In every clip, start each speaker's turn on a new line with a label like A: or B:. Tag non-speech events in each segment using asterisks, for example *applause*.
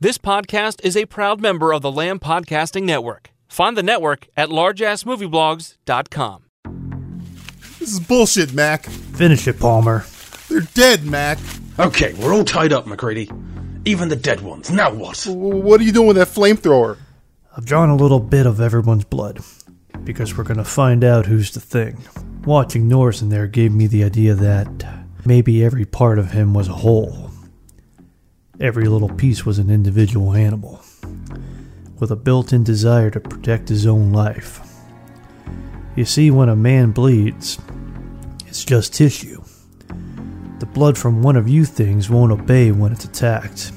A: This podcast is a proud member of the Lamb Podcasting Network. Find the network at largeassmovieblogs.com.
B: This is bullshit, Mac.
C: Finish it, Palmer.
B: They're dead, Mac.
D: Okay, we're all tied up, McCready. Even the dead ones. Now what?
B: W- What are you doing with that flamethrower?
C: I've drawn a little bit of everyone's blood because we're going to find out who's the thing. Watching Norris in there gave me the idea that maybe every part of him was a whole. Every little piece was an individual animal with a built in desire to protect his own life. You see, when a man bleeds, it's just tissue. The blood from one of you things won't obey when it's attacked,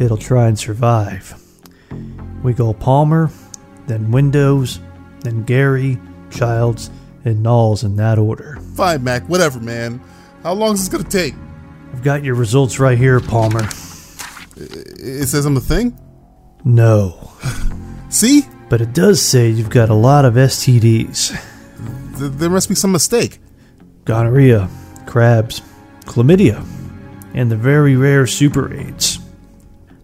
C: it'll try and survive. We go Palmer, then Windows, then Gary, Childs, and Knowles in that order.
B: Fine, Mac. Whatever, man. How long is this gonna take?
C: I've got your results right here, Palmer.
B: It says I'm the thing.
C: No.
B: See,
C: But it does say you've got a lot of STDs
B: Th- there must be some mistake.
C: gonorrhea, crabs, chlamydia, and the very rare super AIDS.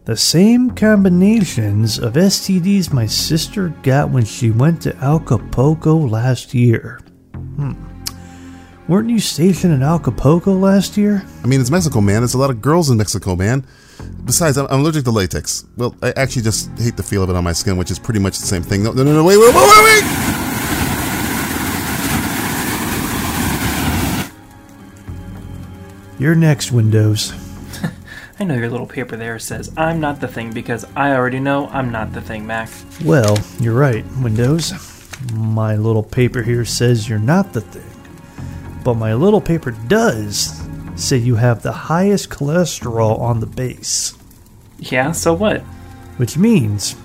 C: The same combinations of STDs my sister got when she went to Acapulco last year. Hmm. Weren't you stationed in Acapulco last year?
B: I mean, it's Mexico, man. There's a lot of girls in Mexico, man. Besides, I'm, I'm allergic to latex. Well, I actually just hate the feel of it on my skin, which is pretty much the same thing. No, no, no, no wait, wait, wait, wait, wait!
C: Your next, Windows.
E: I know your little paper there says I'm not the thing because I already know I'm not the thing, Mac.
C: Well, you're right, Windows. My little paper here says you're not the thing. But my little paper does say you have the highest cholesterol on the base,
E: Yeah, so what?
C: which means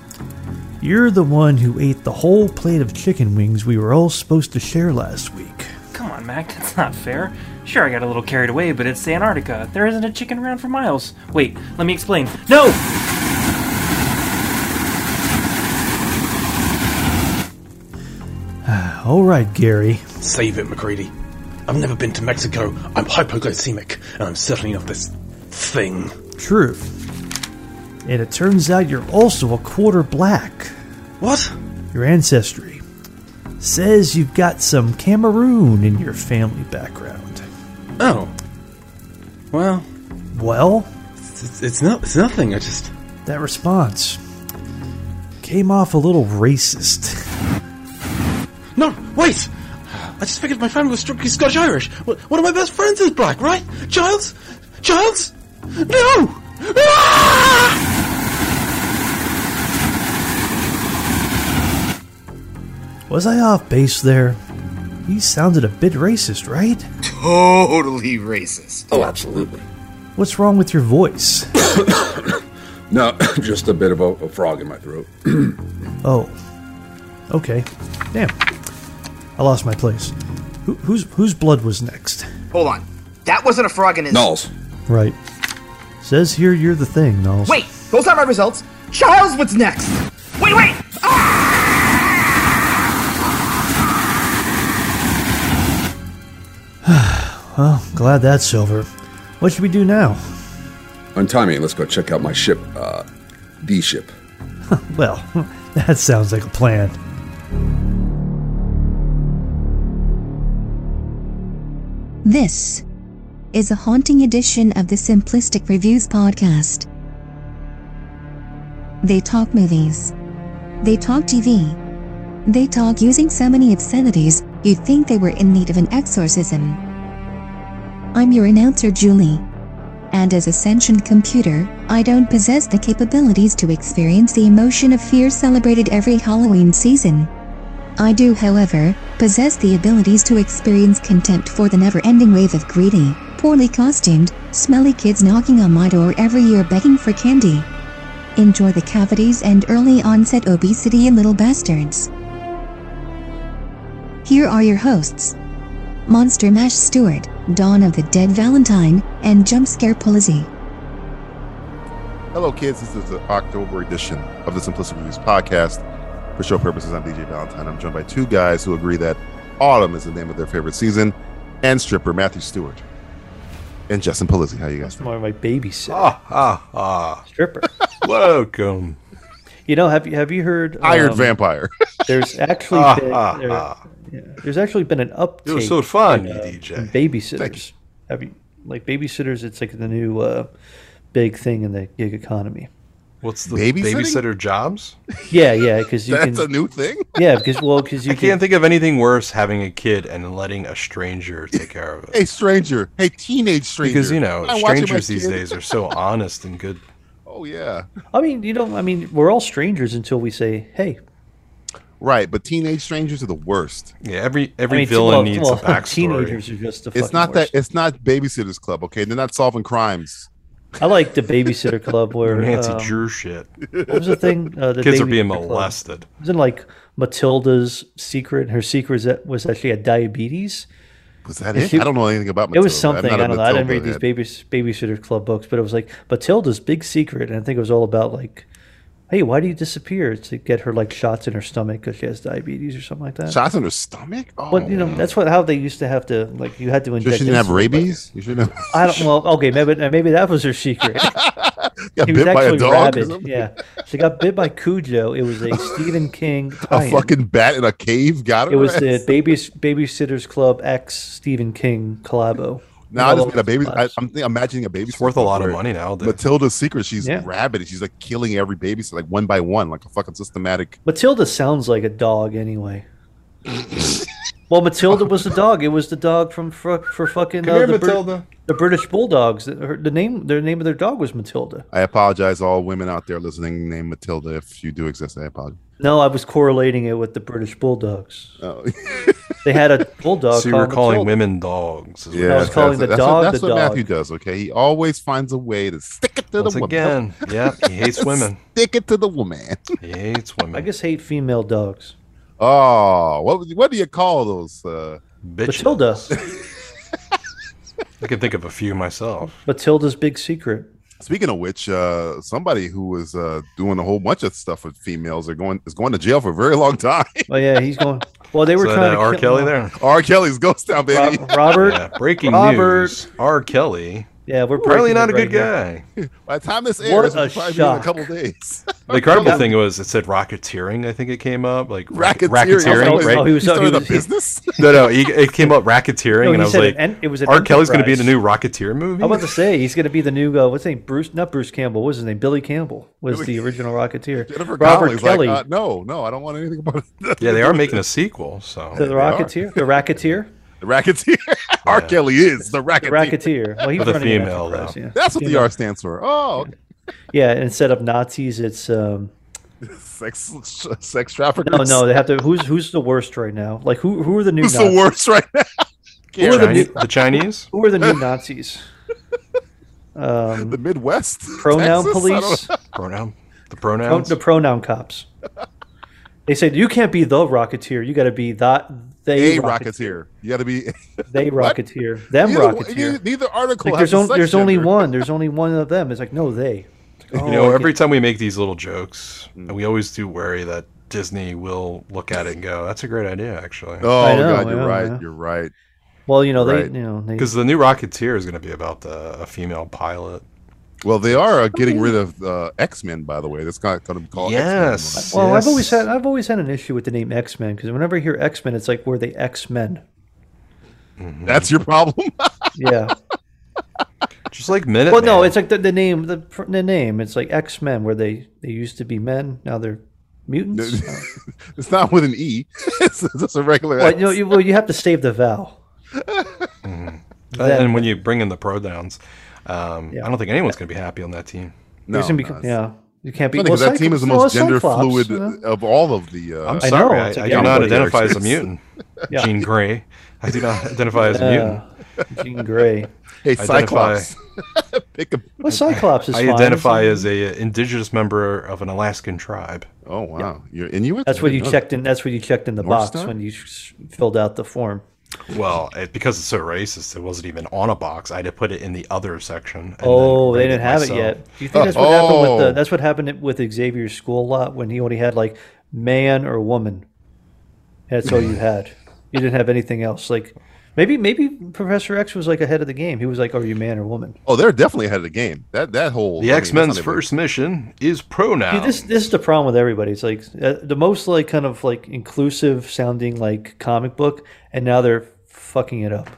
C: you're the one who ate the whole plate of chicken wings we were all supposed to share last week. *sighs*
E: Come on, Mac, *laughs* that's not fair. Sure, I got a little carried away, but it's Antarctica. There isn't a chicken around for miles. Wait, let me explain. No!
C: All right, Gary.
D: Save it, McCready. I've never been to Mexico. I'm hypoglycemic, and I'm certainly not this thing.
C: True. And it turns out you're also a quarter black.
D: What?
C: Your ancestry says you've got some Cameroon in your family background.
D: Oh. Well,
C: Well,
D: it's, it's not. It's nothing. I just.
C: that response came off a little racist.
D: No, wait. I just figured my family was strictly Scottish Irish. One of my best friends is black, right? Giles. Giles. No. Ah!
C: Was I off base there? He sounded a bit racist, right?
F: totally racist.
G: Oh, absolutely.
C: What's wrong with your voice?
G: *coughs* No, just a bit of a, a frog in my throat.
C: Oh. Okay. Damn. I lost my place. Who, whose, whose blood was next?
F: Hold on. That wasn't a frog in his.
G: Nulls.
C: Right. Says here you're the thing, Knowles.
F: Wait, those aren't my results. Charles, what's next? Wait, wait!
C: Glad that's over. What should we do now? *laughs*
G: Untie me and let's go check out my ship, uh, D ship.
C: Well, *laughs* that sounds like a plan.
H: This is a haunting edition of the Simplistic Reviews podcast. They talk movies. They talk TV. They talk using so many obscenities, you'd think they were in need of an exorcism. I'm your announcer, Julie. And as a sentient computer, I don't possess the capabilities to experience the emotion of fear celebrated every Halloween season. I do, however, possess the abilities to experience contempt for the never ending wave of greedy, poorly costumed, smelly kids knocking on my door every year begging for candy. Enjoy the cavities and early onset obesity in little bastards. Here are your hosts Monster Mash Stewart, Dawn of the Dead Valentine, and Jumpscare Polizzi.
I: Hello, kids. This is the October edition of the Simplistic Reviews podcast. For show purposes, I'm DJ Valentine. I'm joined by two guys who agree that autumn is the name of their favorite season, and stripper Matthew Stewart and Justin Polizzi. How you guys?
C: more like babysitter.
J: Ah, ah, ah.
C: Stripper.
K: *laughs* Welcome.
C: You know, have you have you heard
B: Iron
C: um,
B: vampire.
C: *laughs* There's actually
K: Ah,
C: been,
K: ah,
C: there-
K: ah.
C: yeah, there's actually been an uptake.
K: You're so fun,
C: in, uh,
K: DJ.
C: babysitters. Have you like babysitters? It's like the new uh, big thing in the gig economy.
K: What's the
B: Babysitting?
K: babysitter jobs?
C: *laughs* Yeah, yeah, because you
B: *laughs* That's
C: can.
B: a new thing.
C: *laughs* yeah, because well, because you
K: I can't think of anything worse having a kid and letting a
B: *laughs*
K: stranger take care of it.
B: Hey, stranger. Hey, teenage stranger.
K: Because you know,
B: I'm watching my
K: Oh, strangers these
B: kid.
K: days
B: *laughs*
K: are so honest and good.
B: Oh yeah,
C: I mean, you don't. I mean, we're all strangers until we say, "Hey."
B: right. But teenage strangers are the worst.
K: Yeah, every every
C: I mean,
K: villain
C: well,
K: needs
C: well,
K: a backstory.
C: Teenagers are just the.
B: It's
C: fucking
B: not
C: worst.
B: that. It's not Babysitters Club. Okay, they're not solving crimes.
C: I like the babysitter
K: *laughs*
C: club where
K: Nancy
C: um,
K: Drew shit.
C: What was the thing? Uh, the
K: Kids are being
C: babysitter club.
K: molested.
C: Wasn't like Matilda's secret? Her secret was that- was actually a diabetes.
B: Was that
C: If
B: it?
C: you-
B: I don't know anything about.
C: It was
B: Matilda. I'm
C: something.
B: not a
C: I don't know. I didn't read
B: Matilda
C: these
B: head.
C: babys, babysitter club books, but it was like Matilda's big secret, and I think it was all about like, hey, why do you disappear? It's to get her like shots in her stomach because she has diabetes or something like that.
B: Shots in her stomach. Oh,
C: but you know that's what how they used to have to like you had to
B: you
C: inject.
B: shouldn't have
C: insulin, but-
B: rabies. You shouldn't have
C: I don't. Well, okay, maybe maybe that was
B: *laughs*
C: her secret.
B: got
C: He was
B: bit by a
C: actually
B: dog. or
C: rabid.
B: something?
C: Yeah, she got bit by Cujo. It was
B: *laughs*
C: a Stephen King.
B: A
C: tie-in.
B: fucking bat in a cave got her.
C: It was the
B: ass.
C: babies, Babysitters Club X Stephen King collabo.
B: Now I
C: All
B: just made a
C: those
B: baby. I,
C: spots.
B: I'm think, imagining a baby.
K: It's worth a lot of money now. dude.
B: Matilda's secret. She's
C: Yeah.
B: rabid. and She's like killing every baby, so like one by one, like a fucking systematic.
C: Matilda sounds like a dog anyway. well, Matilda was the dog. It was the dog from for, for fucking
K: Come
C: uh,
K: here,
C: the, Brit-
K: Matilda.
C: the British Bulldogs. The, her, the name, their name of their dog was Matilda.
B: I apologize, to all women out there listening, named Matilda, if you do exist. I apologize.
C: No, I was correlating it with the British Bulldogs.
B: Oh.
C: They had a
K: *laughs*
C: bulldog.
K: So you were
C: called
K: calling
C: Matilda.
K: women dogs. is what
B: Yeah,
K: you're
C: I was
K: saying.
C: calling the
B: that's
C: dog
B: What, that's
C: the
B: what
C: dog.
B: Matthew does. Okay, he always finds a way to stick it to
K: Once
B: the woman.
K: again,
B: *laughs*
K: yeah, he hates women.
B: Stick it to the woman.
K: He hates women.
C: I just hate female dogs.
B: Oh, what what do you call those? Uh,
K: Bitches.
B: *laughs*
C: Matilda,
K: I can think of a few myself.
C: Matilda's big secret.
B: speaking of which, uh, somebody who was uh, doing a whole bunch of stuff with females are going is going to jail for a very long time.
C: Oh yeah, he's going. Well, they were
K: Is that
C: trying
K: uh,
C: to
K: R.
C: kill-
K: Kelly there?
B: *laughs* R. Kelly's ghost town, baby.
C: Rob- Robert.
K: Yeah, breaking
C: Robert.
K: news. R. Kelly.
C: Yeah, we're
K: Apparently
C: breaking
K: not
C: it
K: a
C: right
K: good
C: now.
K: guy.
B: *laughs* By the time this
C: What
B: airs,
C: a
B: it'll probably be in a
C: shock.
B: couple days.
K: The
B: *laughs*
K: incredible thing was it said racketeering. I think it came up like rack-
B: Racketeering.
K: racketeering,
C: Oh,
K: right?
C: oh, he was-
B: he started
C: he was-
B: a business.
K: *laughs* No, no, he, it came up racketeering,
C: No,
K: and
C: he
K: I was
C: said
K: like,
C: an en- it was an
K: R. Kelly's going to be in a
C: enterprise. Oh,
K: new Racketeer movie.
C: I'm about to say he's going to be the new uh, what's his name Bruce not Bruce Campbell what's his name Billy Campbell was the original Rocketeer
B: Jennifer
C: Robert
B: Connelly's
C: Kelly
B: like, uh, no, no, I don't want anything about it. *laughs*
K: yeah, they are making a sequel, so
C: the Rocketeer the Racketeer
B: Oh, *laughs* the racketeer. R. Kelly is the
C: the
B: racketeer.
C: Racketeer well he's
K: With a
C: running an
K: female,
C: enterprise,
K: though.
C: yeah.
B: That's what the
C: Female.
B: R stands for. Oh, okay.
C: *laughs* yeah and instead of Nazis it's um,
B: sex, sex traffickers.
C: no no they have to who's who's the worst right now like who who are the new
B: Who's the
C: Nazis?
B: worst right
K: *laughs*
B: now? *laughs*
C: Who are the,
K: Chinese,
C: new,
K: the Chinese.
C: who are the new Nazis um,
B: The Midwest.
C: *laughs* pronoun
B: Texas? I don't
C: police
B: know.
K: *laughs* pronoun. The
C: Pro-
K: pronouns.
C: the pronoun cops they said you can't be the Rocketeer you got to be that they
B: A
C: Rocket-
B: rocketeer. You got to be.
C: *laughs* they
B: What?
C: Rocketeer them
B: neither,
C: Rocketeer.
B: neither- Neither article.
C: Like
B: has
C: there's
B: a
C: only
B: sex
C: there's only
B: gender.
C: one. There's only one of them. It's like no they. It's
K: *laughs*
C: like,
K: you
C: oh,
K: know,
C: okay. Mm.
K: every time we make these little jokes, we always do worry that Disney will look at it and go, "That's a great idea, actually."
B: Oh
C: I know,
B: God, you're
C: yeah,
B: right.
C: yeah.
B: You're right.
C: well you know they
B: right.
C: you know they
K: Because the new Rocketeer is going to be about the, a female pilot.
B: Well, they are uh, getting rid of uh, X Men. By the way, that's not going to be called. X-Men anymore.
K: Yes.
C: well I've always
K: yes.
C: had I've always had an issue with the name X Men because whenever I hear X Men it's like we're the X Men.
B: That's your problem. *laughs*
C: Yeah.
K: just like minute.
C: well no, it's like the, the name the, pr- the name it's like X Men where they they used to be men now they're mutants. Oh.
B: *laughs* it's not with an E. *laughs* It's just a regular.
C: well,
B: X.
C: you know you, well you have to save the vowel.
K: and when you bring in the pronouns, um,
C: Yeah.
K: I don't think anyone's going to be happy on that team.
B: no,
C: It's gonna be-
B: no, it's-
C: yeah. You can't be
B: Funny, 'cause
C: well,
B: that team
C: Cyclops-
B: is the
C: well,
B: most gender
C: Cyclops,
B: fluid
C: you know?
B: of all of the. Uh,
K: I'm
C: I
K: sorry,
C: know,
K: I,
C: it's
K: I
C: like
K: do not
B: everybody
K: identify as a
B: exists.
K: mutant.
C: *laughs* Yeah.
K: Jean Grey. I do
C: *laughs*
K: not identify as a mutant.
C: Yeah. *laughs* Jean Grey.
B: hey,
K: identify-
B: Cyclops. *laughs* Pick a,
C: Well, Cyclops is
K: I
C: fine.
K: identify as a uh, indigenous member of an Alaskan tribe.
B: oh wow, you're Inuit.
C: That's
B: I
C: what
B: didn't
C: you
B: know
C: checked in. That's what you checked in the box
B: Star?
C: when you s- filled out the form.
K: Well, it, because it's so racist, it wasn't even on a box. I had to put it in the other section. and
C: Oh,
K: then
C: they
K: read
C: didn't have it
K: myself.
C: yet. Do you think that's what happened with
B: Oh.
C: the, that's what happened with Xavier's school lot when he only had like man or woman? That's all you had. You didn't have anything else. Like Maybe maybe Professor X was like ahead of the game. He was like, "Are you man or woman?"
B: Oh, they're definitely ahead of the game. That that whole
D: The
B: I mean,
D: X Men's
B: that's not even-
D: first mission is pronoun.
C: Dude, this this is the problem with everybody. It's like uh, the most like kind of like inclusive sounding like comic book, and now they're fucking it up.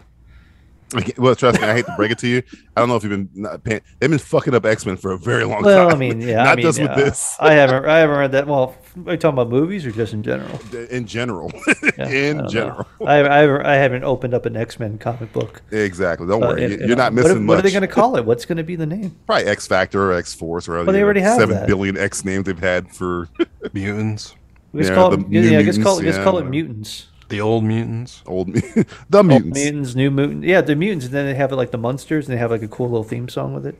B: Okay, Well, trust me, I hate to break it to you. I don't know if you've been not paying. They've been fucking up X Men for a very long
C: well,
B: time.
C: I mean, yeah,
B: *laughs* not
C: I mean,
B: just with
C: uh,
B: this.
C: I haven't I haven't read that. Well, are you talking about movies or just in general?
B: in general, *laughs*
C: I don't
B: in
C: know.
B: general,
C: I, I I haven't opened up an X Men comic book.
B: exactly. Don't
C: Uh,
B: worry,
C: and-
B: You-
C: and,
B: you're
C: uh,
B: not
C: what are-
B: missing
C: What, are they
B: much.
C: going to call it? What's going to be the name?
B: Probably X Factor or X Force or other
C: Well, they already have
B: seven
C: that.
B: billion X names they've had for
D: mutants.
C: We just call it- yeah, I guess call it- just call it mutants.
D: The old mutants.
B: Old the mutants.
C: Mutants, new mutant. Yeah, the mutants, and then they have it like the monsters, and they have like a cool little theme
B: *laughs*
C: song with it.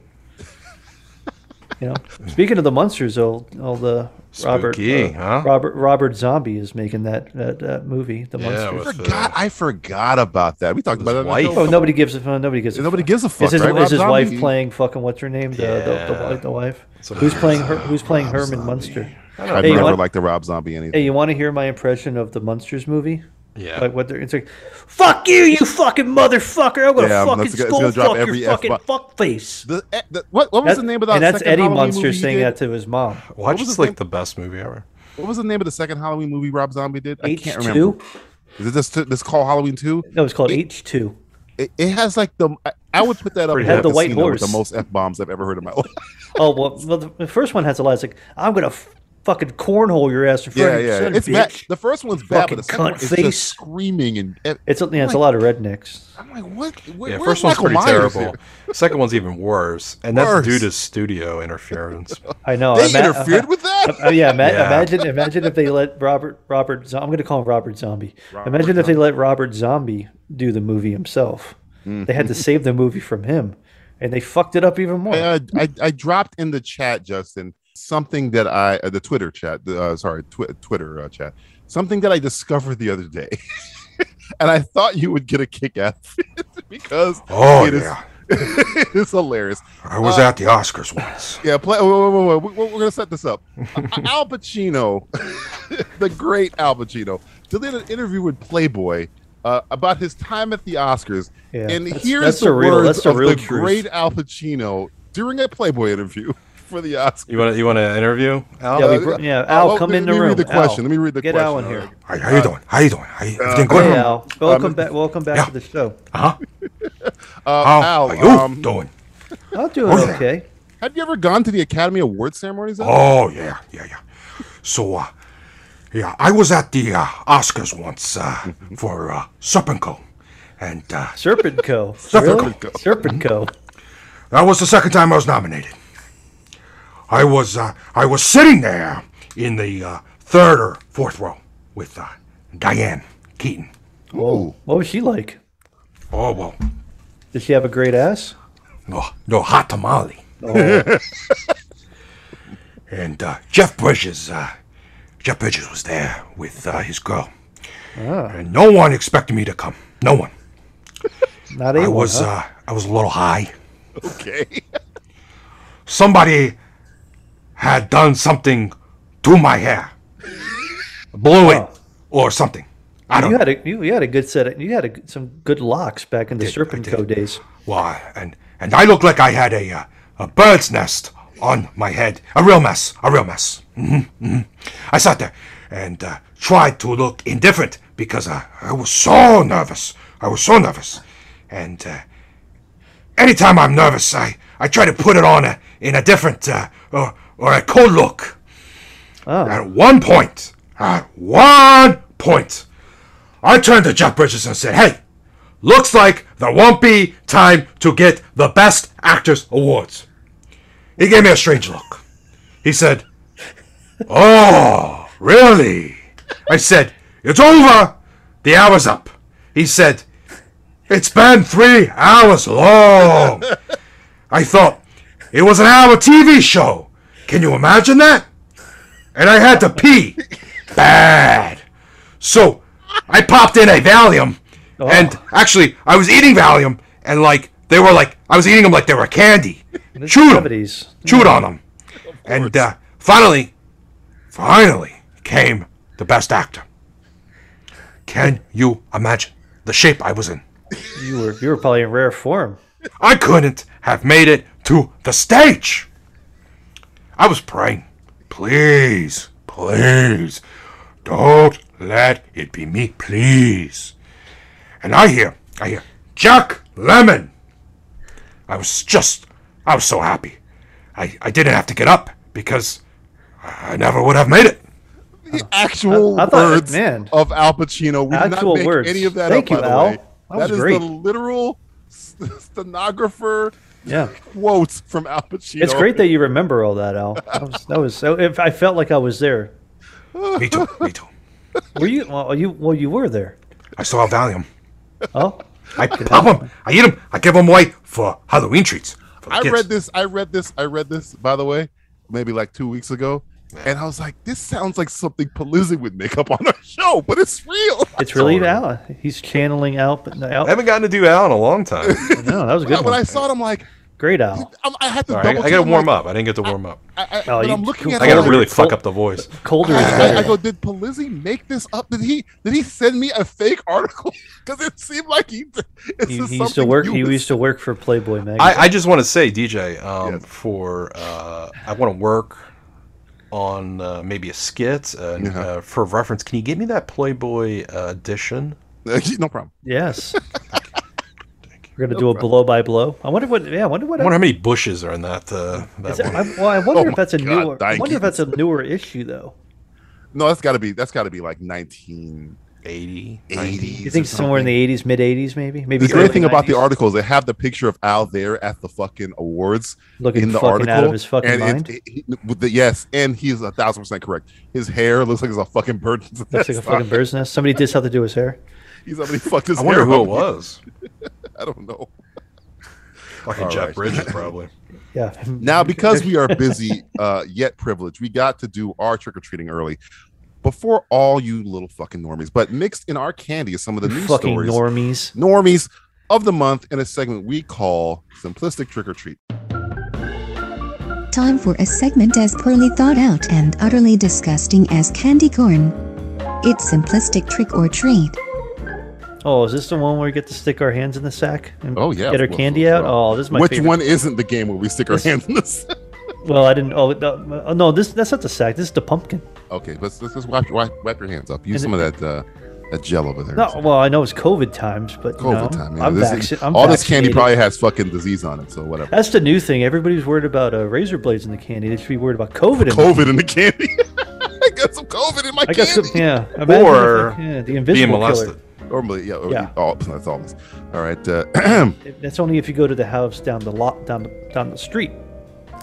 C: You know, speaking of the monsters, all all the Robert uh,
D: Spooky, huh?
C: Robert Robert Zombie is making that that, that movie, the
B: I
C: monsters.
B: forgot. I forgot about that. We talked about that. in the show.
C: Oh, nobody gives a fuck. Nobody gives a
B: Nobody
C: fuck.
B: gives a fuck,
C: Is his,
B: right?
C: is
B: Rob
C: his wife
B: Zombie?
C: playing fucking what's her name? The, the, the,
B: Yeah.
C: wi- the wife.
B: So-
C: who's playing her? Who's playing Herman Munster?
B: I've
C: Hey, you
B: never
C: want-
B: liked the Rob Zombie anything.
C: Hey, you want to hear my impression of the Munsters movie?
D: Yeah.
C: Like what they're it's like, fuck you, you fucking motherfucker! I'm gonna
B: Yeah,
C: fucking
B: that's go- it's
C: skull
B: gonna drop
C: fuck your
B: every
C: fucking
B: F-bomb.
C: fuck face.
B: The, what, what was the name of that
C: And that's
B: second
C: Eddie
B: Halloween
C: Munster
B: movie you
C: saying
B: did?
C: that to his mom.
D: Watch
B: was
D: it's
B: the
D: like
B: name-
D: the best movie ever.
B: What was the name of the second Halloween movie Rob Zombie did? I can't
C: H2?
B: remember. Is it this this called Halloween two?
C: No, it's called H two.
B: It, it has like the I, I would put that up.
C: Pretty
B: there
C: had the
B: with
C: white
B: Casino with
C: horse.
B: The most f bombs I've ever heard in my *laughs* life.
C: Oh well, well, the- the first one has a lot. It's like I'm gonna f- fucking cornhole your ass in front
B: yeah,
C: of your
B: yeah.
C: son,
B: It's
C: bitch.
B: bad. The first one's bad, but the
C: Fucking
B: second one
C: cunt
B: is
C: face.
B: just screaming and
C: It's yeah, it's a
B: Like-
C: lot of rednecks.
B: I'm like, what? Where,
D: yeah,
B: where's
D: first one's
B: Michael
D: pretty
B: Myers
D: terrible.
B: here?
D: Second one's even worse, and
B: Worse.
D: that's due to studio interference.
C: I know.
B: They
C: ima-
B: interfered with that?
C: Uh, yeah, ima-
D: Yeah.
C: Imagine, imagine if they let Robert Robert. Zo- I'm going to call him Robert Zombie. imagine if they let Robert Zombie do the movie himself.
B: Mm.
C: They had to save the movie from him, and they fucked it up even more.
B: I, uh, I I dropped in the chat, Justin, something that I uh, the Twitter chat, the, uh, sorry, twi- Twitter uh, chat, something that I discovered the other day, *laughs* and I thought you would get a kick out of it *laughs* because
D: Oh,
B: it is-
D: yeah.
B: it's hilarious.
D: I was
B: Uh,
D: at the Oscars once.
B: *laughs* Yeah, play. Whoa, whoa, whoa, whoa. We, we're going to set this
D: *laughs*
B: up. Al Pacino, *laughs* the great Al Pacino, did an interview with Playboy uh, about his time at the Oscars,
C: Yeah,
B: and
C: that's-
B: here's
C: that's
B: the
C: the real-
B: words
C: that's the
B: of
C: real
B: the
C: truth.
B: great Al Pacino during a Playboy interview *laughs* for the Oscars. Uh,
D: You want to you want to interview Al?
C: yeah, we br- yeah, Al,
B: well,
C: come
B: Oh, let
C: in the
B: me
C: room.
B: read the question.
C: Al,
B: Let me read the
C: Get
B: question. Uh,
C: Al in here.
D: Hi, how you doing? How you doing? How you, everything good?
C: Hey, Al, welcome
B: Um,
C: back. Welcome back to the show.
D: Huh?
B: Uh,
D: How
B: Al,
D: are you
B: um,
D: doing?
C: I'm doing
D: Okay.
C: okay.
B: have you ever gone to the Academy Award ceremonies? Al?
D: Oh yeah, yeah, yeah. So, uh, yeah, I was at the uh, Oscars once uh, for uh, Serpenco, and uh, *laughs*
C: Serpent Co.
D: Serpent
C: Really? Serpent Co.
D: That was the second time I was nominated. I was uh, I was sitting there in the uh, third or fourth row with uh, Diane Keaton.
C: Whoa, what was she like?
D: Oh well,
C: Did she have a great ass?
D: no, no hot tamale.
C: Oh.
D: *laughs* And uh, Jeff Bridges, uh, Jeff Bridges was there with uh, his girl,
C: Ah,
D: and no one expected me to come. No one.
C: *laughs* not
D: I
C: a one,
D: was
C: huh?
D: uh, I was a little high.
B: Okay.
D: *laughs* Somebody had done something to my hair, blew it or something. I don't.
C: Oh. you had a you, you had a good set. Of, you had a, good- some good locks back in the Serpent Co. days.
D: Why? And and I look like I had a uh, a bird's nest on my head. A real mess. A real mess. hmm hmm I sat there and uh, tried to look indifferent because I, I was so nervous. I was so nervous. And uh, anytime I'm nervous, I, I try to put it on a, in a different uh, or, or a cold look. At one point, at one point, I turned to Jeff Bridges and said, Hey, looks like there won't be time to get the Best Actors Awards. He gave me a strange look. He said, Oh, really? I said, It's over. The hour's up. He said, It's been three hours long. I thought, It was an hour TV show. Can you imagine that? And I had to pee. Bad. So I popped in a Valium, and actually, I was eating Valium, and like they were like I was eating them like they were candy. Chewed them,
C: Cavities.
D: chewed on them, and uh, finally, finally came the best actor. Can you imagine the shape I was in?
C: You were you were probably in rare form.
D: I couldn't have made it to the stage. I was praying, please, please, don't let it be me, please. And I hear, I hear, Jack Lemon. I was just, I was so happy. I, I didn't have to get up because I never would have made it.
B: The actual
D: I- I thought-
B: words
D: man.
B: of Al Pacino. We did not
D: Actual
B: make
D: words.
B: any of that
D: Thank
B: up,
D: you,
B: by the
D: Al.
B: way.
D: That was
B: is
D: great.
B: the literal st- stenographer
C: Yeah.
B: quotes from Al Pacino.
C: It's great that you remember all that, Al. That was, that was so. If I felt like I was there.
D: Me too. Me too.
C: Were you? Well, you well, you were there.
D: I still have Valium.
C: Oh,
D: I pop them. I eat them. I give them away for Halloween treats. for the
B: I
D: kids.
B: read this. I read this. I read this. By the way, maybe like two weeks ago, and I was like, "This sounds like something Paluzzi would make up on our show," but it's real.
C: It's really Al. He's channeling Al. But no, Al.
K: I haven't gotten to do Al in a long
C: *laughs*
K: time.
C: No, that was a good.
B: when
C: one.
B: I saw it, I'm like,
C: great Al.
B: I'm, I had to.
K: All right, I,
B: double
K: I got
B: check,
K: to warm
B: like,
K: up. I didn't get to warm up.
B: I, I,
K: Oh,
B: but
K: you-
B: I'm looking at.
K: I
B: it,
K: got
B: I'm
K: to
B: like,
K: really fuck up the voice.
C: Colder
B: I,
C: is
B: I- I
C: better.
B: go, did Paluzzi make this up? Did he did he send me a fake article? *laughs* Because it seemed like he. This
C: He,
B: is
C: he used to
B: something
C: work.
B: you
C: He
B: would
C: used to work for Playboy magazine.
K: I, I just want to say, DJ, um, for uh, I want to work on uh, maybe a skit. Uh, and, uh, for reference, can you get me that Playboy uh, edition?
B: *laughs* no problem.
C: yes. We're gonna do a blow by blow. I wonder what. Yeah, I wonder what.
K: I wonder how many bushes are in that. Uh, that
C: Is it-
K: one.
C: I, well, I wonder
B: Oh
C: if that's a
B: my God,
C: newer. I
B: thank
C: wonder
B: you.
C: if that's a newer issue though.
B: No, that's got to be that's got to be like 1980. 80s.
C: You think somewhere in the '80s, mid '80s, maybe? Maybe
B: the great
C: early
B: thing about
C: 90s?
B: the articles, they have the picture of Al there at the fucking awards
C: Looking
B: in the
C: fucking
B: article.
C: out of his fucking
B: and it-
C: mind?
B: it- he- with the, yes, and he's a thousand percent correct. His hair looks like it's a fucking bird.
C: Looks like a fucking bird's nest. Somebody did something to his hair.
B: He's somebody fucked his
K: I wonder
B: hair
K: who
B: up.
K: it was.
B: *laughs* I don't know.
K: Fucking
B: All
K: Jeff
B: right. *laughs*
K: Bridges, probably.
C: Yeah.
B: Now, because we are
C: *laughs*
B: busy uh, yet privileged, we got to do our trick or treating early. Before all you little fucking normies, but mixed in our candy is some of the news
C: fucking
B: stories,
C: normies.
B: normies of the month, in a segment we call simplistic trick or treat.
H: Time for a segment as poorly thought out and utterly disgusting as candy corn. It's simplistic trick or treat.
C: Oh, is this the one where we get to stick our hands in the sack and
B: Oh yeah,
C: get our
B: well,
C: candy
B: well,
C: out?
B: well.
C: Oh, this is my
B: Which
C: favorite.
B: one isn't the game where we stick our
C: This-
B: hands in this?
C: *laughs* Well, I didn't. Oh no, oh, no, this that's not the sack. This is the pumpkin.
B: Okay, let's let's just wipe, wipe, wipe your hands up. Use
C: And
B: some of that uh, that gel over there.
C: No, well, I know it's COVID times, but you
B: COVID
C: know,
B: time. you know,
C: I'm,
B: this
C: vacci-
B: is-
C: I'm
B: all this candy
C: vaccinated.
B: probably has fucking disease on it, so whatever.
C: That's the new thing. Everybody's worried about uh, razor blades in the candy. They should be worried about COVID. In
B: COVID in the candy. *laughs* I got some COVID in my
C: I got
B: candy.
C: some. Yeah. imagine if,
K: Or
C: like, yeah, the invisible killer.
B: Normally, yeah. or-
C: Yeah.
B: Oh, that's all. this. All right. Uh, *clears throat*
C: That's only if you go to the house down the lot down the, down the street.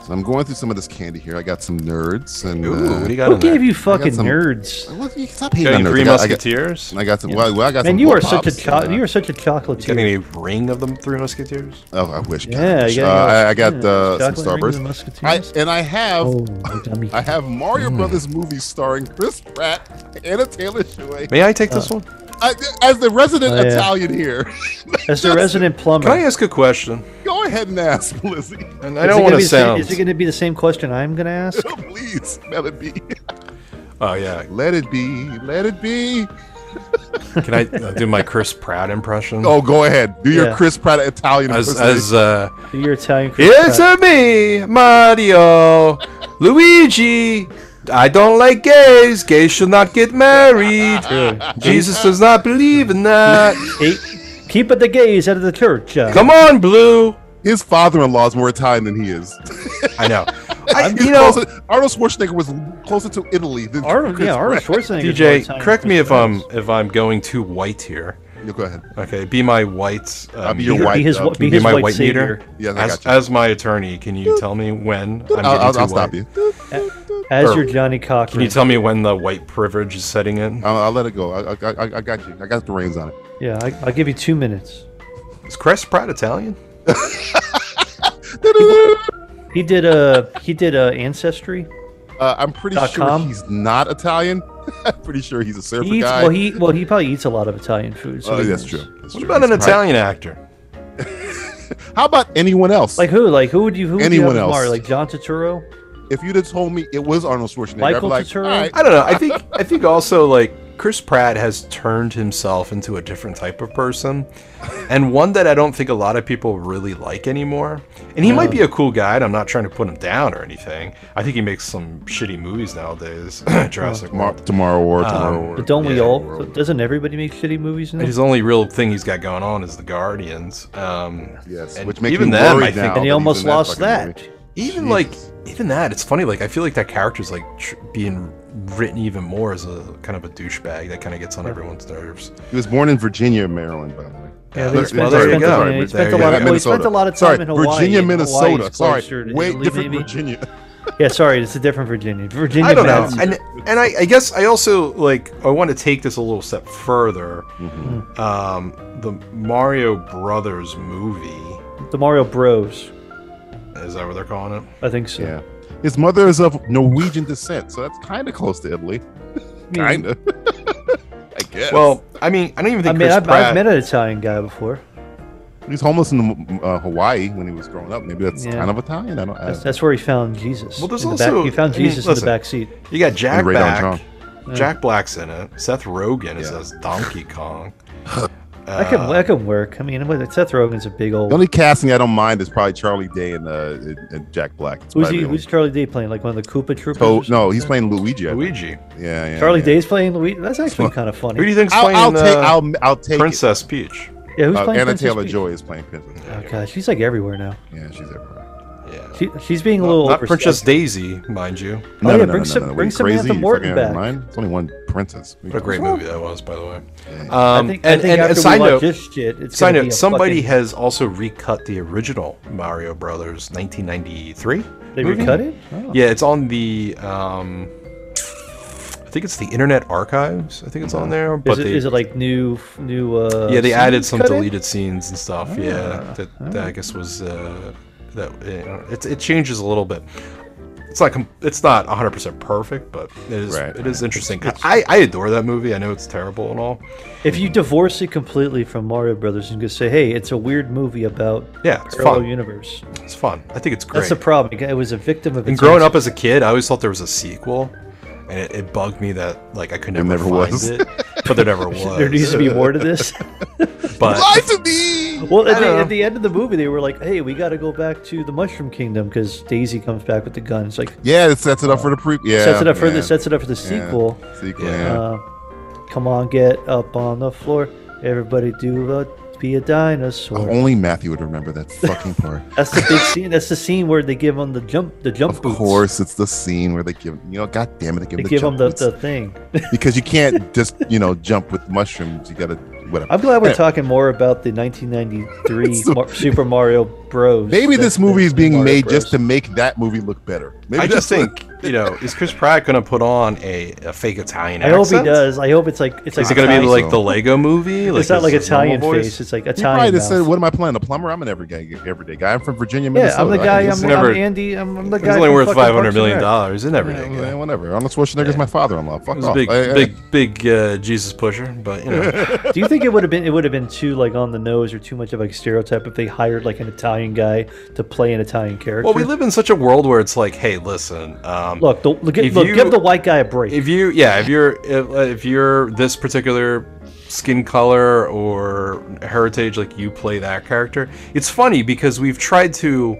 B: so I'm going through some of this candy here. I got some nerds and.
K: Ooh,
B: uh,
K: what do you got
C: Who
K: in there?
C: gave you
B: I got
C: fucking
B: some-
C: nerds?
B: Well, you stop hating
K: Got
B: on
K: any
B: nerds.
K: Three
B: I got, I got,
K: Musketeers?
B: I got some. Well, well, I got
C: Man,
B: some.
C: you are
B: Whoop
C: such a
B: Pops,
C: child.
B: uh,
C: You are such a chocolate.
K: Got any ring of them Three Musketeers?
B: Oh, I wish. God,
C: Yeah,
B: I,
C: you
B: wish. Uh,
C: gotta go-
B: I, I got
C: yeah,
B: uh, some
C: chocolate ring and
B: Starburst. I,
C: Musketeers.
B: and I have, *laughs*
C: Oh, my dummy.
B: I have Mario
K: Hmm.
B: Brothers movie starring Chris Pratt, Anna Taylor Joy,
K: May I take this one?
B: I, as the resident
C: Uh, Oh, yeah.
B: Italian here. *laughs*
C: As the resident plumber,
K: Can I ask a
C: *laughs*
K: question?
B: Go ahead and ask, Lizzie.
K: And
C: Is
K: I don't
C: it gonna
K: want
C: be
K: to
C: the same-
K: sound.
C: Is it going to be the same question I'm going to
B: *laughs*
C: ask?
B: Please, let it be.
K: *laughs* Oh yeah.
B: Let it be. Let it be.
K: Can I uh, do my Chris Pratt impression?
B: Oh, go ahead. Do your
C: Yeah.
B: Chris Pratt Italian
K: as
B: impersonation.
K: as uh,
C: Your Italian.
K: it's a me, Mario, Luigi. I don't like gays. Gays should not get married. Jesus does not believe in that.
C: Keep, keep the gays out of the church. uh,
K: Come on, Blue.
B: His father-in-law is more Italian than he is.
K: *laughs* I
B: *laughs*
K: know. I,
B: He's
K: you know,
B: closer- Arnold Schwarzenegger was closer to Italy than
C: Arnold,
B: Chris
C: yeah, Arnold
B: Pratt.
C: Schwarzenegger. is more
K: DJ,
C: Italian
K: correct
C: than
K: me if
C: Chris
K: I'm
C: Pratt.
K: if I'm going too white here.
B: You go ahead.
K: Okay, be my white. Uh,
B: I'll be your
K: meter.
B: white.
C: Be his,
B: uh,
C: be
K: Can you
C: his
K: be my
C: white,
K: white
C: savior.
K: meter.
B: Yes, I
K: As,
B: got you.
K: as my attorney, can you tell me when I'm getting
B: I'll, I'll,
K: too
B: I'll
K: white?
B: stop you.
C: As
K: Or-
C: your Johnny Cochran.
K: Can you tell me when the white privilege is setting in?
B: I'll, I'll let it go. I, I, I, I got you. I got the reins on it.
C: yeah, I, I'll give you two minutes.
K: Is Chris Pratt Italian?
C: *laughs* He did a he did a ancestry.
B: Uh, I'm pretty
C: Dot
B: sure
C: com?
B: he's not Italian. *laughs* I'm pretty sure he's a surfer
C: He eats,
B: guy.
C: well, he well he probably eats a lot of Italian food. So
B: oh,
C: he
B: that's
C: knows.
B: true. That's
K: What
B: true.
K: about an Italian actor?
B: *laughs* How about anyone else?
C: Like who? Like who would you? Who would you
B: Anyone
C: have as
B: else.
C: Mario? Like John Turturro?
B: if you'd have told me it was Arnold Schwarzenegger,
C: Michael
B: I'd be like,
C: Turturro?
B: all right,
K: I don't know. I think I think also like Chris Pratt has turned himself into a different type of person, and one that I don't think a lot of people really like anymore. And he might be a cool guy, and I'm not trying to put him down or anything. I think he makes some shitty movies nowadays. *laughs* *clears throat* Jurassic
B: Mar-
K: World.
B: Tomorrow War,
K: Um,
B: Tomorrow War.
C: But don't we all? So doesn't everybody make shitty movies now?
K: His only real thing he's got going on is the Guardians. Um,
B: yes,
K: and
B: which makes
K: even
B: me
K: them,
B: worried
K: I think,
B: now that And he he's almost in that lost fucking
C: that.
K: Even like even that, it's funny. Like I feel like that character's like tr- being written even more as a kind of a douchebag that kind of gets on everyone's nerves.
B: He was born in Virginia, Maryland, by the way.
K: Yeah, they spent- they spent-
B: Sorry,
K: they
B: Min-
K: spent a lot of-
B: yeah,
K: well, he
B: Minnesota.
C: spent a lot of time
B: Sorry,
C: in Hawaii,
B: Virginia,
C: and
B: Minnesota.
C: Hawaii's closer
B: Sorry,
C: to
B: way
C: Italy,
B: different
C: maybe.
B: Virginia.
C: *laughs* yeah, sorry, it's a different Virginia. Virginia.
K: I don't know.
C: Madsen.
K: And and I, I guess I also like I want to take this a little step further. Um, the Mario Brothers movie
C: the Mario Bros.
K: is that what they're calling it?
C: I think so.
B: Yeah. His mother is of Norwegian descent, so that's kind of close to Italy. Kind of. *laughs* I guess.
K: Well, I mean, I don't even
C: I
K: think
C: mean,
K: Chris
C: I've,
K: Pratt.
C: I've met an Italian guy before.
B: he was homeless in uh, Hawaii when he was growing up. Maybe that's
C: Yeah.
B: kind of Italian. I don't. I,
C: That's, that's where he found Jesus.
K: Well, there's
C: in the
K: also
C: back, he found
K: I mean,
C: Jesus
K: listen,
C: in the back seat.
K: You got Jack
B: And Ray
K: Black.
B: Dontron.
C: Yeah.
K: Jack Black's in it. Seth Rogen is as Donkey Kong. Uh,
C: that can that can work. I mean, what- Seth Rogen's a big old.
B: the only casting I don't mind is probably Charlie Day and, uh, and- and Jack Black. It's
C: who's
B: probably
C: he,
B: the only-
C: who's Charlie Day playing? Like one of the Koopa Troopers? or
B: Oh
C: something?
B: no, he's playing Luigi. I think.
K: Luigi.
B: Yeah, yeah.
C: Charlie
B: yeah.
C: Day's playing Luigi. That's actually kind of funny.
K: Who do you think's
B: I'll-
K: playing?
B: I'll take-
K: uh,
B: I'll- I'll take it.
K: Princess Peach.
C: Yeah, who's
B: Uh,
C: playing
B: Anna
C: Princess
B: Taylor
C: Peach?
B: Joy is playing Princess.
C: Oh god, she's like everywhere now.
B: Yeah, she's everywhere.
K: Yeah.
C: She, she's being a little
K: Not
C: overstepped.
K: Princess Daisy, mind you.
C: Oh, yeah, bring some-
B: What are
C: bring
B: you
C: Samantha
B: crazy? You
C: Morton
B: fucking out of
C: back.
B: your mind? It's only one princess.
K: What a great movie that was, by the way. Um,
C: I think- I
K: and,
C: think
K: and,
C: after
K: and
C: we
K: side
C: watch
K: note,
C: this shit, it's
K: side
C: gonna be
K: note
C: a
K: somebody
C: fucking-
K: has also recut the original Mario Brothers 1993.
C: They
K: movie.
C: recut it? Oh.
K: Yeah, it's on the. Um, I think it's the Internet Archives. I think it's on there. But
C: Uh-huh. Is it,
K: they,
C: is it like new new? Uh,
K: yeah, they added
C: scenes
K: some
C: cut in? Ah,
K: deleted scenes and stuff. yeah,
B: Ah.
K: that, that I guess was uh, that you know, it, it changes a little bit. It's not com- it's not 100 percent perfect, but it is
B: Right,
K: it is interesting. I, I adore that movie. I know it's terrible and all.
C: If you divorce it completely from Mario Brothers and just say, "Hey, it's a weird movie about
K: Yeah, it's
C: parallel
K: fun.
C: universe,"
K: It's fun. I think it's great.
C: that's the problem. It was a victim of.
K: and
C: its
K: growing
C: own-
K: up as a kid, I always thought there was a sequel, and it, it bugged me that like I could never,
B: never
K: find
B: was.
K: it, but there never was.
C: *laughs* there needs to be more to this.
K: But
B: Lie to me.
C: *laughs* Well,
K: I
C: at
K: don't
C: the,
K: know.
C: at the end of the movie, they were like, "Hey, we got to go back to the Mushroom Kingdom because Daisy comes back with the gun." It's like
B: Yeah, it sets it up for the pre. Yeah,
C: sets it up for
B: yeah,
C: the sets it up for the
B: yeah.
C: sequel.
B: Sequel. Yeah.
C: Uh, come on, get up on the floor, everybody! Do a, be a
B: If *laughs*
C: dinosaur.
B: Only Matthew would remember that fucking part.
C: That's the big scene. That's the scene where they give him the *laughs* jump, the jump
B: Of
C: boots.
B: course, it's the scene where they give you know, god damn it, they give,
C: They
B: the
C: give
B: jump
C: him the,
B: boots.
C: the thing.
B: *laughs* because you can't just you know jump with mushrooms. You gotta whatever.
C: I'm glad we're
B: Anyway,
C: talking more about the 1993
B: So-
C: Mar- Super Mario Bros.
B: Maybe this
C: than-
B: movie is
C: than
B: being
C: Mario
B: made
C: Bros.
B: just to make that movie look better. Maybe
K: I just
B: that's what-
K: think you know is Chris Pratt gonna put on a, a fake Italian
C: I
K: accent?
C: hope he does. I hope it's like it's like
K: Is it gonna be
C: Italian-
K: like the Lego movie?
C: It's not
K: is
C: like
K: his normal
C: Italian
K: voice?
C: face. It's like
B: He probably
C: Italian.
B: just said,
C: mouth.
B: "What am I playing? A plumber? I'm an everyday everyday guy. I'm from Virginia,
C: Yeah, I'm
B: Minnesota.
C: the
B: I
C: guy. I'm,
B: can
K: it's
B: just-
C: I'm
K: never-
C: Andy. I'm, I'm the
K: It's
C: guy.
K: only
C: from
K: worth
C: fucking
K: five hundred
C: Parks and
K: million
C: Rec.
K: dollars. Isn't
B: Yeah,
K: everything?
B: well, whatever. Arnold Schwarzenegger's my father-in-law.
K: It
B: Fuck
K: was a
B: off.
K: big,
B: I- I-
K: big, big uh, Jesus pusher, but you
B: *laughs*
K: know,
C: Do you think it would have been it would have been too like on the nose or too much of a stereotype if they hired like an Italian guy to play an Italian character?
K: well, we live in such a world where it's like, hey, listen, um,
C: Look, the, look,
K: If
C: look
K: you-
C: give the white guy a break.
K: if you, yeah, if you're, if, uh, if you're this particular skin color or heritage, like you play that character, it's funny because we've tried to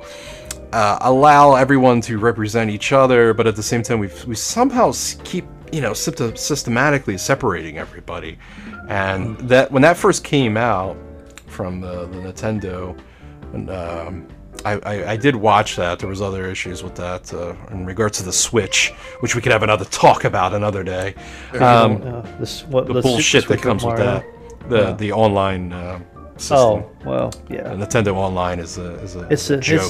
K: uh, allow everyone to represent each other, but at the same time, we've, we somehow s- keep, you know, sympto- systematically separating everybody, and that when that first came out from the, the Nintendo. And, um, I, I, I did watch that. There was other issues with that uh, in regards to the Switch, which we could have another talk about another day. Um,
C: Uh, this, what,
K: the
C: let's just
K: bullshit
C: switch
K: that comes with
C: Mario.
K: that, the
C: Yeah.
K: the online uh, system.
C: Oh well, yeah.
K: The Nintendo Online is a is a,
C: It's a
K: joke.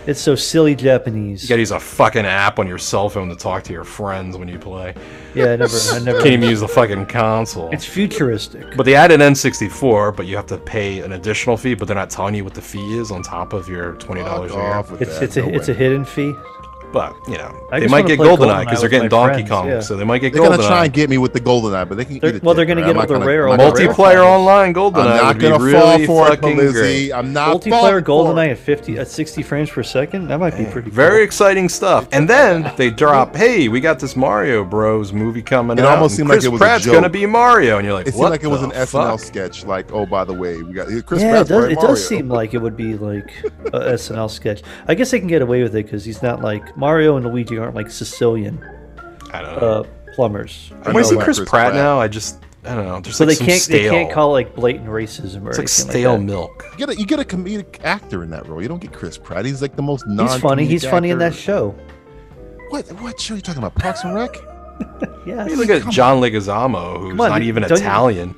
C: It's, it's so silly Japanese.
K: you gotta use a fucking app on your cell phone to talk to your friends when you play.
C: Yeah, I never, I never.
K: Can't even use the fucking console.
C: It's futuristic.
K: But they added N64, but you have to pay an additional fee. But they're not telling you what the fee is on top of your twenty dollars a
B: Fuck
K: year.
B: off with
C: It's
B: that.
C: it's a
B: No
C: it's a
B: way.
C: hidden fee.
K: But you know,
C: I
K: they
C: just
K: might get
C: wanna play
K: Goldeneye
C: GoldenEye
K: because they're
C: with
K: getting
C: my
K: Donkey
C: friends,
K: Kong,
C: yeah.
K: so they might get
C: They're gonna
K: Goldeneye.
C: try and
B: get me with the Goldeneye, but they can eat
C: They're- well, they're gonna get all the rare, all the rare
K: multiplayer
C: copies.
K: online Goldeneye.
B: I'm not
K: would be
B: gonna fall
K: really
B: for it,
K: fucking
B: Melizzi.
K: great.
B: I'm not
C: multiplayer GoldenEye at 50 at 60 frames per second. That might be pretty.
K: Very exciting stuff. And then they drop, "Hey, we got this Mario Bros movie coming
B: It
K: out.
B: almost
K: and
B: seemed like
K: Chris
B: it was a
K: Pratt's
B: joke.
K: gonna be Mario," and you're like,
B: it
K: "What
B: seemed like it was
K: the
B: an SNL
K: fuck?"
B: sketch. Like, oh, by the way, we got Chris
C: yeah, it
B: Pratt's
C: does,
B: Red
C: it
B: Mario.
C: does seem like it would be like a *laughs* SNL sketch. I guess they can get away with it because he's not like Mario and Luigi aren't like Sicilian
K: I don't
C: know. Uh, plumbers.
K: When I see
C: Like-
K: Chris Pratt now, I just I don't know. There's
C: so
K: like
C: they
K: some
C: can't
K: stale.
C: they can't call it, like blatant racism or
K: It's like
C: anything
K: stale
C: that.
K: milk.
B: You get a, you get a comedic actor in that role. You don't get Chris Pratt. He's like the most non.
C: He's funny. He's funny in that show.
B: What what show are you talking about? Parks and Rec.
C: *laughs* yeah.
K: You look at John Leguizamo, who's
B: Come on,
K: not even
B: don't you-
K: Italian.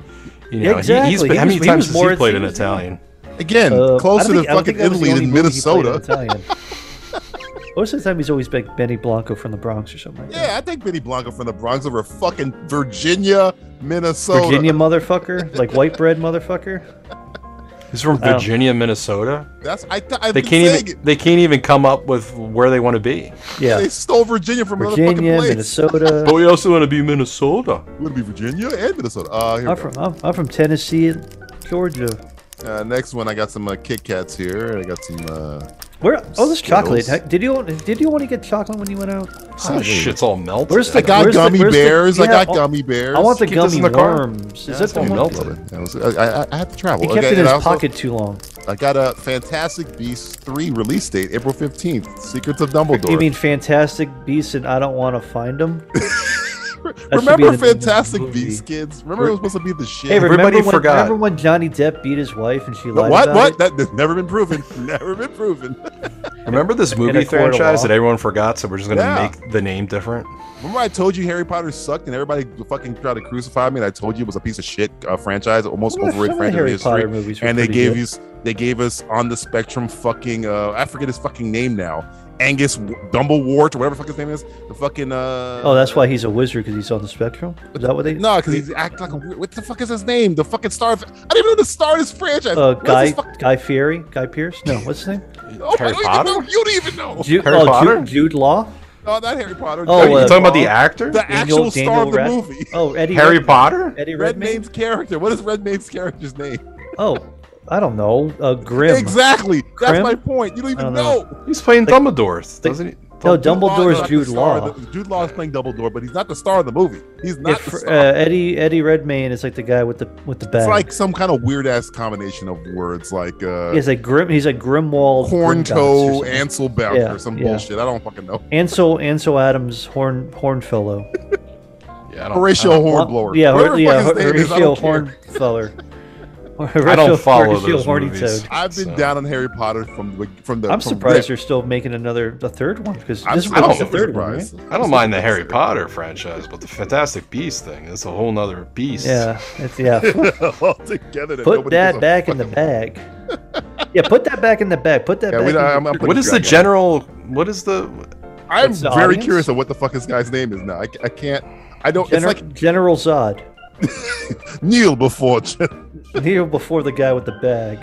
K: You, know,
B: Yeah,
K: he, he's
B: exactly.
K: been, how
B: He
K: many
B: was- he
K: times
B: was
K: has
B: more-
K: he played
B: he
K: an
B: was-
K: Italian?
B: Again,
C: Uh, I
B: closer
C: don't
B: to
C: think- I don't
B: fucking
C: think that was the
B: Italy
C: only
B: than
C: movie he played
B: Minnesota.
C: in Italian. *laughs* Most of the time, he's always like Benny Blanco from the Bronx or something. Like that.
B: Yeah, I think Benny Blanco from the Bronx over fucking Virginia,
K: uh,
B: Minnesota.
C: Virginia motherfucker, like white bread motherfucker.
K: He's from
C: I don't-
K: Virginia, Minnesota.
B: That's I. Th- Oh. I've
K: They
B: been
K: can't
B: saying
K: even they can't even come up with where they want to be.
C: Yeah.
B: They stole Virginia from another fucking
C: Virginia,
B: place. *laughs*
C: Minnesota.
K: But we also want to be Minnesota.
B: Would be Virginia and Minnesota. Uh, here we
C: I'm
B: go.
C: from I'm, I'm from Tennessee, Georgia.
B: Uh, next one, I got some uh, Kit Kats here. I got some. Uh,
C: Where? Oh, this
B: Skittles.
C: chocolate. Heck, Did you did you want to get chocolate when you went out?
K: Oh, shit's all melted.
C: Where's the-
B: I got
C: where's the-
B: gummy
C: where's the-
B: bears. I
C: yeah,
B: got
C: oh,
B: gummy bears.
C: I want the
B: Keep this
C: gummy
B: in the car.
C: worms.
B: Yeah,
C: Is
B: that's
C: that
B: what
C: the one?
B: I wanted. That was- I, I, I had to travel.
C: He kept
B: Okay,
C: it in
B: and
C: his
B: I also-
C: pocket too long.
B: I got a Fantastic Beasts 3 release date, April 15th. Secrets of Dumbledore.
C: You mean Fantastic Beasts and I don't want to
B: *laughs*
C: find them?
B: remember Fantastic Beasts, kids? Remember it was supposed to be the shit.
C: Hey, remember when, Remember when Johnny Depp beat his wife and she
B: No,
C: lied
B: what?
C: about
B: What?
C: it?
B: That, that's never been proven. Never been proven.
K: Remember this
C: In a
K: movie
C: court of
K: franchise
C: law.
K: that everyone forgot, so we're just gonna
B: Yeah.
K: make the name different.
B: Remember I told you Harry Potter sucked and everybody fucking tried to crucify me and I told you it was a piece of shit uh, franchise, almost
C: Some of the-
B: overrated
C: some
B: franchise
C: of the
B: in
C: Harry
B: history.
C: Potter movies were
B: and they
C: pretty
B: gave
C: good.
B: us they gave us on the spectrum fucking uh I forget his fucking name now. Angus W- Dumblewart or whatever the fuck his name is. The fucking uh
C: Oh, that's why he's a wizard because he's on the spectrum. Is that what they?
B: No, because he's act like a weird. What the fuck is his name? The fucking star. Of, I didn't even know the star of this franchise.
C: Uh,
B: What is
C: Guy
B: his fuck-
C: Guy Fieri, Guy Pierce. No, what's his name?
B: oh,
K: Harry
B: I
K: Potter?
B: don't Even know, you don't even know.
C: Ju-
K: Harry
C: oh, Ju-
K: Potter?
C: Jude, Law.
B: no, not Harry Potter.
C: Oh,
B: Jude
C: uh,
K: you talking about
C: Paul-
K: the actor?
B: the actual
C: Daniel-
B: star of the
C: Daniel Rad-
B: movie.
C: Oh, Eddie.
K: Harry
C: Redmayne.
K: Potter?
C: Eddie Redmayne.
B: Redmayne's character. What is Redmayne's character's name?
C: Oh, I don't know. Uh, Grim.
B: Exactly. That's
C: Grim?
B: my point. You don't
C: I
B: even
C: don't
B: know.
C: know.
K: He's playing
C: Like-
K: Dumbledore, doesn't he?
C: No,
B: Jude Law is
C: Dumbledore's
B: not the
C: Jude
B: star of
C: Law.
B: the- Jude Law is playing Dumbledore, but he's not the star of the movie. He's not
C: If,
B: the
C: uh,
B: star.
C: Eddie Eddie Redmayne is like the guy with the with the bag.
B: it's like some kind of weird ass combination of words like uh
C: he's like grim. He's like Grimwald.
B: Corncoe,
C: Grimgotts
B: Ansel Bouncer,
C: Yeah,
B: some
C: yeah.
B: bullshit. I don't fucking know.
C: or something. Ansel Ansel Adams Horn
B: *laughs*
C: Hornfellow.
K: Yeah, I don't, I
B: Horatio
K: don't-
B: Hornblower.
C: Yeah,
B: Whatever
C: Hor-
B: the
C: yeah,
B: fuck his name is, I
C: Horatio
B: don't care.
C: Hornfeller.
K: I don't follow
C: Horatio
K: those
C: Horny
K: movies.
C: Toad.
B: I've been
K: So-
B: down on Harry Potter from the from the.
C: I'm
B: from
C: surprised
B: Rip.
C: they're still making another the third one because
B: I'm
C: this
B: so
C: was the
B: super
C: third one, right?
B: surprised.
K: I don't mind the
B: *laughs*
K: Harry Potter franchise, but the Fantastic Beast thing is a whole nother beast.
C: Yeah,
K: *laughs*
C: it's, yeah.
B: all together. that
C: Put
B: nobody gives
C: that
B: a
C: back in the bag. yeah, put that back in the bag. Put that
B: Yeah,
C: back.
B: we
C: in
B: don't-
C: the-
B: I'm- I'm putting
K: What is the
B: Dragon.
K: general? What is the?
B: I'm
C: What's the
B: very
C: audience?
B: curious of what the fuck this guy's name is now. I, I can't. I don't.
C: Gener-
B: it's
C: General Zod.
B: like *laughs* kneel before. Gen-
C: Kneel before the guy with the bag.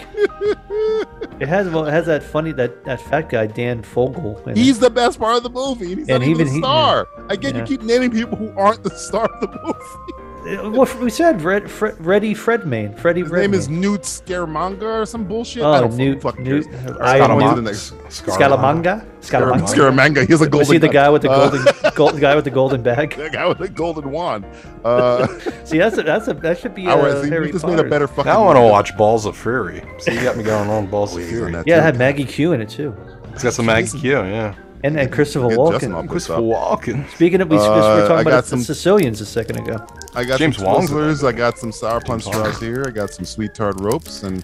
C: It has well, it has that funny that that fat guy Dan Fogel. in it.
B: He's the best part of the movie. and He's
C: And
B: not even
C: even
B: the
C: he-
B: star. Again,
C: yeah.
B: you keep naming people who aren't the star of the movie.
C: Uh, what we said Red Fred, Reddy Fredmain. Freddie
B: His name
C: Redmayne.
B: is Newt Scaramanga or some bullshit.
C: oh,
B: I don't
C: Newt-
B: fucking
C: Newt-
B: cares.
C: I-
B: Scaramanga.
C: Newt-
B: the next-
C: Scaramanga.
B: Scaramanga.
C: Scaramanga.
B: Scaramanga. He has a golden.
C: Was he the
B: gun.
C: guy with the
B: Uh,
C: golden
B: *laughs*
C: gold, guy with the golden bag?
B: the guy with the golden wand. Uh,
C: *laughs* See, that's a, that's a that should be a
B: all right, see,
C: Harry
B: we just
C: Potter.
B: made a better fucking.
K: Now I want to
B: movie.
K: watch Balls of Fury. So you got me going on Balls of
B: He's on
K: Fury.
B: that
C: yeah, it
B: too.
C: had Maggie Q in it too,
K: It's got some Maggie Q, yeah.
C: and and Christopher
B: Get Justin
C: Walken.
B: off this
K: Chris
B: up.
K: Walken.
C: Speaking of, we, we
B: Uh,
C: were
B: I
C: talking
B: got
C: about
B: some-
C: the Sicilians a second ago.
B: I got
K: James
B: some
K: Wong's in
B: Twizzlers, I got some sour punch straws here. I got some sweet tart ropes, and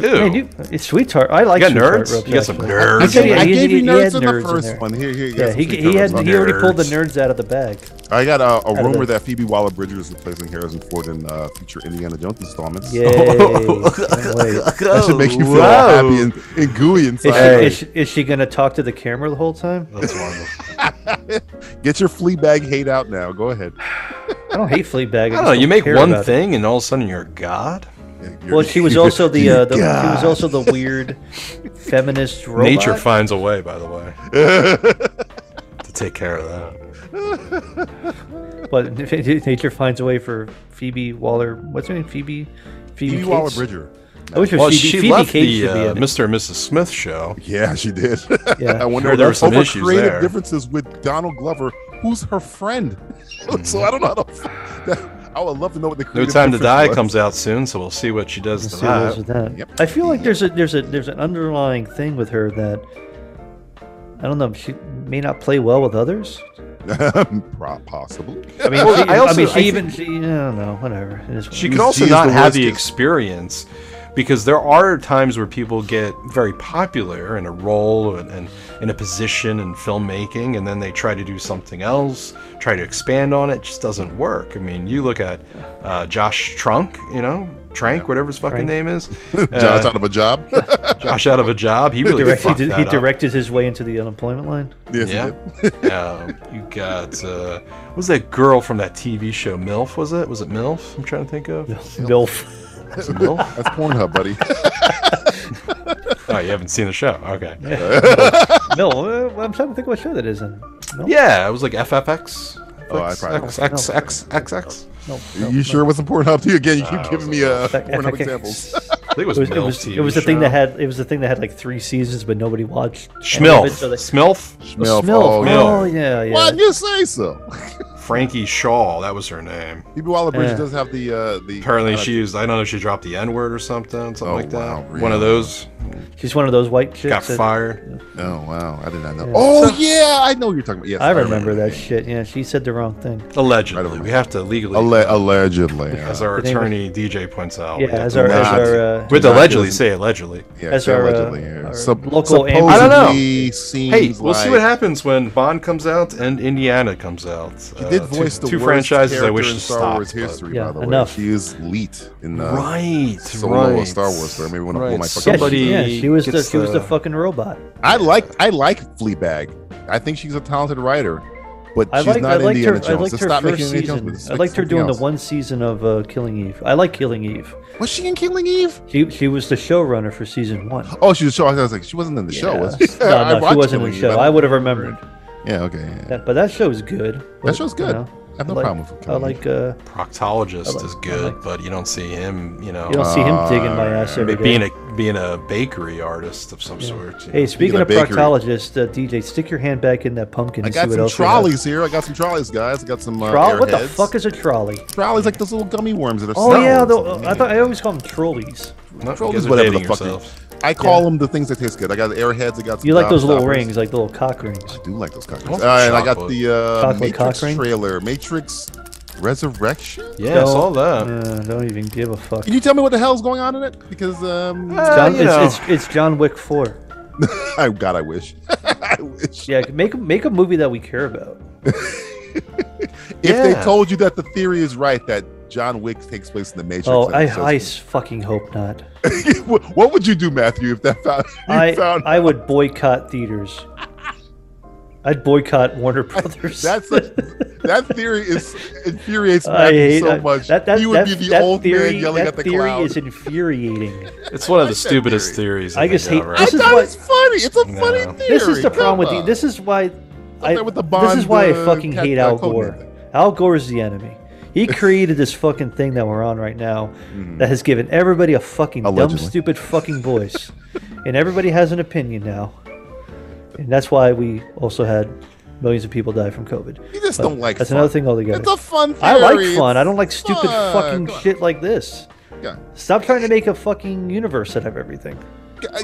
C: Man,
K: Ew.
C: you, it's sweet tart. I like
K: You got
C: sweet tart
K: nerds?
C: ropes,
K: You got some
C: actually.
K: nerds?
B: I,
K: said
B: gave,
C: he-
B: I
C: he-
B: gave you
C: he
B: nerds in
C: had
B: the
C: nerds in
B: first
C: there.
B: one. Here, here. You got
C: Yeah,
B: some
C: he,
B: sweet
C: he
B: tart
C: had
B: ropes.
C: he already pulled the
K: Nerds.
C: nerds out of the bag.
B: I got a, a
C: of
B: rumor
C: the-
B: that Phoebe Waller Bridger is replacing Harrison Ford in uh, future Indiana Jones installments. *laughs*
C: Yay! Can't wait.
B: That should make you feel all happy and, and gooey
C: Is,
B: inside.
C: she, is, she, is she gonna talk to the camera the whole time?
K: That's wonderful.
B: Get your flea bag hate out now. Go ahead.
C: I don't hate Fleabag.
K: I
C: I
K: don't
C: just
K: know. You make
C: care
K: one
C: about it.
K: thing, and all of a sudden you're a god.
B: You're-
C: Well, she was
B: you're- *laughs*
C: also the,
B: you're
C: uh, the she was
B: God.
C: also the weird feminist
B: *laughs*
C: robot.
K: Nature finds a way, by the way. take care of that.
C: But if it- nature finds a way for Phoebe Waller. What's her name? Phoebe. Phoebe,
B: Phoebe
C: Cates?
B: Waller-Bridger.
C: I wish it was
K: well,
C: Phoebe.
K: she
C: Phoebe
K: left
C: Cates
K: the
C: should be
K: uh,
C: in it.
K: Mr. and Mrs. Smith show.
B: Yeah, she did. *laughs* I wonder
K: Sure,
B: if
K: there were
B: that's
K: some
B: over
K: issues
B: creative
K: there.
B: differences with Donald Glover, who's her friend. *laughs* so I don't know. How to, that, I would love to know what the
K: No
B: creative
K: Time to
B: difference
K: Die
B: was.
K: comes out soon, so we'll see what she does
C: Let's
K: to
C: see what else
K: that.
C: with that. I feel like there's a there's a there's an underlying thing with her that I don't know. She may not play well
K: *laughs*
C: with others.
B: Pro- possibly. *laughs*
C: I mean,
K: Well,
C: she,
K: I
C: I,
K: also-
C: mean,
K: I
C: she
K: think-
C: even she, I don't know, whatever. It is what
K: She
C: it
K: could
C: is.
K: also
B: is
K: not
B: the
K: have the
B: worst.
K: experience because there are times where people get very popular in a role and, and in a position in filmmaking, and then they try to do something else, try to expand on it, it just doesn't work. I mean, you look at uh, Josh Trunk, you know, Trank, whatever his fucking
C: Trank.
K: name
B: *laughs*
K: is.
B: John's
K: Uh,
B: out of a job.
K: Josh out of a job. He
C: He,
K: really
C: direct- he
K: fucked
C: did-
K: that
C: he
K: up.
C: directed his way into the unemployment line.
B: Yes, he
K: Yeah. *laughs*
B: did.
K: uh, you got uh, what was that girl from that TV show MILF? Was it? Was it MILF? I'm trying to think of.
C: Milf.
K: Was it MILF?
B: That's Pornhub, buddy.
K: oh, you haven't seen the show. Okay. Yeah,
C: no, uh, I'm trying to think what show that is in. No,
K: it was like FFX.
B: Oh, I probably
K: X, X, X, X, X.
C: no, no,
B: you sure it wasn't Pornhub? Too? Again, you keep giving me
C: *laughs*
B: uh,
C: That-
B: Pornhub
C: FX.
B: examples.
K: I think it was,
C: It was,
K: MILF
C: it was,
K: TV
C: it was the thing that
K: show.
C: had it was the thing that had like three seasons, but nobody watched. any of
K: Schmilf.
C: it, so they-
K: Smilf.
B: Milf,
C: Schmilf.
B: oh, yeah.
C: Oh yeah, yeah.
K: uh,
B: Why'd you say so? *laughs*
K: Frankie Shaw. That was her name.
B: Phoebe Waller-Bridge
C: Yeah.
B: does have the uh, the.
K: Apparently,
B: uh,
K: she used. I don't know if she dropped the N word or something, something
B: Oh,
K: like that.
B: wow,
K: One
B: really?
K: of those
C: She's one of those white chicks.
K: got
C: that-
K: fired.
B: Oh wow, I did not know.
C: Yeah.
B: Oh yeah, I know what you're talking about. Yes,
C: I remember that shit. Yeah, she said the wrong thing.
B: Right
K: Allegedly,
B: over
K: we have to legally,
B: Alle- allegedly. yeah.
K: as our
C: The name of-
K: attorney DJ points out. we
C: Yeah,
K: have
C: as
K: to
C: our, as
B: not-
C: our uh,
K: With
B: Not
K: allegedly,
B: doesn't-
K: say allegedly.
B: Yeah,
C: As
B: so
C: our, uh,
B: allegedly, yeah.
C: our
B: Sup-
C: local
B: supposedly
C: Amazon-
K: I don't know.
B: Seems
K: Hey, we'll see what
B: like
K: happens when Bond comes out and Indiana comes out.
B: He did
K: Uh, two-
B: voice
K: two,
B: the worst
K: franchises I
B: character
K: wish
B: in
K: to
B: Star
K: stop.
B: Wars
K: but-
B: history.
C: Yeah,
B: by the
C: enough.
B: way, she is Leet in uh,
K: right,
B: Solo
K: right.
B: Star Wars story. Maybe when I
K: right.
B: pull my
C: yeah,
B: fucking-
K: somebody
C: she, yeah, she was the
K: gets
C: she was the fucking robot.
B: I like I like Fleabag. I think she's a talented writer, but
C: I
B: she's
C: liked,
B: not
C: I liked
B: Indiana
C: her. I
B: Jones.
C: liked
B: Let's
C: her
B: stop making
C: first
B: Indiana Jones.
C: season.
B: Let's
C: I
B: make
C: liked her
B: something
C: doing
B: else.
C: the one season of uh, Killing Eve. I like Killing Eve.
B: Was she in Killing Eve?
C: She she was the showrunner for season one.
B: Oh, she was. Show. I was like, she wasn't in the show. Was she? *laughs* I
C: no, no, she
B: watched
C: wasn't in
B: Killing
C: the
B: Eve,
C: show.
B: don't-
C: I would have remembered.
B: Yeah. Okay. yeah, yeah.
C: That, but that show's good. But,
B: show's
C: you
B: good.
C: know,
B: I have no
C: like-
B: problem with
C: I
B: Killing
C: like. Uh,
K: proctologist
C: like-
K: is
C: I
K: good,
C: like-
K: but you don't see him. You know, Uh,
C: you don't see him digging my ass every day.
K: being a being a bakery artist of some sort. you
C: Hey,
K: know.
C: speaking
B: of
C: of
B: bakery.
C: proctologists, uh, DJ, stick your hand back in that pumpkin
B: I
C: and
B: got
C: see what
B: some
C: else. we have.
B: trolleys here. I got some trolleys, guys. I got some uh,
C: Troll- what the
B: airheads.
C: fuck is a trolley?
B: trolleys? Like those little gummy worms that are.
C: Oh
B: snow
C: yeah,
B: or
C: the,
B: something.
C: I thought I always call them trolleys.
K: No, you
B: Trolls
K: guys
B: is
K: are
B: whatever the
K: dating
B: fuck.
K: yourselves.
B: It, I call them the things that taste good. I got the airheads. I got. Some
C: You like those little
B: gobstoppers.
C: rings, like the little cock rings.
B: I do like those cocktails.
K: want
B: All right, and I got
K: chocolate.
B: the uh,
C: Chocolate
B: Matrix
C: cock ring?
B: trailer. Matrix Resurrection.
K: Yeah, I
C: Don't-
K: saw that.
C: Uh, don't even give a fuck.
B: Can you tell me what the hell's going on in it? Because um,
C: John,
K: you know.
C: it's, it's, it's John Wick
B: *laughs*
C: four.
B: I, Oh, God, I wish. *laughs* I wish.
C: Yeah, make make a movie that we care about.
B: *laughs* If they
K: Yeah.
B: told you that the theory is right that John Wick takes place in the Matrix,
C: Oh,
B: and
C: I,
B: it's just-
C: I s- fucking hope not.
B: *laughs* what what would you do, Matthew, if that found, *laughs* you
C: I
B: found
C: I would boycott theaters. I'd boycott Warner
B: *laughs*
C: Brothers.
B: That's a, that theory
C: *laughs*
B: is infuriates me
C: I hate
B: so
C: I-
B: much.
C: That, that,
B: he would
C: that,
B: be the
C: that
B: old
C: theory,
B: man yelling
C: that
B: at the
C: theory
B: cloud.
C: is infuriating.
K: *laughs* It's one of the stupidest theories.
C: I just
K: think of,
C: hate-
B: I
K: right?
C: This is
B: thought
C: what-
B: it's funny. It's a
K: No.
B: funny theory.
C: This is the problem with
B: come
C: the,
B: on.
C: this is why I
B: there with the
C: this is
B: Bond,
C: why I
B: uh,
C: fucking
B: cat-
C: hate
B: uh,
C: Al
B: Conan
C: Gore.
B: thing.
C: Al Gore's the enemy. He created this fucking thing that we're on right now that has given everybody a fucking
B: Mm-hmm. Allegedly.
C: dumb, stupid fucking voice, and everybody has an opinion now, and that's why we also had millions of people die from COVID.
B: You just
C: But
B: don't like
C: that's
B: fun.
C: another thing altogether.
B: It's a fun theory.
C: I like
B: It's
C: fun. I don't like stupid
B: fun.
C: fucking
B: Come on.
C: shit like this.
B: Yeah.
C: Stop trying to make a fucking universe out of everything.
B: I-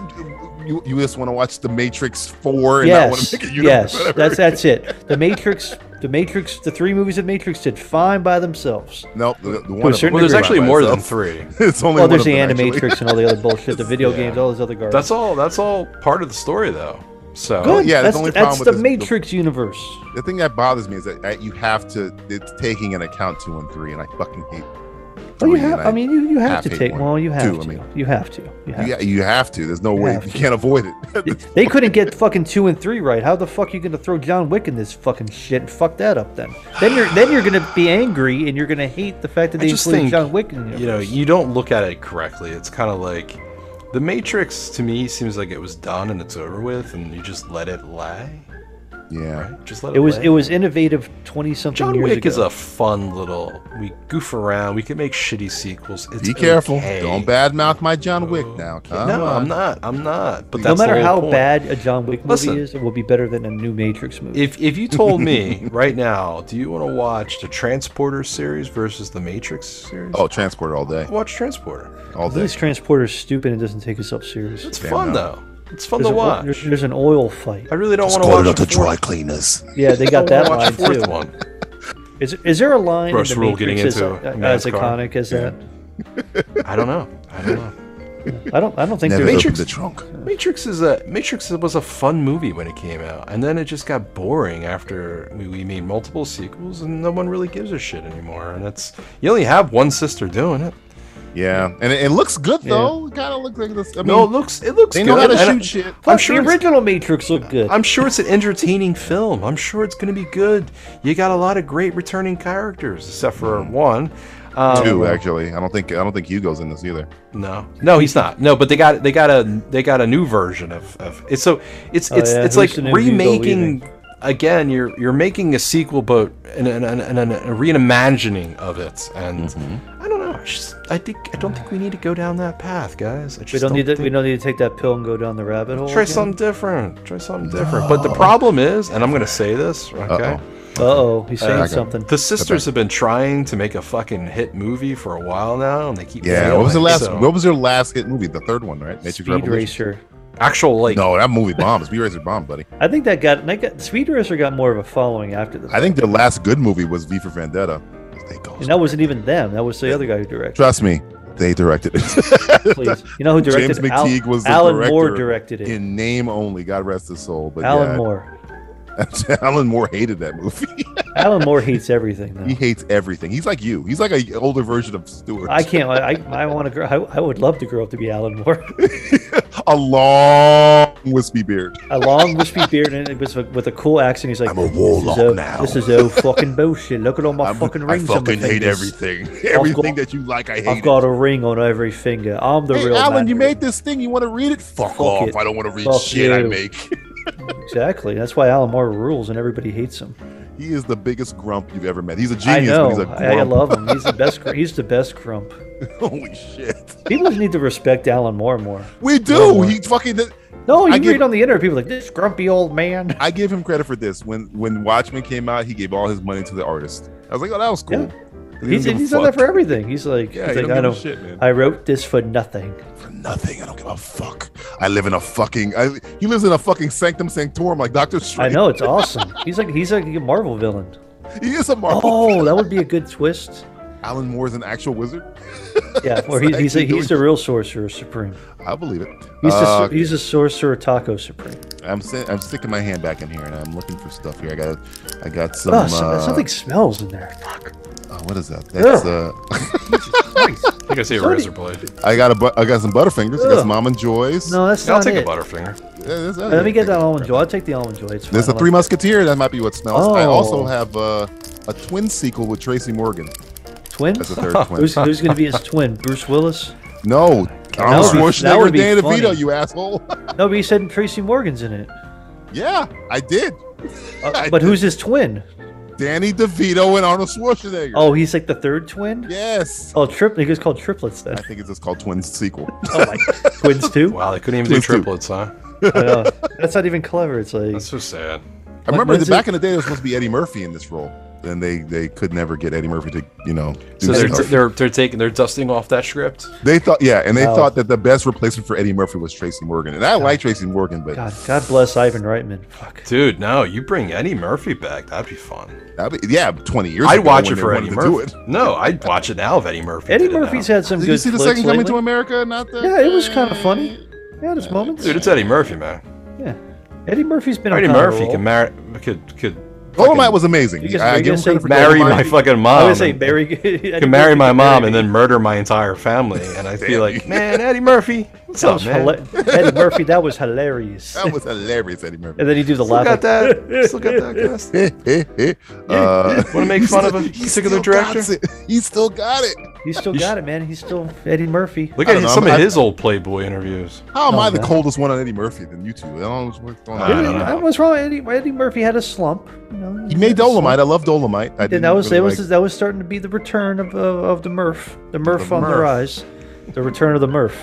B: You, you just want to watch The Matrix 4 and not want
C: yes,
B: to make a universe.
C: yes, that's that's it. The Matrix, the Matrix, the three movies of Matrix did fine by themselves.
B: Nope. The, the one of them
C: certain
K: Well, there's
B: by
K: actually more than
B: itself.
K: three.
B: *laughs* It's only
C: well,
B: one
C: there's
B: of
C: the
B: them, actually.
C: Animatrix and all the other bullshit,
B: *laughs*
C: the video games, all those other garbage.
K: That's all. That's all part of the story, though. So
C: good.
B: yeah,
C: Yeah,
B: the
C: that's
B: only
C: the,
B: problem
C: that's
B: with
C: the
B: this-
C: Matrix universe.
B: The thing that bothers me is that, that you have to. It's taking an account two and three, and I fucking hate.
C: Well, you
B: three,
C: have.
B: and
C: I mean, you, you have to
B: half-hate
C: take.
B: one.
C: Well, you have
B: Two, I
C: to.
B: mean.
C: You have to. You have
B: you, you have to. There's no way
C: have
B: you
C: to.
B: can't avoid it. *laughs*
C: to. They couldn't get fucking two and three right. How the fuck you gonna throw John Wick in this fucking shit and fuck that up then? Then you're then you're gonna be angry and you're gonna hate the fact that
K: I
C: they
K: just
C: included
K: think
C: John Wick in the
K: you know
C: universe.
K: you don't look at it correctly. It's kind of like the Matrix to me seems like it was done and it's over with, and you just let it lie.
B: Yeah.
K: Just let it,
C: It was
K: play.
C: it was innovative twenty something
K: John
C: years
K: Wick
C: ago.
K: is a fun little. We goof around. We can make shitty sequels. It's
B: Be careful.
K: okay.
B: Don't badmouth my John Wick now. Come
K: no,
B: on.
K: I'm not. I'm not. But
C: no
K: that's the
C: matter
K: whole
C: how
K: point.
C: bad a John Wick movie
K: Listen.
C: is, it will be better than a new Matrix movie.
K: If if you told
B: *laughs*
K: me right now, do you want to watch the Transporter series versus the Matrix series?
B: Oh, transporter all day.
K: watch Transporter.
B: All
C: At
B: day.
C: least Transporter's stupid and doesn't take itself serious.
K: It's fun though. It's fun
C: there's
K: to
C: a-
K: watch.
C: There's, there's an oil fight.
K: I really don't want to watch the fourth-
B: cleaners.
C: Yeah, they got
K: *laughs* I
C: that
K: don't wanna
C: line
K: watch the
C: too.
K: fourth one.
C: Is, is there a line
K: Rush
C: in the
K: Rule
C: Matrix
K: getting
C: that's,
K: into
C: uh,
K: a man's
C: as
K: car.
C: iconic as
K: Yeah. *laughs* I don't know. I don't know.
C: that? I don't. I don't think
B: Never
C: there's.
B: opened the trunk.
K: Matrix is a Matrix was a fun movie when it came out, and then it just got boring after we, we made multiple sequels, and no one really gives a shit anymore. And it's you only have one sister doing it.
B: Yeah, and it, it looks good
K: Yeah.
B: though. It kind of looks like this. I mean,
K: no, it looks it looks.
B: they know how
K: good,
B: to
K: and I-
B: shoot shit.
K: I'm
C: Plus,
K: sure
C: the
K: it's-
C: original Matrix looked good.
K: I'm sure it's an entertaining film. I'm sure it's going to be good. You got a lot of great returning characters, except for one.
C: Oh.
K: Um,
B: Hmm. Two actually. I don't think I don't think Hugo's in this either.
K: No, no, he's not. No, but they got they got a they got a new version of, of it's so it's
C: Oh,
K: it's
C: yeah,
K: it's
C: who's
K: like
C: the new Hugo
K: remaking again. You're you're making a sequel, but an an, an, an, a reimagining of it. And
B: Mm-hmm.
K: I don't know. I, just, I think I don't think we need to go down that path, guys. I just
C: we don't need to. We
K: think-
C: don't need to take that pill and go down the rabbit hole.
K: Try something different. Try something
B: Oh.
K: different. But the problem is, and I'm going to say this, okay?
C: Uh oh, he's saying
K: Uh,
C: something.
K: The sisters have been trying to make a fucking hit movie for a while now, and they keep
B: Yeah. What was the
K: failing,
B: last?
K: so-
B: What was their last hit movie? The third one, right? Matrix
C: Speed Racer.
K: actual like
B: No, that movie bombed. Speed Racer bombed, buddy.
C: I think that got. That got Speed Racer got more of a following after this,
B: I think their last good movie was V for Vendetta. They go.
C: and that wasn't even them. That was the other guy who
B: *laughs*
C: directed.
B: Trust me, they directed it.
C: Please, you know who
B: *laughs*
C: directed
B: James
C: it? Al-
B: McTeague was the
C: Alan
B: director
C: Moore directed it.
B: in name only. God rest his soul. But
C: Alan
B: yeah,
C: Moore.
B: *laughs* Alan Moore hated that movie.
C: *laughs* Alan Moore hates everything. Now.
B: he hates everything. He's like you. He's like an older version of Stewart.
C: I can't. I I want to grow. I, I would love to grow up to be Alan Moore.
B: *laughs* a long wispy beard.
C: A long wispy beard and it was with a cool accent. He's like,
B: I'm a
C: this
B: warlock
C: is
B: now."
C: This is oh fucking bullshit. Look at all my fucking
B: I
C: rings. on
B: fucking
C: my
B: hate *laughs*
C: fingers.
B: everything. Everything
C: got-
B: that you like, I hate.
C: I've
B: it.
C: got a ring on every finger. I'm the
B: Hey,
C: real
B: Alan,
C: man
B: you
C: here."
B: made this thing. You want to read it? Fuck, off.
C: it.
B: I don't want to read
C: Fuck
B: shit I
C: you.
B: make.
C: *laughs* Exactly. That's why Alan Moore rules and everybody hates him.
B: he is *laughs* the biggest grump you've ever met. He's a
C: I
B: genius,
C: know.
B: but he's a grump.
C: I, I love
B: *laughs*
C: him. He's the best. gr- He's the best grump.
B: Holy shit.
C: People need to respect Alan Moore more.
B: We do. He fucking.
C: No, you
B: I
C: read
B: give-
C: on the internet people are like this grumpy old man.
B: I give him credit for this. When when Watchmen came out, he gave all his money to the artist. I was like, oh, that was cool. He
C: He's,
B: didn't give a
C: he's on there
B: fuck.
C: for everything. He's like,
B: Yeah,
C: he's
B: he
C: like
B: don't
C: I
B: give a shit,
C: don't.
B: man.
C: I wrote this for nothing.
B: for nothing. I don't give a fuck. I live in a fucking. I, he lives in a fucking sanctum sanctorum like Doctor
C: I
B: Strange.
C: know it's awesome. He's like he's like a Marvel villain.
B: He is a Marvel.
C: Oh, that would be a good twist.
B: Alan Moore is an actual wizard. *laughs*
C: Yeah, or he's
B: It's
C: he's, a,
B: actually
C: he's the
B: doing-
C: real sorcerer supreme.
B: I believe it.
C: He's the
B: Uh,
C: sor- he's a sorcerer taco supreme.
B: I'm si- I'm sticking my hand back in here and I'm looking for stuff here. I got I got some.
C: oh, some-
B: uh,
C: something smells in there.
B: oh, what is that? That's uh, *laughs*
K: I think I see a
C: Sorry.
K: razor blade.
B: I got a bu- I got some Butterfingers. I got
C: Ugh.
B: some almond joys.
C: No, that's
K: I'll
C: not
K: take
C: it.
K: a butterfinger.
B: Yeah, there's other
C: Let me get
B: things.
C: that almond joy. I'll take the almond joy. It's fine.
B: There's
C: I
B: a
C: like
B: Three
C: it.
B: Musketeer. That might be what smells. I
C: Oh.
B: also have uh, a twin sequel with Tracy Morgan.
C: twin.
B: That's a
C: *laughs*
B: third twin.
C: Who's, who's going to be his twin? Bruce Willis?
B: No, *laughs* Arnold
C: would be- that
B: Schwarzenegger,
C: would be
B: Dan DeVito,
C: funny.
B: you asshole.
C: *laughs* No, but you said Tracy Morgan's in it. Uh,
B: yeah, I did. *laughs* I did.
C: But who's his twin?
B: Danny DeVito and Arnold Schwarzenegger?
C: Oh, he's like the third twin.
B: yes.
C: Oh, triplet. He's called triplets then.
B: I think it's just called twin sequel.
C: *laughs* Oh my,
B: *laughs*
C: twins too.
K: Wow, they couldn't even do
B: Let's do-
K: triplets,
C: *laughs*
K: huh?
B: *laughs*
C: I know. That's not even clever. It's like
K: That's so sad.
B: I remember
C: when's
B: that back in the day, there was supposed to be Eddie Murphy in this role. Then they, they could never get Eddie Murphy to you know. Do
K: So they're,
B: stuff.
K: they're they're taking they're dusting off that script.
B: they thought yeah, and they
C: Oh.
B: thought that the best replacement for Eddie Murphy was Tracy Morgan, and I like Tracy Morgan, but
C: God. God bless Ivan Reitman. Fuck.
K: Dude, no, you bring Eddie Murphy back. That'd be fun.
B: that'd be- yeah, twenty years.
K: I'd
B: ago
K: watch
B: when
K: it
B: they
K: for
B: wanted
K: Eddie
B: to do
K: Murphy.
B: it.
K: No, I'd watch it now if Eddie Murphy.
C: Eddie
K: did it
C: Murphy's
K: now.
C: had some
B: Did
C: good.
B: you see the
C: flicks
B: second coming
C: lately.
B: to America? Not the
C: Yeah, it was kind of funny. Yeah, there's moments.
K: Dude, it's Eddie Murphy, man.
C: yeah. Eddie Murphy's been
K: Eddie
C: on kinda
K: Murphy
C: roll.
K: can marry could could
B: Dolomite was amazing.
C: You just-
B: I
C: you
B: give him
C: just
B: credit
C: say
B: for
K: marry
B: Dolomite.
K: my fucking mom.
C: I would say
K: and-
C: Barry *laughs*
K: Can marry my mom and then murder my entire family, and I feel like, man, Eddie Murphy, what's
C: *laughs* That
K: up,
C: was
K: man?
C: hila- Eddie Murphy, that was hilarious.
B: That was hilarious,
C: *laughs*
B: Eddie Murphy.
C: And then you do the
K: Still
C: laugh.
K: got
C: Like, *laughs*
K: that? *laughs* Still got that cast?
B: Eh, eh, eh. Uh,
K: Wanna make
B: he
K: fun
B: still-
K: of a
B: he
K: particular
B: still got
K: director?
B: it. He still got it.
C: He's still got it, man. He's still Eddie Murphy.
K: Look
B: I
K: at
B: don't know,
K: some
B: I'm-
K: of
B: I-
K: his old Playboy interviews.
B: How am
C: Oh,
B: I the
C: man.
B: coldest one on Eddie Murphy than you two? I don't know what's- what's going on.
K: I don't know.
C: What's wrong? Eddie, Eddie Murphy had a slump. You know,
B: He made Dolomite. I love Dolomite. I
C: and
B: didn't
C: that was
B: really
C: that was
B: like-
C: that was starting to be the return of of, of the Murph, the Murph on the
B: Murph.
C: rise, the return of the Murph.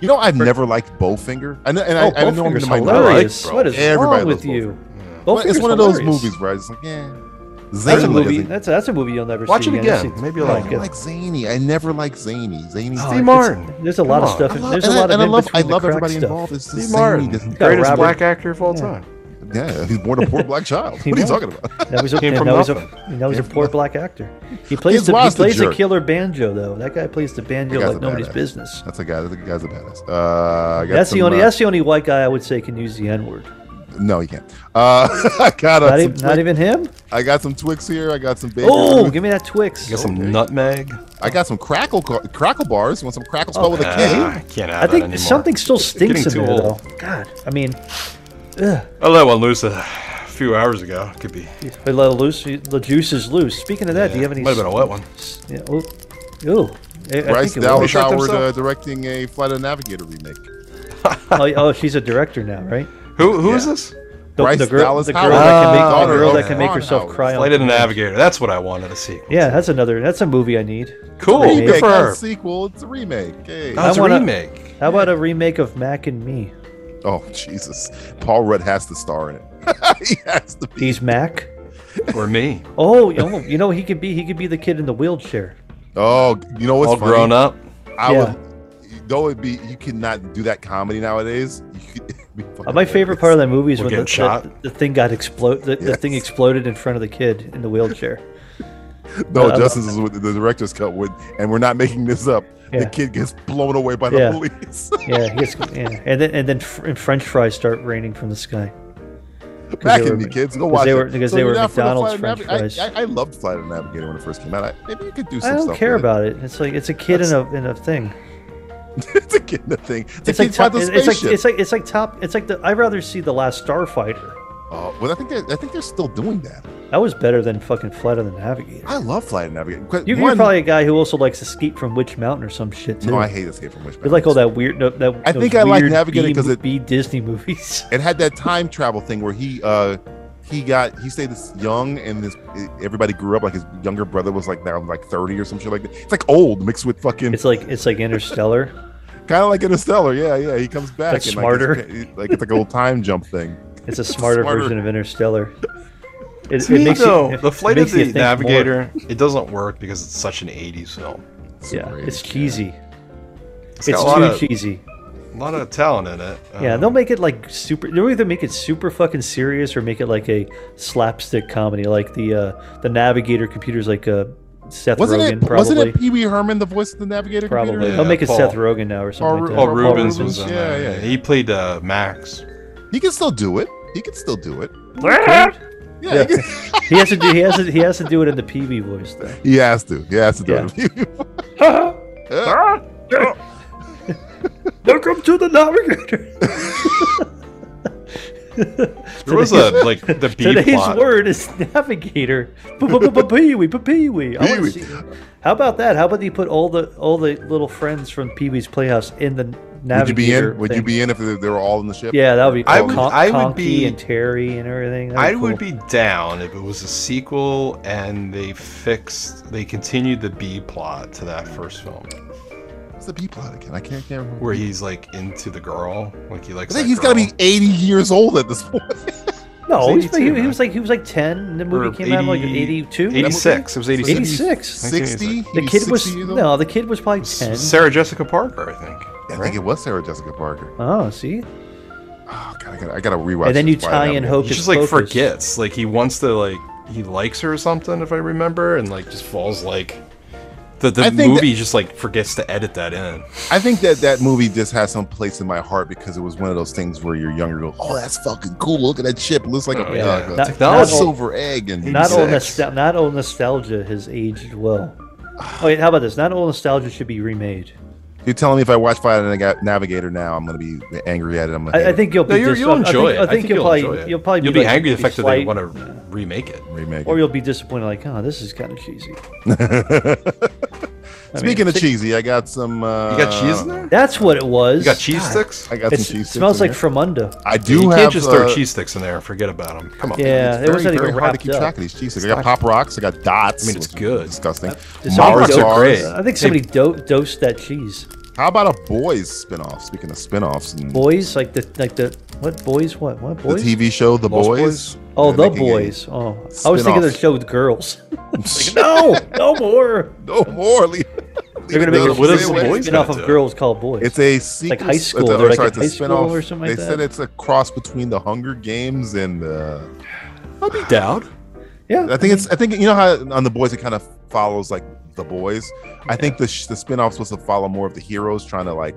B: You know, I've never liked Bowfinger. I know, and
C: Oh,
B: I, I know him
C: Bowfinger's
B: to my
C: hilarious.
B: knowledge.
C: What is
B: Everybody
C: wrong
B: loves
C: with you?
B: Bowfinger.
C: Bowfinger's
B: But it's one of those
C: hilarious.
B: movies where I just like, yeah.
C: That's a
B: Zany
C: movie.
B: doesn't-
C: That's that's a movie you'll never
K: Watch
C: see
K: it again.
C: It's-
K: Maybe
B: I
K: you'll
C: no,
K: like
B: don't
C: good.
B: like Zany. I never like Zany. Zany.
C: Oh,
K: Steve
C: it's-
K: Martin.
C: There's a
K: Come
C: lot of
K: on.
C: stuff.
B: I
C: in-
B: love-
C: There's a
B: and I-
C: lot of
B: and I
C: in
B: love-
C: between
B: I
C: the
B: love
C: crack
B: everybody
C: stuff.
B: involved. It's
K: Steve
B: Zany
K: Martin,
B: doesn't-
C: Got
K: greatest
C: Robert-
K: black actor of all
C: Yeah.
K: time.
B: Yeah, he's born a poor black
C: *laughs*
B: child. What are you
C: was.
B: talking about?
C: That was a,
K: Came
C: and
K: from
C: that was a,
K: nothing.
C: and that was a poor black actor. He plays the, he
B: was the
C: plays a
B: jerk.
C: killer banjo though. That guy plays the
B: That
C: banjo
B: guy's
C: like
B: a
C: nobody's
B: badass.
C: business.
B: That's a guy. That guy's a badass. Uh, I got
C: That's the
B: some,
C: only
B: uh,
C: that's the only white guy I would say can use the N word.
B: No, he can't. Uh, I got uh,
C: Not,
B: some
C: even not
B: Twix-
C: even him.
B: I got some Twix here. I got some baby.
C: Oh,
B: Ruth.
C: give me that Twix.
K: Got some nutmeg.
B: I got some crackle co- crackle bars. You want some crackle spelled with a
K: Ah,
B: K?
K: I can't have
C: I
K: that
C: think
K: anymore.
C: something still
K: It's
C: stinks in
K: getting
C: there
K: too old.
C: though. God, I mean,
K: I let one loose a few hours ago. Could be.
C: they let it loose. The juice is loose. Speaking of that, do you have any?
K: Might have been a wet one.
C: s- Yeah, oh, ooh, I- I
B: Bryce
C: think it was.
B: Dallas
K: He shot
B: Howard uh,
K: himself.
B: directing a Flight of the Navigator remake.
C: Oh, oh, she's a director now, right?
K: Who Who
B: Yeah.
K: is this?
C: The,
B: Bryce
C: the girl,
B: Dallas
C: the girl
B: Howard. Oh,
C: that can
K: Ah,
C: make, the
K: daughter
C: girl
K: of
C: that can make
B: Ron
C: herself
B: Howard.
C: cry. on
K: Flight of the
C: command.
K: Navigator. That's what I wanted to see.
C: Yeah, that's another. That's a movie I need.
K: Cool.
B: Remake,
K: Good for
B: not
K: her.
B: a sequel. It's a remake. Hey.
K: Oh, it's
C: I wanna-
K: a remake.
C: How about a remake of Mac and Me?
B: Oh Jesus! Paul Rudd has to star in it. *laughs* he has to be.
C: He's Mac.
K: Or me.
C: Oh, you know, you know he could be. He could be the kid in the wheelchair.
B: Oh, you know what's
K: all
B: funny?
K: grown up.
B: I
C: Yeah.
B: would. Though it be, you cannot do that comedy nowadays. You could, *laughs* it'd be
C: Uh,
B: fucking
C: my favorite part of that movie is
K: We're
C: when the,
K: getting
C: the-
K: shot.
C: the thing got explode. The, the thing
B: Yes.
C: exploded in front of the kid in the wheelchair. uh,
B: hilarious. No,
C: I- I-
B: Justin's is what the director's cut would, and we're not making this up.
C: Yeah.
B: The kid gets blown away by the
C: Yeah.
B: police.
C: *laughs* Yeah, he gets, yeah. and then and then fr- and French fries start raining from the sky. 'Cause
B: Back
C: they
B: in
C: were-
B: the kids, go
C: 'cause
B: watch
C: they
B: it.
C: were- because they
B: you're
C: were
B: not for the
C: McDonald's
B: Flight of
C: French
B: Navi-
C: fries.
B: I, I, I loved Flight of the Navigator when it first came out. I, maybe you could do
C: I
B: some
C: don't
B: stuff
C: care
B: with
C: about it. It's like it's a kid in a in a thing.
B: it. *laughs* it's a kid in a thing. It's,
C: It's
B: a
C: like,
B: kid by
C: top,
B: the
C: it's
B: spaceship.
C: like it's like it's like top. It's like the. I'd rather see the Last Starfighter.
B: Oh, well, I think they're, I think they're still doing that.
C: That was better than fucking Flight of the Navigator.
B: I love Flight of the Navigator. 'Cause
C: You,
B: one-
C: you're probably a guy who also likes Escape from Witch Mountain or some shit too.
B: no, I hate Escape from Witch.
C: You like all that weird. no, That
B: I
C: those
B: think I like
C: weird
B: Navigator
C: B-
B: 'cause it-
C: B Disney *laughs* movies.
B: It had that time travel thing where he uh he got he stayed this young and this everybody grew up like his younger brother was like now like thirty or some shit like that. It's like old mixed with fucking
C: It's like it's like Interstellar.
B: kind of like Interstellar. Yeah, yeah. He comes back
C: That's
B: and
C: smarter.
B: Like, it's, like it's like a little time jump thing.
C: It's a smarter,
B: Smarter.
C: version of Interstellar. It,
K: To me, though,
C: it-
K: the
C: it
K: flight
C: makes
K: of
C: you
K: the
C: think more.
K: Navigator, it doesn't work because it's such an '80s film.
C: Yeah,
B: Super
C: it's
B: eighties.
C: cheesy. It's,
K: It's got a lot
C: too
K: of-
C: cheesy.
K: A lot of talent in it.
C: Yeah,
K: Um,
C: they'll make it like super. They'll either make it super fucking serious or make it like a slapstick comedy, like the uh, the Navigator computers, like uh, *laughs* Seth
B: Wasn't
C: Rogen,
B: it
C: probably.
B: wasn't it Pee Wee Herman the voice of the Navigator? computer?
C: probably.
K: Yeah,
C: they'll make it
K: Paul-
C: Seth Rogen now or
B: Paul
C: something.
B: Ru-
C: like that.
K: Paul
B: Paul
K: Rubens was
B: Rubens.
K: in
B: Yeah,
K: there.
B: yeah, yeah.
K: He played uh, Max.
B: He can still do it. He can still do it. Yeah,
C: Yeah.
B: He, can-
C: *laughs* he has to do. He has to. He has to do it in the PB voice though.
B: *laughs* he has to. He has to do it.
C: Welcome to the Navigator.
K: There was a like
C: *laughs*
K: the B
C: Today's
K: plot.
C: word is navigator. Pee-wee, pee-wee. I wanna
B: Pee-wee.
C: see- How about that? How about you put all the all the little friends from Pee-wee's Playhouse in the navigator?
B: Would you be in? Would you
C: thing?
B: be in if they they were all in the ship?
C: Yeah, that would be.
K: I
C: cool.
K: would-
C: Con-
K: I would
C: Conky
K: be-
C: and Terry and everything. That'd
K: I
C: be
K: would
C: cool.
K: be down if it was a sequel and they fixed, they continued the B plot to that first film
B: What's the B plot again? I can't, can't remember.
K: where he's like into the girl, like he likes.
B: I think
K: that
B: he's got to
K: girl.
B: be 80 years old at this point. *laughs*
C: No,
K: It was
C: he's been- he,
K: 82,
C: he was like he was like ten. And the movie
K: Or
C: came out in like
K: 80
C: 82,
K: 86. It was 86.
C: 86.
B: 60?
C: The
B: He's
C: kid was
B: 60 years old?
C: no, the kid was probably ten.
K: Sarah Jessica Parker, I think.
B: I think it was Sarah Jessica Parker.
C: Oh, see,
B: Oh, God, I got I gotta rewatch
C: and then
B: this
C: you
B: Flight of
C: tie in
B: Navigator.
K: He
C: Hocus
K: just like
C: Pocus.
K: forgets, like he wants to like he likes her or something, if I remember, and like just falls like. The,
B: I
K: the
B: think
K: movie just like forgets to edit that in.
B: I think that that movie just has some place in my heart because it was one of those things where you're younger, go, oh, that's fucking cool. Look at that ship. It looks like
K: Oh,
B: a,
K: yeah.
B: uh, a
C: Not-
K: Technology.
C: not all-
B: silver egg. And
C: Not all,
K: 86.
C: nostal- not all nostalgia has aged well. Oh, wait, how about this? Not all nostalgia should be remade.
B: you're telling me if I watch Flight of the Naga- Navigator now, I'm gonna be angry at it. I'm gonna
C: I, I
B: hate
C: think you'll be
K: No, you're,
C: dis-
K: you'll
C: I think-
K: enjoy
C: I think,
K: it. I think
C: you'll,
K: you'll enjoy
C: probably
K: it.
C: you'll probably
K: you'll
C: be,
K: be
C: like,
K: angry at the fact that they
C: slight-
K: want to remake it.
B: it. remake.
C: or
B: it. *laughs*
C: you'll be disappointed, like, oh, this is kind of cheesy. I
B: Speaking
C: mean,
B: of
C: six-
B: cheesy, I got some. Uh,
C: You got cheese in there? That's what it was. You got cheese
B: God.
C: sticks?
B: I got
C: It's-
B: some cheese
C: it
B: sticks.
C: smells
B: in
C: like
B: there.
C: Fromunda.
B: I do
K: you
B: have.
K: can't just throw
B: uh,
K: cheese sticks in there and forget about them. Come on.
B: it's very, very hard to keep track of these cheese sticks. I got pop rocks. I got dots.
K: I mean, it's
B: which is
K: good.
B: Disgusting.
C: Does
B: Mars
C: somebody
B: bars.
C: dose- I think somebody do- dosed that cheese.
B: How about a boys spinoff? Speaking of spinoffs, and
C: Boys like the like the what boys what what
B: the
C: boys
B: TV show The
C: Lost
B: Boys.
C: Boys? Oh,
B: They're
C: The
B: making a
C: Boys. Oh, I was thinking of the
B: spinoff.
C: show with girls. *laughs* Like, no, no more,
B: *laughs* no more. Leave,
C: They're
B: leave
C: gonna make
B: it
C: a
B: alone. What is
C: spin-
B: The Boys
C: spin-off
B: gonna
C: of
B: do?
C: girls called boys.
B: It's a
C: It's
B: sequel.
C: like high
B: it's
C: school.
B: a-
C: They're like
B: sorry,
C: in
B: it's a
C: high school
B: spin-off.
C: or something like
B: They
C: that.
B: said it's a cross between The Hunger Games and. Uh,
K: Doubt.
C: Yeah,
B: I think it's. I think you know how on the boys it kind of follows like the boys. I think the sh- the spinoff supposed to follow more of the heroes trying to like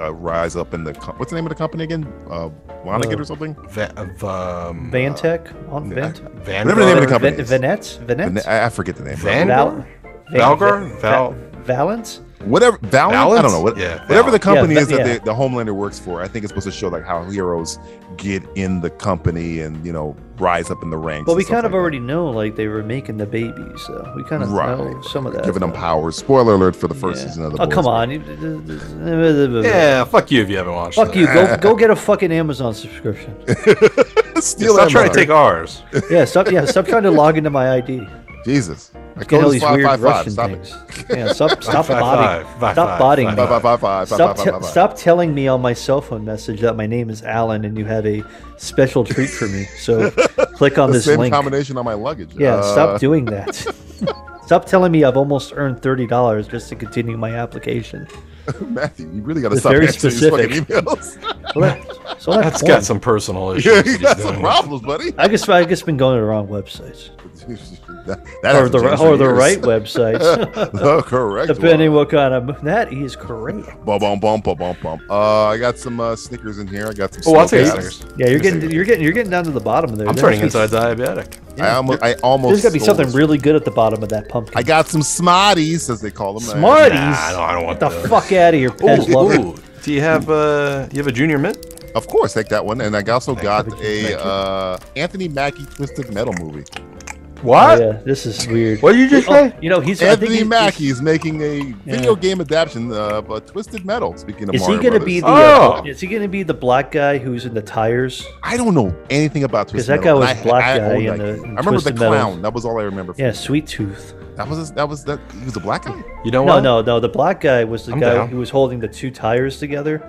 B: uh, rise up in the co- what's the name of the company again? Uh, Vonnegut
C: Uh,
B: or something?
K: Va- of, um,
C: Vantech on
B: yeah,
C: Vant.
B: I- whatever the name of the company. is.
C: Van- Vanette? Vanette?
B: Van- I I forget the name.
C: Val- Van-
K: Valgar? Val-
C: Valance?
B: Whatever Valance? I don't know what.
K: Yeah,
B: whatever the
C: Valance.
B: company
C: Yeah,
B: is
C: Va-
B: that
C: yeah.
B: the, the Homelander works for, I think it's supposed to show like how heroes get in the company and you know rise up in the ranks.
C: Well, we
B: and stuff
C: kind of
B: like
C: already know like they were making the babies, so we kind of
B: Right,
C: know some of
B: that.
C: that.
B: giving them powers. Spoiler alert for the first season of the.
C: Oh
B: boys.
C: come on!
K: Yeah,
C: Yeah,
K: fuck you if you haven't watched
C: *laughs* Fuck
K: it.
B: *laughs*
C: you! Go go get a fucking Amazon subscription.
B: Steal
K: Stop
B: that
K: trying to
B: mother.
K: take ours.
C: Yeah, stop. Yeah, stop trying to log into my ID.
B: Jesus, I
C: Get all
B: code
C: these
B: is five
C: weird
B: five five.
C: Russian
B: Stop it.
C: things.
B: *laughs*
C: Yeah, stop stop
K: five,
C: botting.
K: five, five,
C: Stop botting.
K: five,
C: me.
B: five, five, five,
C: Stop
B: five,
C: te-
B: five, five.
C: stop telling me on my cell phone message that my name is Alan and you have a special treat for me.
B: *laughs*
C: So click on
B: the
C: this
B: same
C: link.
B: combination on my luggage.
C: Yeah,
B: Uh,
C: stop doing that.
B: *laughs*
C: stop telling me I've almost earned thirty dollars just to continue my application.
B: Matthew, you really got to
C: It's
B: stop
C: very
B: answering these
C: specific.
B: fucking emails.
C: Well, that, *laughs* so that's
K: That's got some personal issues.
B: Yeah,
K: that
B: *laughs* you
K: he's
B: got
K: dealing
B: some
K: with.
B: problems, buddy.
C: I guess I guess been going to the wrong websites
B: *laughs* that that
C: or
B: hasn't
C: the
B: changed
C: or
B: in
C: the
B: years. *laughs*
C: right websites.
B: the correct
C: Depending
B: one.
C: what kind of that is correct.
B: Bum, bum, bum, bum, bum, bum. Uh, I got some uh, Snickers in here. I got some.
K: Oh, I'll take
B: Snickers.
K: Snickers.
C: Yeah, you're getting you're getting you're getting down to the bottom of there.
K: I'm
C: There
K: turning
C: must be-
K: into a diabetic.
B: I almost. I almost
C: There's got to be
B: stole
C: something
B: this.
C: really good at the bottom of that pumpkin.
B: I got some Smarties, as they call them.
C: Smarties.
K: Nah, I don't, I don't want
C: Get the
K: those.
C: fuck out of here, pet
K: Ooh,
C: lover.
K: ooh. Do you have uh you have a junior mint?
B: Of course, take that one. And I also got
C: Thank you. Thank
B: a
C: you.
B: uh, Anthony Mackie twisted metal movie.
K: What?
C: Oh, yeah, this is weird.
K: What did you just
C: Oh,
K: say?
C: you know, he's I think
B: Anthony
C: he's-
B: Mackie is making a video game adaptation of uh, Twisted Metal. Speaking of
C: Is he
B: Mario
C: gonna
B: Brothers.
C: be the?
K: Oh.
C: Uh, is he gonna be the black guy who's in the tires?
B: I don't know anything about
C: Because
B: Twisted
C: that guy
B: Metal.
C: was
B: and I-
C: black
B: I,
C: guy
B: own
C: in
B: that
C: the-
B: game.
C: in
B: I remember the
C: Twisted Metal.
B: clown. That was all I remember. From.
C: Yeah, Sweet Tooth.
B: That was that was that he was a black guy.
K: You know
C: No,
K: what?
C: no, no. The black guy was the
K: I'm
C: guy
K: down.
C: who was holding the two tires together.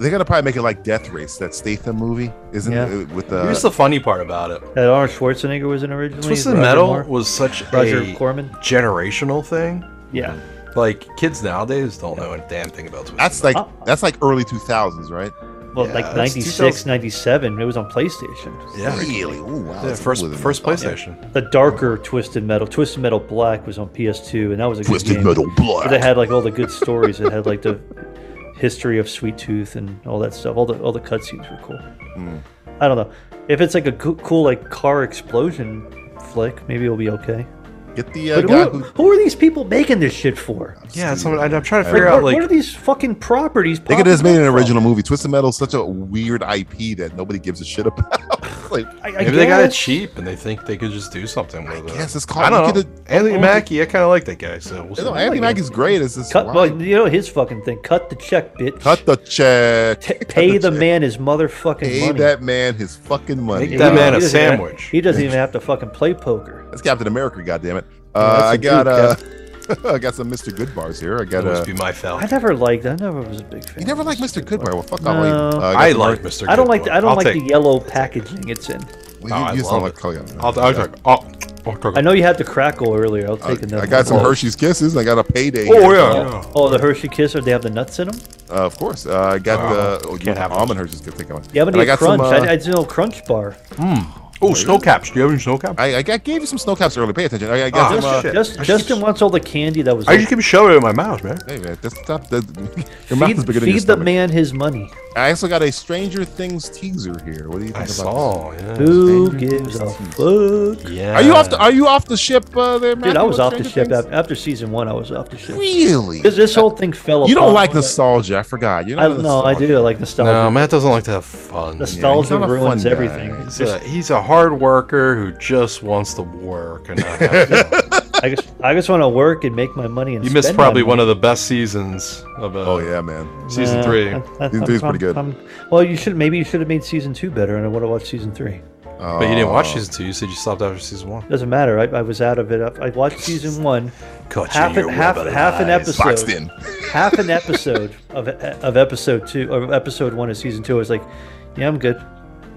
B: They're gonna probably make it like Death Race, that Statham movie, isn't
C: Yeah.
B: it? With uh,
K: Here's the funny part about it.
C: That Arnold Schwarzenegger was in originally.
K: Twisted
C: Roger
K: Metal
C: Moore.
K: was such
C: Roger
K: a
C: Corman.
K: generational thing.
C: Yeah.
K: Like kids nowadays don't know a damn thing about Twisted.
B: that's like
C: Oh.
B: that's like early two thousands, right?
C: Well,
K: Yeah,
C: like
K: that's
C: 96,
K: 2000.
C: 97. It was on PlayStation.
K: Metal. yeah.
B: Really? Ooh, wow.
K: Yeah,
B: that's
K: first
B: older than
K: first
B: I thought.
K: PlayStation.
C: The darker Twisted Metal, Twisted Metal Black was on PS2, and that was a
B: Twisted
C: good game.
B: Metal Black.
C: But it had like all the good stories. it had like the history of Sweet Tooth and all that stuff. All the all the cutscenes were cool.
B: Hmm.
C: I don't know if it's like a coo- cool like car explosion flick. Maybe it'll be okay.
B: Get the uh,
C: But
B: guy
C: who,
B: who
C: who are these people making this shit for?
K: Yeah, so I'm, I'm trying to figure
C: Where,
K: out
C: where are
K: like
C: these fucking properties?
B: they could
C: popping
B: have just made
C: up
B: an
C: from?
B: original movie. Twisted Metal is such a weird IP that nobody gives a shit about. *laughs* like,
C: I, I
K: maybe they got it
C: guess.
K: cheap and they think they could just do something with it.
B: guess it's called-
K: I don't know.
B: look at
K: Anthony Mackie, I kind of like that guy. So we'll see.
B: no, Anthony Mackie's great. It's just
C: Cut,
B: why-
C: well, you know his fucking thing. Cut the check, bitch.
B: cut the check.
C: T- pay the
B: check.
C: man his motherfucking
B: Pay
C: money.
B: that man his fucking money.
K: Make that
C: He
K: man a
C: doesn't even-
K: sandwich.
C: he doesn't even have to fucking play poker.
B: That's Captain America, goddammit.
C: that's
B: Uh,
C: a
B: I got uh, *laughs*
C: dude,
B: I got some Mr. Goodbars here. I got
K: That
B: uh,
K: must be my
C: I
K: Falcon.
C: never liked. I never was a big fan.
B: you never like Mr. Goodbar. Well, fuck
C: No.
B: all you. Uh, got
K: I
B: some
K: like
B: mer-
K: Mr.
C: I don't like.
K: Goodwill.
C: I don't
K: I'll
C: like
K: take-
C: the yellow packaging it's in.
B: Well,
K: Oh,
B: you-
K: I
B: you just
K: love
B: don't like
K: it.
B: color. Yeah.
K: I'll, I'll, take- I'll, I'll take-
C: I know you had the crackle earlier. I'll
B: I,
C: take another.
B: Uh, I got some
C: one.
B: Hershey's Kisses. I got a payday.
K: Oh
B: here.
K: yeah.
C: Oh, the Hershey Kiss, or they have the nuts in them.
B: Uh, of course. Uh, I got the oh,
K: Can't have
B: almond Hershey's Kisses. Take one.
C: You haven't
B: And I
C: eaten
B: got
C: crunch.
B: some. uh,
C: I, I did a crunch bar.
K: Oh, snow caps. Do you have any snow caps?
B: I, I got- gave you some snow caps earlier. Pay attention. I, I got
K: Ah,
B: some. Uh,
K: shit.
C: Oh, Just,
K: I
C: Justin
K: just-
C: wants all the candy that was.
K: I
C: left.
K: just keep shoving it in my mouth, man.
B: Hey man, just stop. The, *laughs* your mouth
C: feed
B: is bigger than
C: feed
B: your
C: the
B: stomach.
C: man his money.
B: I also got a Stranger Things teaser here. What do you think
K: I
B: about?
K: saw. Yeah.
C: Who gives a fuck?
B: this?
K: yeah.
B: Are you off? The, are you off the ship uh, there, man?
C: Dude, I was off the ship after, after season one. I was off the ship.
B: Really?
C: This, this whole thing fell apart.
B: You don't like nostalgia. I forgot. You
C: I no, I do. I like nostalgia.
K: No, Matt doesn't like to have fun.
C: nostalgia
B: not a fun
C: ruins
B: guy.
C: everything.
K: uh,
C: *laughs*
K: He's a, he's a hard worker who just wants to work and not have fun.
C: *laughs* I just, I just want to work and make my money. And
K: You missed
C: spend my
K: probably
C: money.
K: one of the best seasons of. Uh, oh
B: yeah, man.
K: Season
C: Uh, *laughs*
K: three.
C: I'm- I'm- I'm- I'm- Um, well, you should maybe you should have made season two better, and I would have watched season three.
K: but you didn't
C: Uh,
K: watch season two. You said you stopped after season one.
C: Doesn't matter. I, I was out of it. I I
K: *laughs*
C: watched season one.
K: Caught you
C: half
K: in your
C: an, half,
K: web of
C: half an
K: lies.
C: episode.
K: Boxed in. *laughs*
C: half an episode of of episode two of episode one of season two. I was like, yeah, I'm good.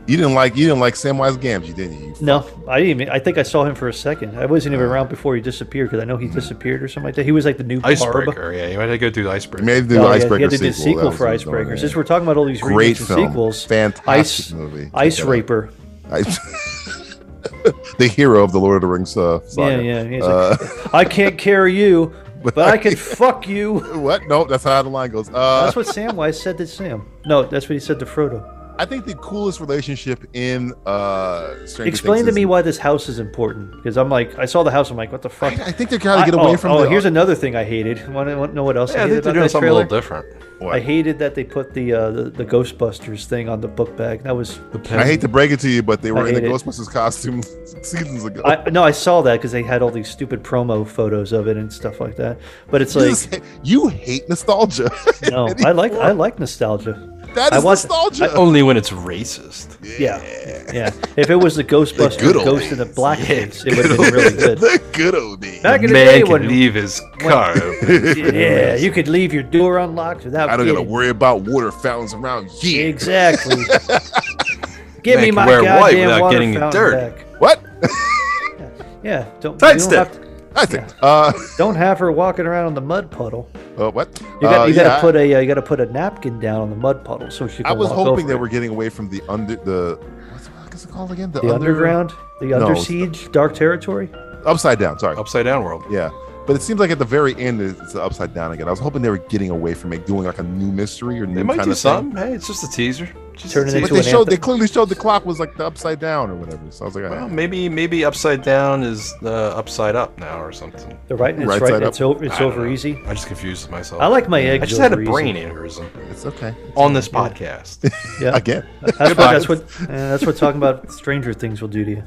B: You didn't like you didn't like Samwise Gamgee, didn't you?
C: No, I didn't. Even, I think I saw him for a second. I wasn't even around before he disappeared because I know he
K: Hmm.
C: disappeared or something like that. He was like the new barb.
K: Icebreaker. Yeah, you might have to go through the icebreaker.
B: Made
C: Oh, yeah, he had to do the sequel for Icebreakers. Since we're talking about all these
B: Great
C: remakes and
B: film.
C: sequels,
B: Fantastic
C: Ice
B: movie.
C: Ice
B: Check it out.
C: Raper.
B: Ice- *laughs* the hero of the Lord of the Rings uh, saga. Uh,
C: Yeah, yeah. He's like, I can't carry
B: *laughs*
C: you, but I can fuck you.
B: What? No, that's how the line goes. Uh,
C: That's what Samwise said to Sam. No, that's what he said to Frodo.
B: *laughs* I think the coolest relationship in uh, Stranger
C: Explain
B: Things
C: to
B: is-
C: me why this house is important. Because I'm like, I saw the house. I'm like, what the fuck? I,
B: think they're trying to get away
C: oh,
B: from
C: Oh,
B: the-
C: here's another thing I hated. Want to know what else?
K: Yeah, I
C: I
K: think
C: hated
K: they're
C: about
K: doing
C: that
K: something a little
C: trailer?
K: different.
C: I hated that they put the, uh, the the Ghostbusters thing on the book bag. That was
B: I hate to break it to you, but they
C: I
B: were in the
C: hate it.
B: Ghostbusters costume *laughs* seasons ago.
C: I, no, I saw that because they had all these stupid promo photos of it and stuff like that. But it's
B: You
C: like
B: just hate- you hate nostalgia. *laughs*
C: no, I like I like nostalgia.
B: That
C: I
B: is
C: want-
B: nostalgia.
C: I-
K: Only when it's racist.
C: Yeah, yeah. If it was the Ghostbuster
K: good old
C: ghost in the black
K: days.
C: face,
K: Yeah,
C: it would have
K: good
C: been really
K: old-
C: good.
B: the good old days.
C: Back in the
K: man
C: day
K: can
C: when-
K: leave his
C: when-
K: car open.
C: *laughs* yeah, you could leave your door unlocked without.
B: I don't gotta
C: getting-
B: worry about water fountains around here. *laughs*
C: Exactly. Give
K: Man
C: me
K: can
C: my
K: wear white
C: goddamn
K: without
C: water
K: getting it
C: fountain
K: dirty.
C: back.
B: What?
C: Yeah, don't.
K: Tight
C: you don't
K: stick.
C: have to-
B: think. Uh,
C: Don't have her walking around on the mud puddle.
B: uh, what?
C: You got
B: Uh,
C: you
B: yeah,
C: got
B: I-
C: to put a uh, you got to put a napkin down on the mud puddle so she can.
B: I was
C: walk
B: hoping
C: over
B: they
C: it.
B: were getting away from the under the what's, what's it called again? The,
C: the
B: under-
C: underground, the
B: No,
C: under
B: it's-
C: siege, dark territory.
B: upside down. Sorry,
K: upside down world.
B: Yeah, but it seems like at the very end it's upside down again. I was hoping they were getting away from it, doing like a new mystery or new
K: They might
B: kind
K: do
B: of thing.
K: something. Hey, it's just a teaser. Just
C: Turn it
K: a
B: But
K: teaser.
B: they showed they clearly showed the clock was like the upside down or whatever. So I was like,
K: Well,
B: ah.
K: maybe maybe upside down is the upside up now or something.
C: The right, it's
B: Right
C: right,
B: side up.
C: it's over, it's
K: I don't
C: over
K: know.
C: easy.
K: I just confused myself.
C: I like my eggs
K: I just had a
C: over easy.
K: brain aneurysm
B: it's okay.
K: on this podcast.
C: Yeah,
B: Again,
C: that's what,
K: Goodbye.
C: that's what uh, that's what talking about Stranger Things will do to you.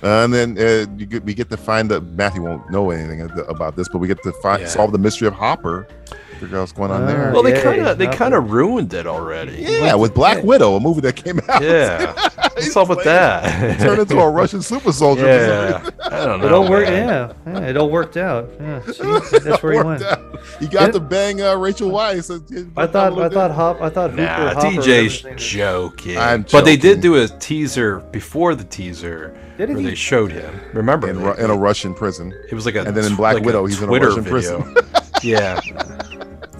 B: and then uh, you get, we get to find that Matthew won't know anything of the- about this, but we get to find
K: Yeah.
B: solve the mystery of Hopper. Figure out what's going on
C: Ah,
B: there.
K: well, they
C: yeah,
K: kind of they
C: nothing.
K: kind of ruined it already.
B: yeah, with Black Widow, a movie that came out. *laughs*
K: Yeah. What's up with that?
B: Turned into a Russian super soldier. for some reason. *laughs*
K: yeah. I don't know.
C: It all worked.
K: man.
C: Yeah, yeah, it all worked out. Yeah, see, that's where you went.
B: Worked out. He got
C: It-
B: to bang uh, Rachel Weisz.
C: I thought I thought Hop I thought Hooper
K: Nah,
C: Hopper,
K: DJ's
C: whatever his name
K: joking.
B: I'm
K: But they did
B: joking.
K: do a teaser before the teaser
C: Did
K: where
C: he?
K: they showed him. Remember?
B: in,
K: they-
B: Ru- in a Russian prison.
K: it was like a
B: and then in
K: tw-
B: Black
K: like
B: Widow, he's in a
K: Twitter
B: Russian
K: video.
B: prison.
K: *laughs* yeah.
B: *laughs*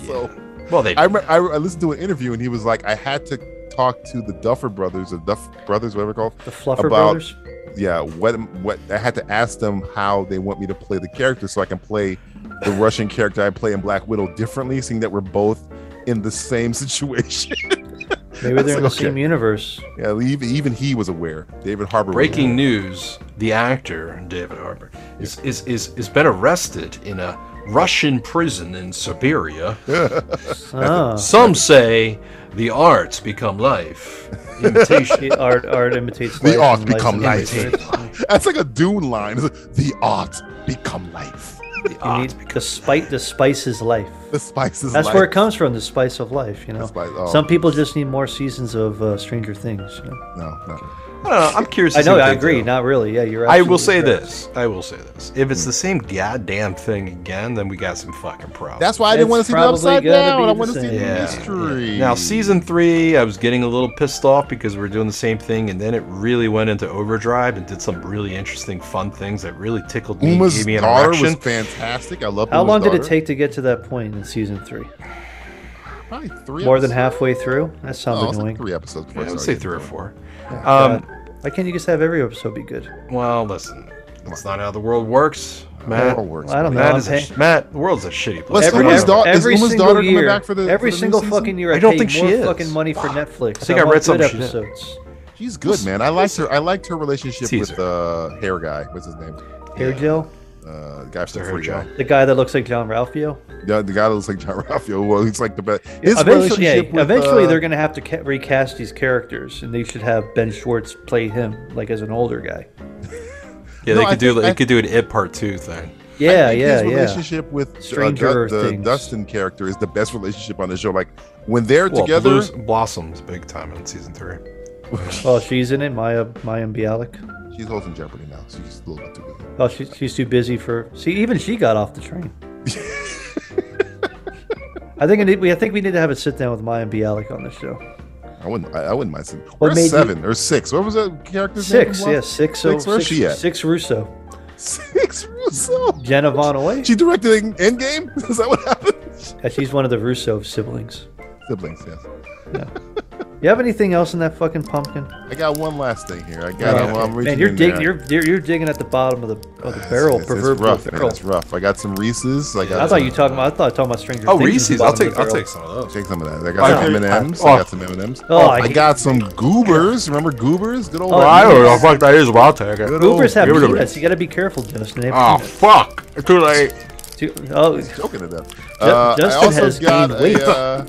B: So
K: Well, they
B: I, remember, I I listened to an interview and he was like, I had to talk to the Duffer Brothers or Duff Brothers, whatever they're called.
C: is. the Fluffer
B: about-
C: Brothers.
B: Yeah, what what I had to ask them how they want me to play the character so I can play the Russian character I play in Black Widow differently, seeing that we're both in the same *laughs* situation.
C: Maybe
B: I
C: they're
B: was
C: in the
B: like,
C: same
B: okay. *laughs*
C: universe.
B: Yeah, even, even he was aware. David Harbour. was
K: Breaking
B: aware.
K: news: The actor David Harbour is is is has been arrested in a Russian prison in
B: *laughs*
K: Siberia.
C: Ah,
K: Some say the arts become life. Imitation.
C: the art art imitates
B: The
C: life
B: art
C: and life
B: become
C: imitates
B: life. *laughs*
C: art.
B: That's like a Dune line. It's like, The art become life.
K: The
C: You
K: art.
C: need the spice. The spice is life.
B: The spices.
C: That's
B: life.
C: where it comes from. The spice of life. You know.
B: spice- oh.
C: Some people just need more seasons of uh, Stranger Things. You know?
B: No, no.
K: I don't know. I'm curious. to
C: I
K: see
C: know.
K: what
C: I
K: they
C: agree.
K: do.
C: Not really. Yeah, you're.
K: I will say
C: absolutely
K: this. I will say this. If it's the same goddamn thing again, then we got some fucking problems.
B: That's why I didn't
C: It's
B: want to see the
C: probably
B: upside
C: gonna
B: down.
C: be
B: I
C: the
B: want to see
C: same.
B: the
K: Yeah.
B: mystery.
K: Now, season three, I was getting a little pissed off because we were doing the same thing, and then it really went into overdrive and did some really interesting, fun things that really tickled me,
B: Uma's
K: gave me an
B: daughter was
K: erection.
B: fantastic. I love.
C: How long did it take to get to that point in season three?
B: Probably three.
C: More than
B: episodes.
C: halfway through. That sounds
B: No, it's like
C: annoying.
B: three episodes.
K: Yeah,
B: Before
K: I
B: it
K: would say
B: started.
K: three or four. Um,
C: God, why can't you just have every episode be good?
K: well, listen, that's not how the world works, Matt.
B: That works.
C: Well, I don't know.
K: Matt,
C: I'm
K: is a
C: paying-
K: sh- Matt, the world's a shitty place.
B: Let's
C: every,
B: Uma's
C: every-
B: daugh- is
C: every
B: Uma's
C: single
B: daughter coming
C: year,
B: back for the-
C: every
B: for the new
C: single
B: season?
C: fucking year, I,
K: I don't
C: pay
K: think she
C: more
K: is.
C: fucking money for Netflix.
K: I think I
C: want
K: read something
C: good
K: she did.
C: episodes.
B: She's good, man. I liked her. I liked her relationship
K: Teaser.
B: with the uh, hair guy. What's his name?
C: Hair gel,
B: Uh, the guy from
K: Mr.
B: Free
K: Hair
B: Guy.
C: the guy that looks like John Ralphio.
B: The, the guy that looks like John *laughs* Ralphio. Well, he's like the best. His
C: eventually, yeah,
B: relationship with,
C: eventually
B: uh,
C: they're going to have to ca- recast these characters, and they should have Ben Schwartz play him like as an older guy.
K: *laughs* Yeah,
B: No,
K: they
B: I
K: could do
B: think-
K: they
B: I-
K: could do an it part two thing.
B: I
C: Yeah,
B: think
C: yeah,
B: his
C: yeah.
B: relationship with uh,
C: Stranger
B: Du- the
C: Things.
B: Dustin character is the best relationship on the show. Like when they're
K: Well,
B: together,
K: Blue's blossoms big time in season three. *laughs*
C: Oh, she's in it. Maya Maya Bialik.
B: She's holding Jeopardy now. She's a little bit too busy.
C: Oh, she's she's too busy for. See, even she got off
B: *laughs*
C: the train. I think I need. We I think we need to have a sit down with Maya Bialik on this show.
B: I wouldn't. I, I wouldn't mind seeing.
C: What
B: Or
C: made you-
B: seven or six. What was that character's
C: Six,
B: name? from
C: yeah,
B: Lost?
C: six.
B: Six.
C: oh,
B: Where's
C: six,
B: she at?
C: Six Russo.
B: *laughs* Six Russo.
C: Jenna Von Away.
B: She directed Endgame. Is that what happened?
C: Yeah, she's one of the Russo siblings.
B: Siblings. Yes.
C: You have anything else in that fucking pumpkin?
B: I got one last thing here. I got. I'm, I'm reaching
C: Man, you're
B: in
C: digging.
B: there.
C: You're, you're you're digging at the bottom of the of the barrel,
B: It's- it's,
C: proverbial
B: rough, man.
C: barrel.
B: It's rough. I got some Reese's. I got.
C: I thought you were talking about. I thought you were talking about Stranger
K: Oh,
C: Things.
K: Reese's.
C: at the
K: I'll
C: bottom
K: take-
C: the
K: I'll
C: barrel.
K: take some of those.
B: Take some of that. I got
K: Oh.
B: some M and M's.
K: Oh.
B: I got some M and M's.
C: Oh, I
B: I got some Goobers. Remember Goobers? Good old.
C: Oh, I don't know.
K: fuck that is. Well, I'll take it.
B: Good old
C: Goobers have
K: Give it to me.
C: peanuts. You gotta be careful, Justin. They have
K: Oh
C: peanuts.
K: fuck! It's Too late.
C: Too- oh,
B: Joking at that.
C: Ju-
B: Uh, I
C: Justin
B: also
C: has
B: got
C: gained weight.
B: a.
C: *laughs*
B: Uh,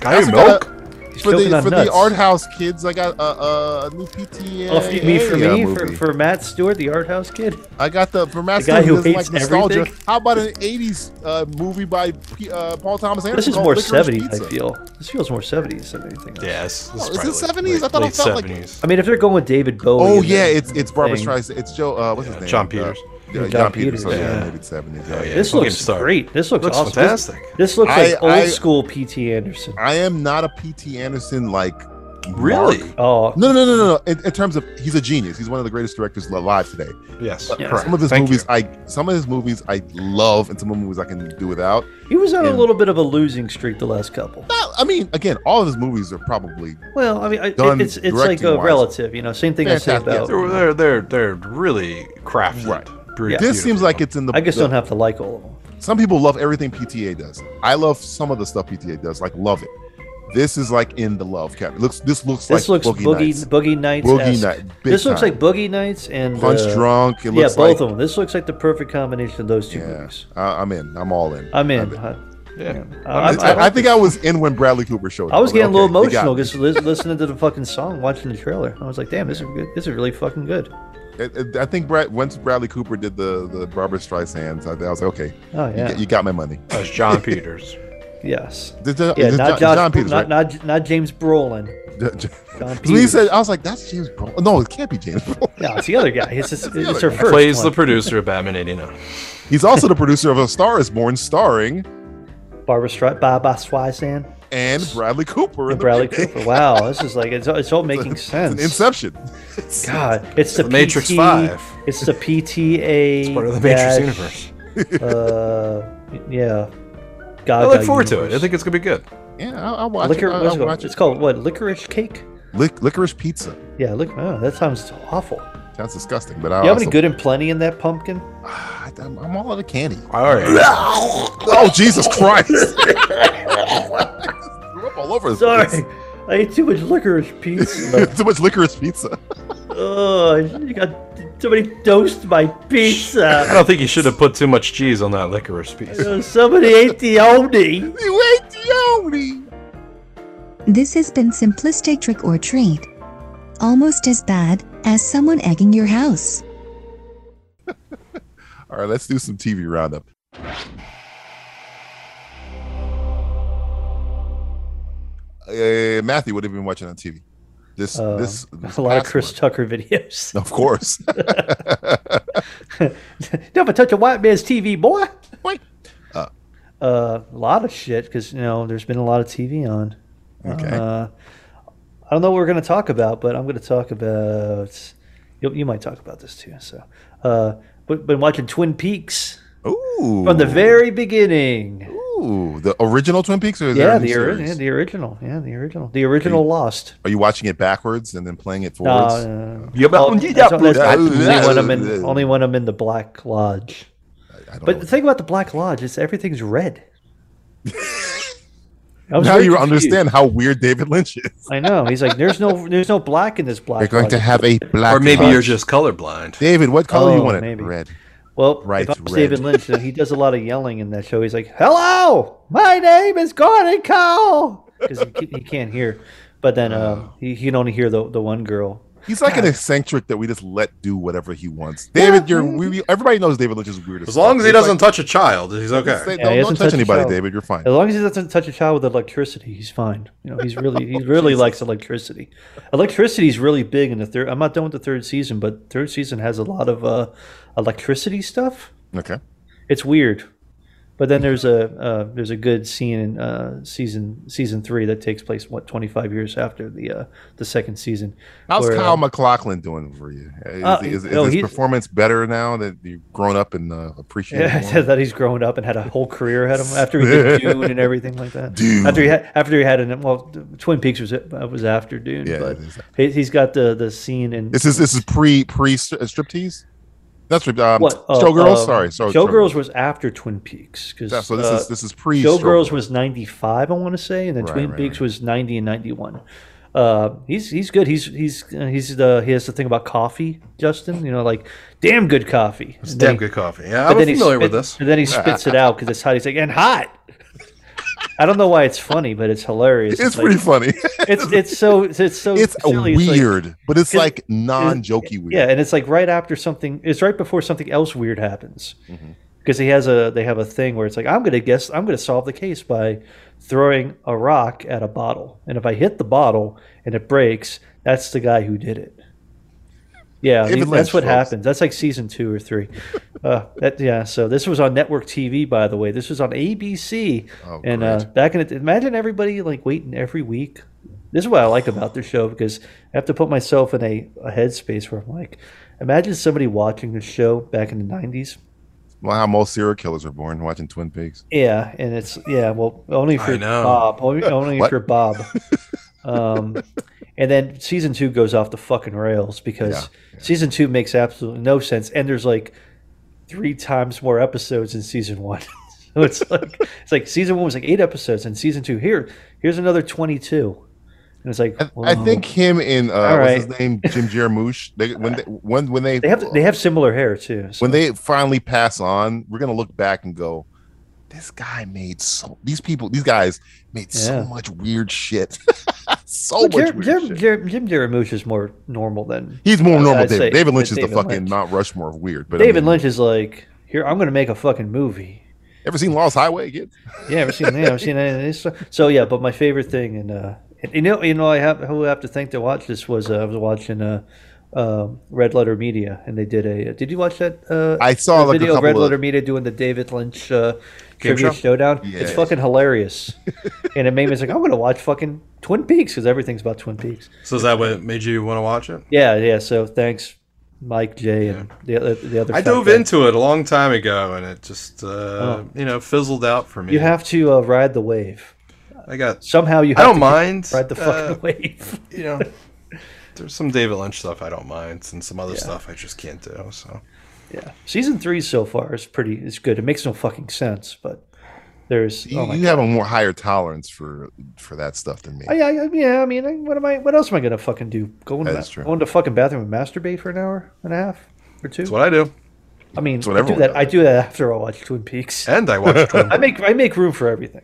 K: Got
B: I
K: your
B: also
K: milk?
B: got a-
C: He's
B: for the
C: choking on
B: for
C: nuts.
B: the art house kids, I got a, a, a new PTA.
C: Oh, for me for
B: Yeah,
C: me for,
B: movie.
C: for Matt Stewart, the art house kid.
B: I got the for Matt
C: The guy
B: Stewart
C: who
B: doesn't
C: hates
B: like nostalgia.
C: everything?
B: How about an '80s uh, movie by P, uh, Paul Thomas Anderson?
C: This is
B: called
C: more
B: Licorice
C: '70s.
B: Pizza?
C: I feel this feels more '70s than anything. Else.
K: Yes.
B: Oh, is it '70s? I thought it felt like.
C: I mean, if they're going with David Bowie.
B: Oh
C: and
B: yeah,
C: then-
B: it's it's Barbara
C: thing.
B: Streisand. It's Joe. Uh, what's his
K: Yeah,
B: name?
K: John
B: Uh,
K: Peters.
B: yeah,
C: John
B: John, Peters.
C: Peters,
B: so yeah,
C: yeah.
B: maybe it's '70s. yeah, yeah.
C: This
K: Fucking
C: looks
K: star.
C: great. This looks,
K: Looks
C: awesome. This-
K: fantastic.
C: This, looks
B: I-
C: like old
B: I-
C: school P.T. Anderson.
B: I am not a P.T. Anderson like.
K: Really?
B: mark.
C: Oh,
B: No, no, no, no, no. In, in terms of, he's a genius. He's one of the greatest directors alive today.
K: Yes.
C: Yes.
K: Correct.
B: Some of his
K: Thank
B: movies,
K: you.
B: I some of his movies I love, and some of the movies I can do without.
C: he was on a
B: Yeah.
C: little bit of a losing streak the last couple.
B: Not- I mean, again, all of his movies are probably
C: Well, I mean, I,
B: Done
C: it's it's like a
B: directing-wise.
C: relative, you know. Same thing
B: Fantastic,
C: I
B: yeah.
C: say about.
K: They're they're they're, they're really crafted.
B: Right.
K: Pretty
C: Yeah.
B: This seems
K: beautiful.
B: like it's in the.
C: I just
B: the-
C: don't have to like all of them.
B: Some people love everything PTA does. I love some of the stuff PTA does. Like love it. This is like in the love category. Looks. This looks
C: This
B: like
C: looks boogie
B: Nights.
C: boogie nights.
B: Boogie Night, big
C: This looks
B: time.
C: like boogie nights and
B: Punch
C: uh,
B: Drunk, it
C: yeah,
B: looks
C: both
B: like-
C: of them. This looks like the perfect combination of those two
B: Yeah,
C: movies.
B: I, I'm in. I'm all in.
C: I'm in.
B: in.
C: huh?
K: Yeah.
C: I,
B: I,
C: I- I-
B: I think I was in when Bradley Cooper showed up.
C: I was
B: like,
C: getting a little
B: Oh, okay, they got
C: emotional
B: me.
C: just lis- listening to the fucking song, watching the trailer. I was like, damn, this is good. This is really fucking good.
B: It- it- I think Brad, once Bradley Cooper did the the Barbara Streisand, I, I was like, okay,
C: Oh
B: you
C: yeah.
B: got- you got my money.
K: That was John Peters.
C: *laughs* yes.
B: This- this-
C: Yeah,
B: this
C: not
B: John,
C: Josh,
B: John Peters,
C: not,
B: right?
C: not not James Brolin.
B: *laughs*
C: John
B: John Peters.
C: Peters.
B: said, I was like, that's James Brolin. No, it can't be James Brolin.
C: No, *laughs* it's the other guy. It's, it's,
B: the
C: it's her
B: other
C: first.
K: Plays
C: one.
K: the producer of Batman '89.
B: *laughs* He's also the producer of A Star Is Born, starring
C: Barbara Streisand, Baba Streisand,
B: and Bradley Cooper. in
C: and
B: the
C: Bradley
B: remake.
C: Cooper. Wow, this is like it's, all- it's all making sense.
B: It's an Inception.
C: God, it's the,
K: The Matrix
C: PT,
K: 5.
C: It's the PTA. It's
K: Part of the Matrix universe.
B: *laughs*
C: Uh, yeah. God,
K: I look forward to it. I think it's gonna be good.
B: Yeah, I'll, I'll watch
C: Liquor,
B: it. I'll,
C: what's
B: I'll
C: it called?
B: watch
C: It's
B: it.
C: called what? Licorice cake?
B: Lic- Licorice Pizza.
C: Yeah, look. Oh, that sounds awful.
B: Sounds disgusting, but I
C: you have
B: also,
C: any good and plenty in that pumpkin?
B: I, I'm, I'm all out of candy.
K: All right.
B: *laughs* Oh Jesus
K: *laughs*
B: Christ! Threw up all over the place.
C: Sorry, I ate too much licorice pizza.
B: *laughs* Too much licorice pizza.
C: oh, you got somebody dosed
B: *laughs*
C: my
K: I
C: pizza.
K: don't think you should have put too much cheese on that licorice piece.
C: Oh, somebody
B: *laughs*
C: ate the oldie.
B: You ain't the only.
H: This has been simplistic trick or treat. Almost as bad as someone egging your house.
B: All right, let's do some TV roundup. Uh, Matthew, what have you been watching on TV? This,
C: Uh,
B: this, *laughs* this
C: a lot of
B: past
C: Chris Tucker videos.
B: one. *laughs* Of
C: *laughs*
B: course.
C: Never touch a white man's TV, boy.
B: Wait. Uh.
C: Uh, a lot of shit because you know there's been a lot of TV on.
B: Okay.
C: Uh, I don't know what we're gonna talk about, but I'm gonna talk about. You, you might talk about this too. So, uh, but been watching Twin Peaks
B: Ooh.
C: from the very beginning.
B: Ooh, the original Twin Peaks, or is there
C: yeah,
B: a new
C: the ori-
B: series?
C: yeah, the original. Yeah, the original. The original uh, Lost.
B: Are you watching it backwards and then playing it
C: No,
B: forwards?
C: no, no.
K: Yeah, but-
C: Oh, that's- that's only when I'm in.
B: Yeah.
C: Only when I'm in the Black Lodge.
B: I don't
C: But
B: know.
C: the thing about the Black Lodge is everything's red. I was
B: now
C: very
B: you
C: confused.
B: understand how weird David Lynch is.
C: I know. He's like, there's no, there's no black in this Black.
B: They're going
C: Lodge."
B: to have a black.
K: Or maybe
B: Lodge.
K: you're just colorblind.
B: David. What color
C: Oh,
B: you want it?
C: maybe.
B: Red.
C: Well,
B: Right,
C: if I'm
B: red.
C: David Lynch, you know, he does a lot of yelling in that show. He's like, "Hello, my name is Gordon Cole," because he, ca- he can't hear. But then um, he he can only hear the the one girl.
B: Oh. He's like an eccentric that we just let do whatever he wants. David, you're we, we- everybody knows David Lynch is weird.
G: As long as he doesn't touch a child, he's okay.
B: Say,
C: Yeah,
B: don't
C: he
B: don't
C: doesn't
B: touch
C: a
B: anybody,
C: child.
B: David. You're fine.
C: As long as he doesn't touch a child with electricity, he's fine. You know, he's really he
B: *laughs*
C: really likes electricity. Electricity is really big in the third. I'm not done with the third season, but third season has a lot of uh, electricity stuff.
B: Okay.
C: It's weird, but then there's a uh, there's a good scene in uh, season season three that takes place what 25 years after the uh, the second season.
B: How's
C: where,
B: Kyle
C: um,
B: McLaughlin doing for you? Is,
C: Uh,
B: is, is
C: oh,
B: his
C: he-
B: performance better now that you've grown up and uh, appreciate
C: Yeah, *laughs*
B: it?
C: it says that he's grown up and had a whole career ahead of him after
B: *laughs*
C: he did Dune and everything like that.
B: Dune.
C: After he had, after he had an well, Twin Peaks was was after Dune,
B: Yeah,
C: but
B: it is.
C: he, he's got the the scene in
B: This is this is pre pre stri- uh, striptease. That's strip- um,
C: what uh,
B: showgirls.
C: um,
B: sorry, sorry.
C: Showgirls was after Twin Peaks because
B: Yeah, so this is- this is pre-
C: Showgirls
B: Showgirls.
C: was ninety five, I want to say, and then
B: Right,
C: Twin
B: right,
C: Peaks was ninety and ninety one. Uh, he's he's good. He's he's uh, he's the he has the thing about coffee, Justin. You know, like damn good coffee.
K: It's
C: And then
K: damn
C: he-
K: good coffee.
C: but
K: Yeah, I'm
C: then he
K: familiar with
C: spit-
K: this.
C: And then he spits it out because it's hot. He's like, and hot. *laughs* I don't know why it's funny, but it's hilarious.
B: It's
C: like-
B: pretty funny.
C: *laughs* It's it's so it's so
B: It's
C: silly. like-
B: weird, but it's
C: it-
B: like non-jokey weird.
C: Yeah, and it's like right after something. It's right before something else weird happens.
B: Mm-hmm. *laughs*
C: Because he has a, they have a thing where it's like I'm going to guess, I'm going to solve the case by throwing a rock at a bottle, and if I hit the bottle and it breaks, that's the guy who did it. Yeah,
B: David
C: he- that's
B: Lynch,
C: what
B: folks.
C: happens. That's like season two or three. Uh, that, yeah, so this was on network TV, by the way. This was on ABC,
B: Oh,
C: and uh, back in the imagine everybody like waiting every week. This is what I like about this show because I have to put myself in a, a headspace where I'm like, imagine somebody watching this show back in the '90s.
B: Well, how most serial killers are born watching Twin Peaks.
C: Yeah, and it's yeah. Well, only
K: I
C: for
K: know.
C: Bob. Only, only
B: What?
C: for Bob. Um, and then season two goes off the fucking rails because season two makes absolutely no sense, and there's like three times more episodes in season one. so it's like it's like season one was like eight episodes, and season two here here's another twenty two, and it's like
B: I think him and uh,
C: All
B: what's his
C: right.
B: name, Jim Jarmusch. They, when they, when when they
C: they have they have similar hair too. so-
B: when they finally pass on, we're gonna look back and go, "This guy made so these people, these guys made so
C: Yeah.
B: much weird shit, *laughs* so
C: Well,
B: much
C: Jer-
B: weird
C: Jer-
B: shit."
C: Jer- Jim Jarmusch is more normal than
B: He's more
C: I'd
B: normal.
C: say,
B: David, David Lynch is
C: than
B: the
C: David
B: fucking
C: Lynch.
B: Mount Rushmore of weird. But
C: David
B: I mean,
C: Lynch is like, here I'm going to make a fucking movie.
B: ever seen Lost Highway again?
C: Yeah, I've seen that. I've seen any of this. stuff. So yeah, but my favorite thing, and uh, and you know, you know, I have who I have to thank to watch this was uh, I was watching uh, um Red Letter Media, and they did a. Did you watch that? Uh,
B: I saw,
C: the
B: like, a
C: video of Red
B: couple of-
C: Letter Media doing the David Lynch uh, trivia
K: show?
C: showdown. *laughs* It's
B: Yeah. *laughs*
C: fucking hilarious, and it made me it's like I'm going to watch fucking Twin Peaks because everything's about Twin Peaks.
K: So is that what made you want to watch it?
C: Yeah, yeah. So thanks, Mike J, and the other the other.
K: I
C: fat
K: dove
C: guy.
K: into it a long time ago, and it just uh, you know fizzled out for me.
C: Oh. You have to uh, ride the wave.
K: I got
C: Somehow you.
K: I
C: have
K: don't
C: to
K: mind.
C: Ride the fucking *laughs*
K: Uh,
C: wave.
K: you know. There's some David Lynch stuff I don't mind, and some other stuff I just can't do. So
C: Yeah, season three so far is pretty. It's good. It makes no fucking sense, but there's.
B: You,
C: oh my
B: you have a more higher tolerance for for that stuff than me.
C: I, I, I- yeah, I mean, I, what am I? What else am I gonna fucking do? Go in the,
B: That's true.
C: go in the fucking bathroom and masturbate for an hour and a half or two?
K: that's what I do,
C: I mean,
B: what
C: I do
B: everyone
C: that.
B: does.
C: I do that after I watch Twin Peaks.
K: and I watch. Twin
C: *laughs* I make I make room for everything.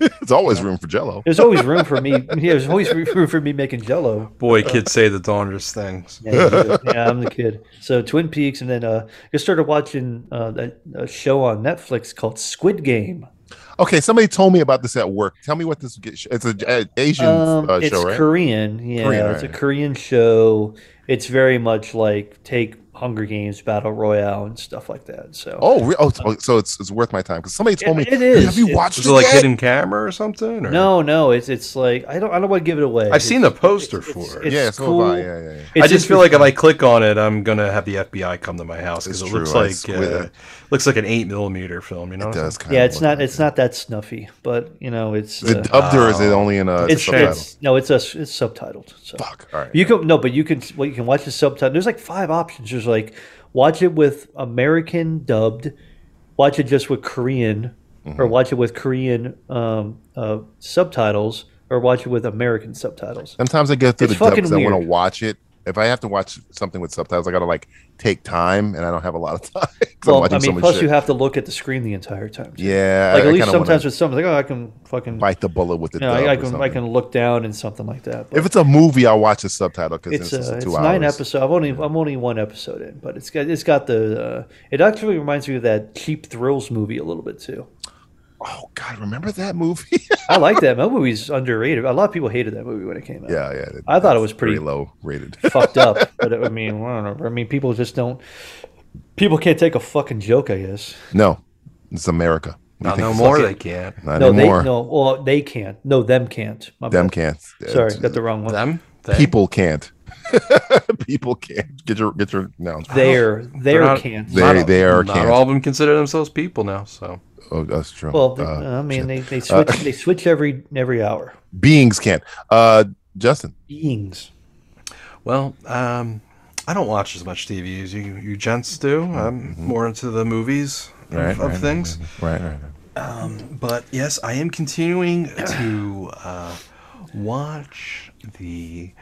B: There's always room for Jello.
C: There's always room for me. *laughs* Yeah, there's always room for me making Jello.
K: Boy, kids say the darndest things.
C: *laughs* Yeah, you do. yeah, I'm the kid. So Twin Peaks, and then uh, I started watching uh, that a show on Netflix called Squid Game.
B: Okay, somebody told me about this at work. Tell me what this. get- It's a uh, Asian
C: Um,
B: uh,
C: it's
B: show, right?
C: Korean. Yeah,
B: Korean,
C: it's a
B: right.
C: Korean show. It's very much like take Hunger Games, Battle Royale, and stuff like that. So
B: Oh, re- oh, oh, so it's it's worth my time because somebody told
C: It-
B: me
C: it is.
B: Have you
C: It-
B: watched
K: Is it like
B: yet?"
K: hidden camera or something?
B: Oh,
K: Or?
C: no, no, it's it's like I don't I don't want to give it away.
K: I've seen the poster for it.
C: it's
B: Yeah, so have I.
C: cool.
B: Yeah, yeah, yeah.
K: I
C: It's
K: just feel like if I click on it, I'm gonna have the FBI come to my house because
B: It's
K: it
B: true,
K: looks
B: I
K: like
B: swear
K: uh,
B: that.
K: looks like an eight millimeter film. You know,
B: It does. Kind
C: yeah, it's not it's not that snuffy, but you know it's
B: Is it
C: uh,
B: dubbed or is it only in a
C: it's,
B: subtitle?
C: it's no, it's us it's subtitled. So.
B: Fuck. All right.
C: You can no, but you can well, you can watch the subtitle. There's like five options. There's like watch it with American dubbed, watch it just with Korean,
B: Mm-hmm.
C: or watch it with Korean um, uh, subtitles, or watch it with American subtitles.
B: Sometimes I get through
C: It's
B: the dub
C: fucking
B: because I want to
C: weird.
B: watch it if I have to watch something with subtitles, I gotta like take time, and I don't have a lot of *laughs* time. 'cause I'm
C: Well,
B: watching
C: I
B: so
C: mean,
B: much
C: plus
B: shit.
C: you have to look at the screen the entire time. too.
B: Yeah,
C: like
B: I-
C: at
B: I
C: least
B: kinda wanna
C: sometimes with something, like, oh, I can fucking
B: bite the bullet with the.
C: you know, I,
B: dub
C: I
B: or
C: can I
B: something.
C: can look down and something like that. But
B: if it's a movie, I'll watch the subtitle because
C: it's,
B: it's, just
C: uh, it's
B: two
C: nine
B: hours.
C: episodes. I've only I'm only one episode in, but it's got it's got the. Uh, it actually reminds me of that cheap thrills movie a little bit too.
B: Oh God, remember that movie? *laughs*
C: I like that. That movie's underrated. A lot of people hated that movie when it came out.
B: Yeah, yeah.
C: I thought it was
B: *laughs*
C: pretty,
B: low rated,
C: fucked up. But I mean, I don't know. I mean, people just don't. People can't take a fucking joke, I guess.
B: No, it's America. We
K: Not
B: think
K: no
B: it's
K: more.
B: okay.
K: They can't.
B: Not
C: no,
B: anymore.
C: they no. Well, they can't. No, them can't. My
B: Them
C: bad.
B: can't.
C: Sorry, got the wrong one.
K: Them.
B: People can't. *laughs* People can't get your get your nouns.
C: They're
K: They're
C: they're
K: not-
C: can't.
B: They they are
K: Not
B: can't.
K: all of them consider themselves people now. So
B: oh, that's true.
C: Well, they,
B: Uh,
C: I mean, they, they
B: Uh,
C: switch. they switch every every hour.
B: *laughs* beings can't. Uh, Justin.
C: Beings.
K: Well, um, I don't watch as much TV as you, you gents do. I'm more into the movies of,
B: Mm-hmm. Right,
K: of
B: right,
K: things.
B: Right, right.
K: Um, but yes, I am
C: *coughs*
K: continuing to uh, watch the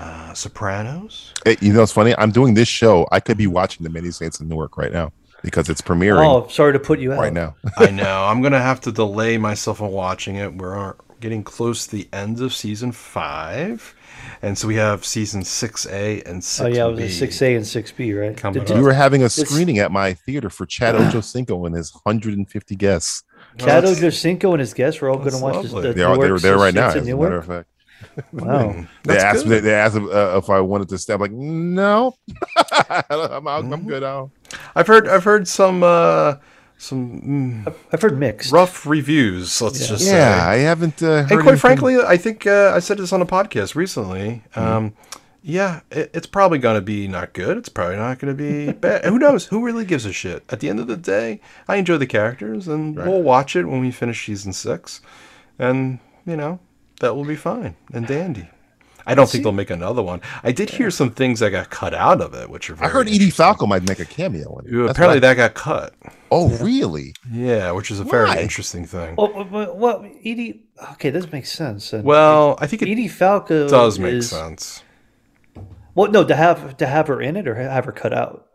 K: uh, Sopranos.
B: Hey, you know, it's funny. I'm doing this show. I could be watching The Many Saints in Newark right now because it's premiering.
C: Oh, sorry to put you out.
B: Right now.
K: *laughs* I know. I'm gonna have to delay myself on watching it. We're getting close to the end of season five, and so we have season six A and
C: Oh
K: six.
C: yeah, it was a six A and six B, right?
K: Coming
C: Did-
K: up.
B: We were having a
C: It's-
B: screening at my theater for
C: *clears throat*
B: Chad Ochocinco and his 150 guests.
C: Chad Ojocinco and his guests were all going to
K: that's
C: watch this.
K: lovely.
C: The,
B: They are, they were
C: Newark
B: there right
C: Six
B: now,
C: Cents
B: as
C: in
B: a matter
C: Newark?
B: of fact.
C: *laughs* Wow.
B: They
K: Hmm. That's
B: asked,
K: good.
B: me, they asked uh, if I wanted to stay. I'm like, no, *laughs* I'm, out, I'm good out.
K: I've heard. I've heard some. Uh, some mm,
C: I've heard mixed.
K: rough reviews. Let's just say.
B: Yeah, I haven't uh, heard
K: and
B: anything.
K: quite frankly, I think uh, I said this on a podcast recently.
B: Mm-hmm.
K: Um, yeah, it, it's probably going to be not good. It's probably not going to
B: *laughs*
K: be bad. Who knows? Who really gives a shit? At the end of the day, I enjoy the characters, and we'll watch it when we finish season six, and you know that will be fine and dandy. I don't think they'll make another one. I did hear some things that got cut out of it, which are
B: I
K: very
B: heard Edie Falco might make a cameo in it. That's
K: apparently
B: what I-
K: that got cut.
B: Oh, really?
K: Yeah, which is a very
B: Why?
K: interesting thing.
C: Well, well, well, well, Edie. Oh, Okay, this makes sense. then.
K: Well, I think it
C: Edie Falco
K: does make
C: is-
K: sense.
C: Well, no, to have to have her in it or have her cut out.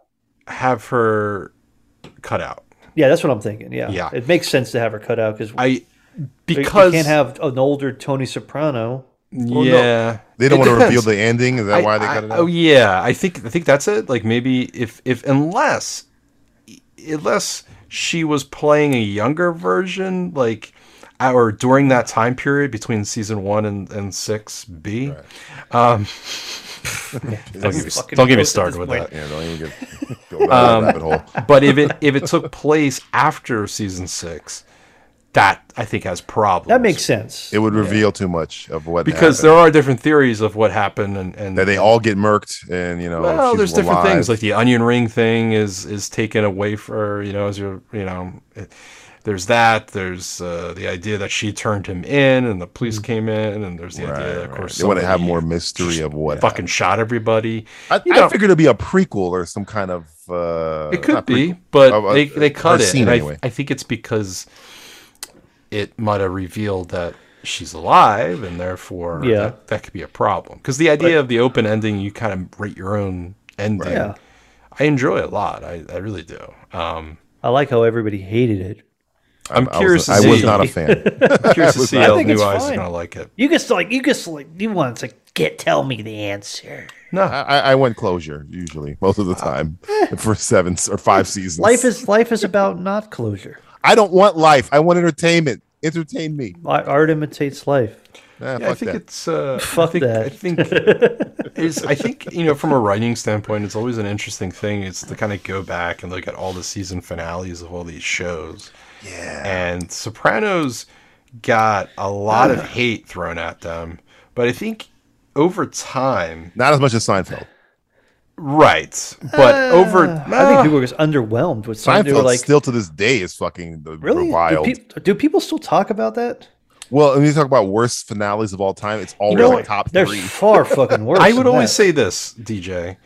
K: Have her cut out.
C: Yeah, that's what I'm thinking. Yeah,
K: Yeah.
C: it makes sense to have her cut out because
K: I
C: you
K: because
C: can't have an older Tony Soprano.
B: no.
K: yeah
B: They don't
K: It
B: want to reveal
K: depends.
B: the ending. Is that
K: I-
B: why they
K: I-
B: got it out?
K: Oh yeah, I think I think that's it. Like maybe if if unless unless she was playing a younger version, like uh, or during that time period between season one and and six B. Um, *laughs* don't get me,
C: fucking
K: don't get me
C: gross at
K: started
C: this
K: with
C: point.
K: that.
B: Yeah, don't even get, go down that rabbit hole.
K: Um, but if it if it took place after season six, that I think has problems.
C: That makes sense.
B: It would reveal too much of what
K: because
B: happened.
K: there are different theories of what happened and and
B: that they all get murked and you know
K: Well,
B: she's
K: there's different
B: alive.
K: things like the onion ring thing is is taken away for you know as you're you know it, there's that there's uh, the idea that she turned him in and the police came in and there's the idea that of course
B: Mm. they want to have
K: somebody
B: more mystery of what
K: fucking shot everybody.
B: happened.
K: you
B: I, I
K: know.
B: figured it'd be a prequel or some kind of uh
K: it could
B: not
K: be,
B: prequel,
K: but
B: of a-
K: they they
B: or
K: cut it.
B: scene
K: and I,
B: anyway.
K: I think it's because it might have revealed that she's alive and therefore
C: Yeah.
K: that, that could be a problem because the idea of the open ending you kind of rate your own ending
C: Yeah.
K: i enjoy it a lot i, I really do um,
C: I like how everybody hated it.
K: i'm
B: I
K: curious
B: was,
K: to
B: I
K: see
B: was not a fan.
K: *laughs*
B: *laughs*
K: I'm curious to see
C: not- I
K: how
C: think
K: new
C: it's
K: eyes is
C: fine.
K: gonna like it
C: You just like you just like you want to get tell me the answer.
B: I, I I went closure usually *laughs* most
K: Uh,
B: of the time
K: eh.
B: for seven s- or five seasons.
C: Life is life is about not closure.
B: I don't want life. I want entertainment. Entertain me.
C: Li- Art imitates life.
B: *laughs*
K: Yeah,
B: Nah,
K: I
B: fuck
K: think
B: that.
K: it's. Uh,
C: Fuck
K: I think,
C: that.
K: I think it's. I think you know, from a writing standpoint, it's always an interesting thing. It's to kind of go back and look at all the season finales of all these shows. Yeah. And Sopranos got a lot *sighs* of hate thrown at them, but I think over time,
B: not as much as Seinfeld.
K: right? But over,
C: I
K: uh,
C: think people were just underwhelmed with some. They were
B: Seinfeld
C: like,
B: still to this day is fucking the
C: really? Do,
B: wild.
C: peop- do people still talk about that?
B: well, when you talk about worst finales of all time, it's always like top
C: There's
B: three.
K: *laughs*
B: *laughs*
C: far fucking worse.
K: I
C: than
K: would always
C: that.
K: say this, DJ.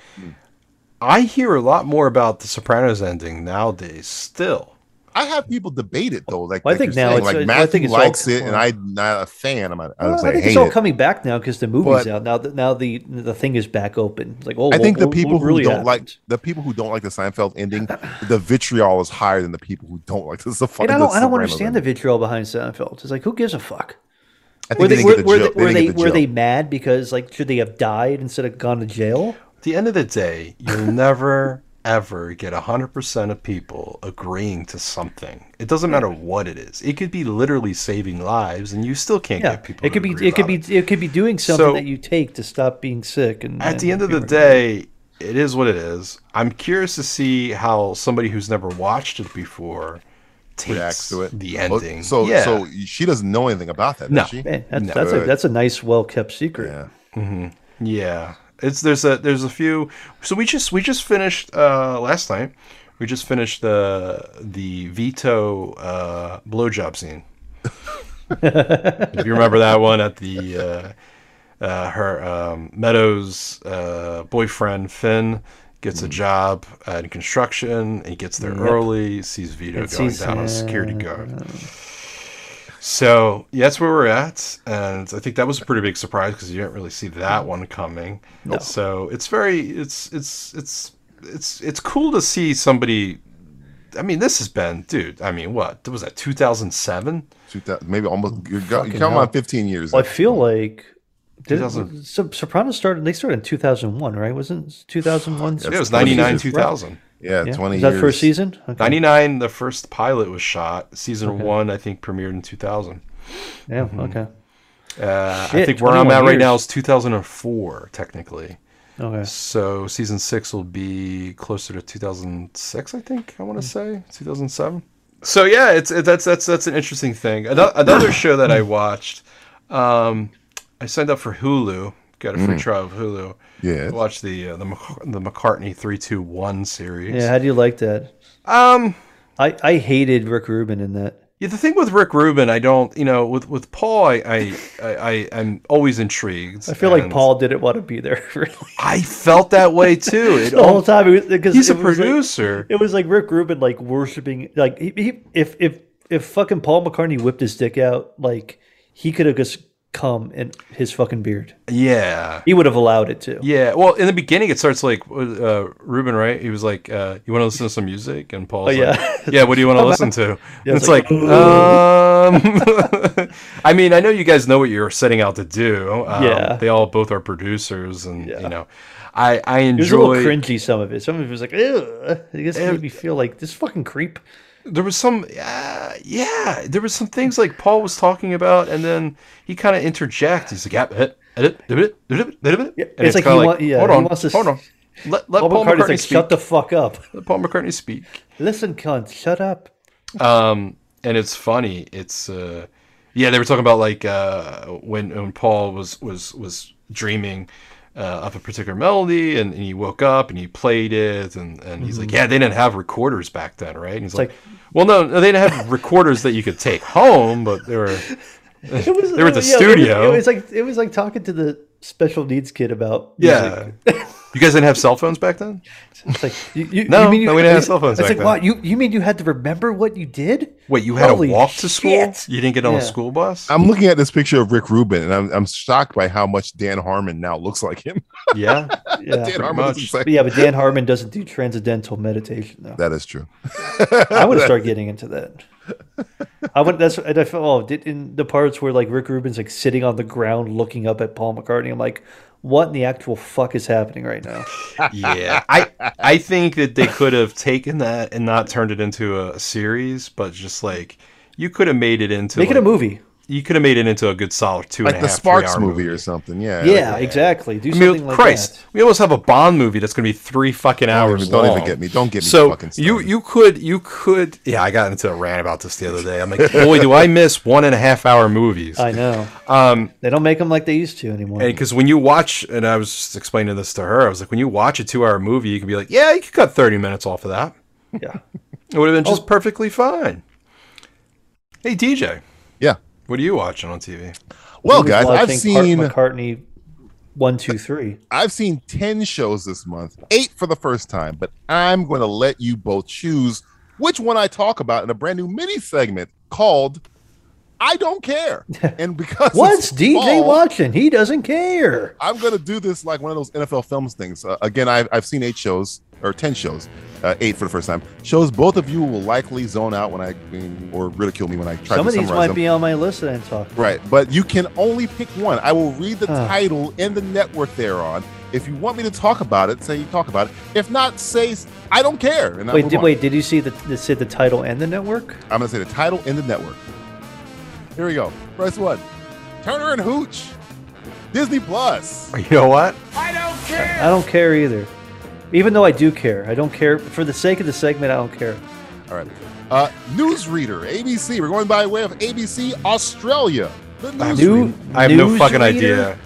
K: I hear a lot more about the Sopranos ending nowadays still
B: I have people debate it though. Like,
C: Well, I
B: like
C: think
B: you're
C: now
B: saying,
C: it's-
B: like
C: I
B: Matthew
C: think it's all
B: likes it, and
C: cool.
B: I'm not a fan. I'm not, I, was
C: Well, I
B: like,
C: think
B: hate
C: it's all
B: it.
C: coming back now because the movie's
B: But-
C: out now. That now the the thing is back open. It's like oh,
B: I think
C: what-
B: the
C: what-
B: people
C: what
B: who
C: really
B: don't
C: happened?
B: like the people who don't like the Seinfeld ending, the vitriol is higher than the people who don't like this. The fucking
C: And I don't, I don't understand the vitriol behind Seinfeld. It's like who gives a fuck?
B: I think
C: were
B: they
C: they,
B: didn't get the
C: were, were
B: joke-
C: they-
B: they didn't
C: were they
B: get the
C: were they
B: joke.
C: mad because like should they have died instead of gone to jail?
K: At the end of the day, you'll *laughs* never ever get 100% of people agreeing to something. It doesn't matter what it is. It could be literally saving lives and you still can't
C: Yeah,
K: get people
C: it could be it could be it could be doing something
K: So-
C: that you take to stop being sick. And
K: At the end
C: and
K: of the
C: people-
K: day, it is what it is. I'm curious to see how somebody who's never watched it before takes
B: Reacts to it.
K: the
B: Well,
K: ending.
B: Oh, So,
K: Yeah.
B: so she doesn't know anything about that.
K: No.
B: does she?
K: Man,
C: that's, that's a that's a nice well kept secret.
K: hmm Yeah, it's there's a there's a few. So we just we just finished uh, last night. We just finished the the veto uh, blowjob scene. if you remember that one at the uh, uh, her um, Meadows uh, boyfriend Finn gets a job uh, in construction. He gets there
C: Mm. Yep.
K: early. Sees Vito
C: And
K: going
C: sees-
K: down on a security
C: yeah.
K: guard. So yeah, that's where we're at, and I think that was a pretty big surprise because you didn't really see that one coming.
C: Mm. No.
K: So it's very it's it's it's it's it's cool to see somebody. I mean, this has been, dude. I mean, what was that? Two thousand seven?
B: Two thousand, maybe almost. You're, go-
K: Fucking
B: you're coming
K: hell.
B: on fifteen years.
C: Well, I feel like did
K: 2000.
C: it, so, Sopranos started. They started in two thousand one, right? Wasn't two thousand one?
K: Yeah, it was ninety nine two thousand.
B: Yeah, twenty.
C: Is that
B: years.
C: first season?
K: Ninety nine. The first pilot was shot. Season
C: Okay.
K: one, I think, premiered in two thousand.
C: Yeah. Okay.
K: Uh, I
C: Shit,
K: think where I'm
C: 21
K: at right
C: years.
K: now is 2004, technically.
C: Okay.
K: So season six will be closer to 2006, I think. I want
C: Hmm.
K: to say 2007. So yeah, it's it, that's that's that's an interesting thing. *coughs* Another, another show that I watched. Um, I signed up for Hulu. Got a free
B: Mm.
K: trial of Hulu.
B: Yes.
K: Watched the uh, the McC- the McCartney three two one series.
C: Yeah. How do you like that?
K: Um,
C: I I hated Rick Rubin in that.
K: Yeah, the thing with Rick Rubin, I don't, you know, with with Paul, I I I, I am always intrigued.
C: I feel like
K: and
C: Paul didn't want to be there. *laughs* Really.
K: I felt that way too. It
C: *laughs* the whole
K: all,
C: time it was- because
K: he's a
C: it was like-
K: producer.
C: it was like Rick Rubin like worshiping like he, he if if if fucking Paul McCartney whipped his dick out like he could have just come in his fucking beard.
K: yeah,
C: He would have allowed it to.
K: yeah. Well, in the beginning, it starts like uh, Rubin, right? He was like, uh, "You want to listen to some music?" And Paul's
C: Oh, yeah.
K: like, "Yeah, what do you
C: *laughs*
K: want to
C: I'm
K: listen
C: out.
K: to?"
C: Yeah,
K: and
C: it's
K: it's
C: like,
K: like,
C: "Ooh."
K: um, *laughs* I mean, I know you guys know what you're setting out to do. Um,
C: Yeah.
K: they all both are producers, and you know, I I enjoy.
C: It was a little cringy. Some of it. Some of it was like, Ew. it just made me feel like this fucking creep.
K: there was some uh, yeah there was some things like paul was talking about and then he kind of interjects he's like yeah, eh, eh, eh, eh, eh, eh, eh, eh, eh," and
C: it's like
K: kinda
C: he wa- yeah,
K: hold
C: he
K: on
C: wants to s-
K: hold on let, let
C: Paul,
K: paul,
C: McCartney's
K: mccartney
C: like,
K: speak
C: shut the fuck up.
K: let paul mccartney speak
C: *laughs* Listen, cunt,
K: *laughs*
C: shut up.
K: um and it's funny it's uh yeah they were talking about like uh when when paul was was was dreaming uh, of a particular melody and, and he woke up and he played it and and he's like
C: Mhm.
K: yeah they didn't have recorders back then right and he's
C: It's
K: like,
C: like-
K: well no no, they didn't have recorders that you could take home but they were
C: *laughs* It was, uh,
K: they were at the
C: yeah, it was-
K: studio
C: It was, like it was like talking to the special needs kid about
K: yeah you guys didn't have cell phones back then
C: *laughs* It's like you, you,
K: no
C: you mean you,
K: no we didn't have cell phones
C: It's
K: back
C: like,
K: then
C: wow, you, you mean you had to remember what you did?
K: wait you had
C: Holy
K: to walk to school
C: shit.
K: you didn't get on
C: Yeah.
K: a school bus
B: I'm looking at this picture of Rick Rubin, and I'm, I'm shocked by how much Dan Harmon now looks like him. *laughs*
K: yeah
C: Yeah.
B: Dan Harmon
K: much.
B: looks
C: But
B: like
C: yeah, but Dan Harmon doesn't do
B: *laughs*
C: transcendental meditation though.
B: that is true.
C: I
B: *laughs*
C: want to start getting into that. I went. That's and I felt. Oh, did, in the parts where like Rick Rubin's like sitting on the ground looking up at Paul McCartney, I'm like, what in the actual fuck is happening right now?
K: yeah, *laughs* I I think that they could have taken that and not turned it into a series, but just like you could have made it into
C: Make it a
K: like-
C: movie.
K: You could have made it into a good solid two and
B: Like
K: a
B: the
K: half, three
B: Sparks
K: hour
B: movie, or something. Yeah.
C: yeah, exactly. Do
K: I
C: something
K: mean,
C: like
K: Christ, we almost have a Bond movie that's going to be three fucking hours.
B: even- don't even
K: long.
B: get me- don't get me
K: So
B: fucking
K: you you could you could yeah. I got into a rant about this the other day. I'm like, boy, do I miss one and a half hour movies.
C: that. *laughs* I know
K: Um,
C: they don't make them like they used to
B: *laughs*
C: anymore.
K: because when you watch, and I was just explaining this to her, I was like, when you watch a two hour movie, you can be like, yeah, you could cut 30 minutes off of that.
C: Yeah. Oh,
K: It would have been just perfectly fine. Hey, DJ,
B: Yeah.
K: what are you watching on TV?
B: Well,
C: He was
B: guys, I've
C: watching
B: seen
C: Cart- McCartney one, two, three.
B: I've seen 10 shows this month, eight for the first time, but I'm going to let you both choose which one I talk about in a brand new mini segment called I Don't
C: *laughs*
B: Care. And because it's
C: What's DJ
B: small,
C: watching? He doesn't care.
B: I'm gonna do this like one of those NFL films things. Uh, again, I've, I've seen eight shows or ten shows, uh, eight for the first time. Shows both of you will likely zone out when I or ridicule me when I try
C: Some
B: to
C: of these
B: summarize
C: might
B: them.
C: be on my list and talk.
B: Right, but you can only pick one. I will read the
C: Huh.
B: title and the network thereon. If you want me to talk about it, say you talk about it. If not, say s- I don't care. And I
C: Wait,
B: move
C: did,
B: on.
C: wait, did you see the, it said the title and the network?
B: I'm gonna say the title and the network. Here we go. First one: Turner and Hooch, Disney Plus.
K: You know what?
C: I don't care either. Even though I do care, I don't care for the sake of the segment. I don't care.
B: All right. Uh, Newsreader, ABC. We're going by way of ABC Australia. The
K: I
B: newsreader.
K: have, I have no fucking idea.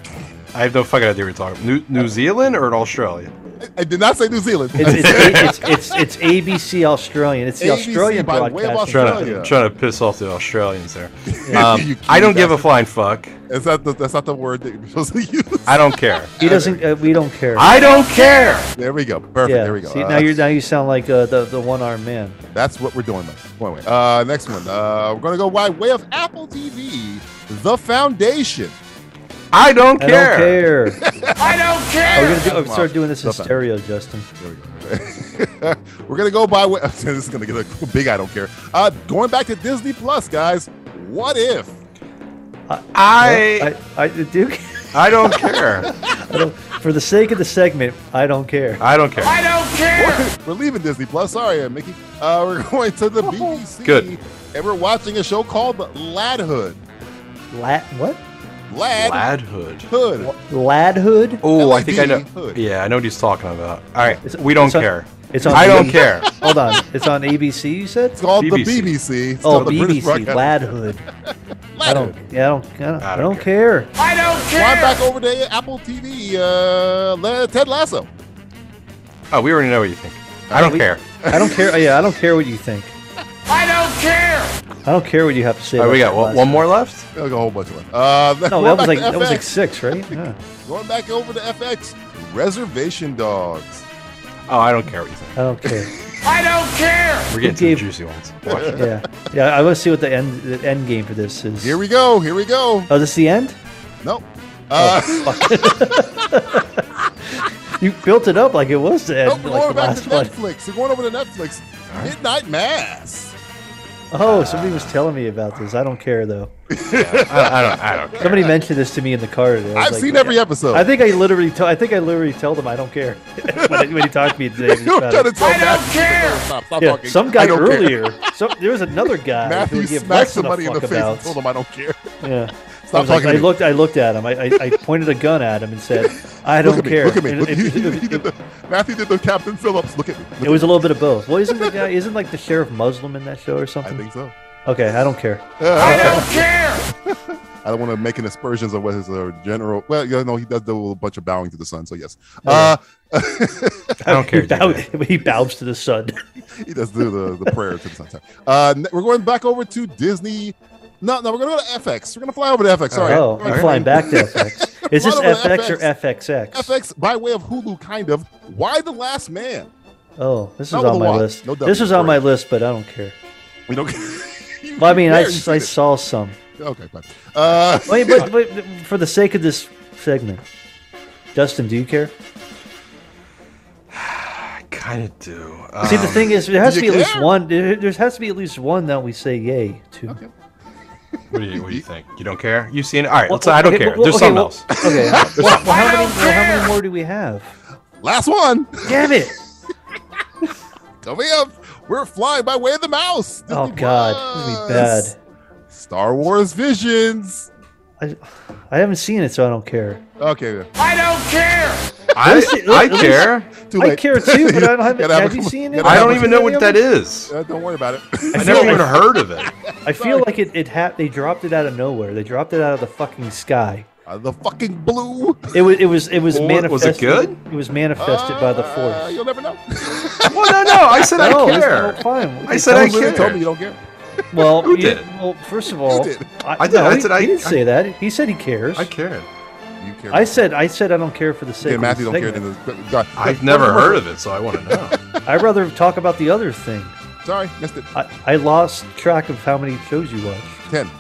K: I have no fucking idea what you're talking about. New, New Zealand or Australia?
B: I did not say New Zealand.
C: It's it's, it's, it's, it's ABC Australian. It's the
B: ABC
C: Australian
B: by way of
C: broadcast.
K: I'm trying, to, I'm trying to piss off the Australians there.
B: Yeah.
K: Um,
B: *laughs* You
K: I don't
B: cute
K: give a flying fuck.
B: Is that the, that's not the word that you're supposed to use.
K: I don't care.
C: He doesn't. Uh, we don't care.
K: I don't care.
B: There we go. Perfect.
C: Yeah.
B: There we go.
C: See,
B: Uh,
C: now you now you sound like uh, the the one armed man.
B: That's what we're doing. Though. One way. Uh, next one. Uh, we're gonna go by way of Apple TV, The Foundation.
K: I don't
C: I don't care.
K: *laughs* I don't
C: Are we
K: care.
C: gonna do, oh, start doing this in
B: Okay.
C: stereo, Justin?
B: we're gonna go *laughs* by way. *laughs* This is gonna get a big. I don't care. Uh, going back to Disney Plus, guys. What if?
K: I
C: I, I do. care.
K: I don't care.
C: I don't- for the sake of the segment, I don't care.
K: I don't care.
B: don't care. We're leaving Disney Plus. Sorry, uh, Mickey. Uh, *laughs* we're going to
C: Oh.
B: the BBC.
K: Good.
B: And we're watching a show called Ladhood.
C: Lad what?
B: Lad.
K: Ladhood.
B: Hood.
C: Ladhood?
K: Oh, I think I know.
B: Hood.
K: Yeah, I know what he's talking about. All right,
C: It's-
K: we don't
C: it's on-
K: care.
C: It's on.
K: I don't
C: *laughs* B-
K: care.
C: Hold on. It's on ABC. You said.
B: It's called
K: BBC.
B: the BBC. It's
C: Oh,
B: called the British
C: BBC.
B: Broadcast-
C: Ladhood. I don't. Yeah, I don't. I don't, I
K: don't
C: don't care.
B: Right back over to Apple TV. Uh, Le- Ted Lasso.
K: Oh, we already know what you think. I don't care.
C: I don't care. Yeah, I
K: *laughs*
C: don't care what you think. I don't care. I don't care what you have to say.
K: All right, we
C: about
K: got
C: that
K: one,
C: last
K: one
C: time.
K: more left.
B: There's a whole bunch of them. Uh, *laughs*
C: No,
B: going
C: that was
B: back
C: like
B: to
C: that was
B: FX. *laughs*
C: like six, right? Yeah.
B: Going back over to FX. Reservation Dogs.
K: Oh, I don't care what you think.
C: I don't care.
K: *laughs* We're getting to the
C: gave-
K: juicy
B: *laughs*
K: ones. Watch.
C: Yeah, yeah. I want to see what the end the end game for this is.
B: Here we go. Here we go.
C: oh, this is the end? Oh,
B: Nope. Uh, *laughs*
C: *laughs* You built it up like it was the
B: nope,
C: end,
B: we're
C: like
B: going
C: the
B: back to
C: last one.
B: Netflix. We're going over to Netflix. Midnight Mass.
C: Oh, somebody was telling me about this. I don't care though.
D: Ah,
K: I, I don't. I don't care.
C: Somebody mentioned this to me in the car. Today. I was
B: I've
C: like,
B: seen
C: yeah.
B: every episode.
C: I think I literally, to- I think I literally tell them I don't care *laughs* when, when he talked to me today.
B: *laughs* You were
C: about
B: trying to
C: it.
B: tell I don't care. Stop, stop
C: yeah,
B: talking.
C: some
B: I
C: guy
B: don't care.
C: earlier.
B: *laughs*
C: Some, there was another guy.
B: Matthew
C: who gave
B: smacked
C: less than a
B: somebody in the
C: fuck
B: face
C: about.
B: and told him, I don't care. *laughs*
C: Yeah.
B: Stop
C: I, was like-
B: talking
C: I
B: to me.
C: looked. I looked at him. I, I, I pointed a gun at him and said, "I
B: Look
C: don't
B: at me,
C: care."
B: Look at me.
C: And
B: Look,
C: it,
B: he, he *laughs*
C: it- it-
B: did the, Matthew did the Captain Phillips. Look at me. Look
C: it was a little bit of both. Well, isn't the guy? Isn't like the sheriff Muslim in that show or
B: at me.
C: something?
B: I think so.
C: Okay, I don't
B: *laughs*
C: care.
B: I don't want to make an aspersions of what his uh, general. Well, you know, he does do a bunch of bowing to the sun, so yes. Uh,
C: *laughs*
K: I don't care.
C: He, bow,
K: dude.
C: *laughs* he bows to the sun.
B: *laughs* he does do the, the prayer to the sun. sorry. Uh, ne- we're going back over to Disney. No, no, we're going to go to FX. We're going to fly over to FX. Sorry.
C: Oh, I'm flying back
B: *laughs*
C: to FX. Is this
B: Right over to
C: FX or FXX?
B: FX by way of Hulu, kind of. Why the Last Man?
C: Oh, this is
B: Not with
C: on
B: a
C: my
B: Y.
C: list.
B: No W,
C: this is on my
B: correct.
C: list, but I don't care.
B: We don't.
C: Well, I mean,
B: There, *laughs*
C: I,
B: you
C: s-
B: see
C: I
B: it.
C: saw some.
B: Okay, fine. Uh, *laughs*
C: Wait, but, but for the sake of this segment, Justin, do you care?
K: *sighs* I kind of do.
C: See, the thing is, there has to
B: do
C: be
B: you
C: at least
B: care?
C: one. There there has to be at least one that we say yay to.
B: Okay.
K: What do you, what do you think? You don't care? You've seen it? All right, let's, I don't
C: okay,
K: care.
C: well,
K: There's
C: okay,
K: something
C: well-
K: else. *laughs*
C: Okay. well, well, how, many, well, how many more do we have?
B: last one.
C: Damn it!
B: *laughs* Coming up, we're flying by way of the mouse.
C: Oh
B: Disney
C: God,
B: Plus.
C: this would
B: Star Wars Visions.
C: be bad. I, I haven't seen it, so I don't care.
B: Okay,
K: I, I
C: listen.
K: care.
B: too
C: I
B: late.
C: care too, but I
B: *laughs*
C: don't *laughs* have.
B: Gotta
C: have you
B: a-
C: seen it?
B: gotta
K: I
B: have
K: don't
B: a-
K: even know what that is.
B: Uh, don't worry about it.
K: I
C: feel
K: never even
C: like-
K: heard of it.
C: I feel like it. It ha- They dropped it out of nowhere. They dropped it out of the fucking sky.
B: Uh, the fucking blue.
C: It was. It was. It was
K: Well, was it
C: manifested.
K: good? Ah,
C: It was manifested by the
B: Uh,
C: force.
B: you'll never know.
K: Well, no, no. I said I
C: No, it's-
K: care.
C: no, fine.
K: I said I
B: Literally
K: care.
B: told me you don't care.
C: Well,
K: Who
C: you-
K: did?
C: Well, first of all,
B: did?
C: I,
K: I did-
C: no,
K: I
C: he,
K: said I-
C: he didn't
K: I-
C: say that. He said he cares.
K: I care.
B: You care.
C: I said. I said I don't care for the sake.
B: yeah,
C: of
B: Matthew
C: the
B: don't care.
C: segment.
B: God.
C: *laughs*
K: I've never heard of it, so I want to know.
C: I'd rather talk about the other thing.
B: Sorry, missed it.
C: I, I lost track of how many shows you watch.
B: Ten.
C: *laughs*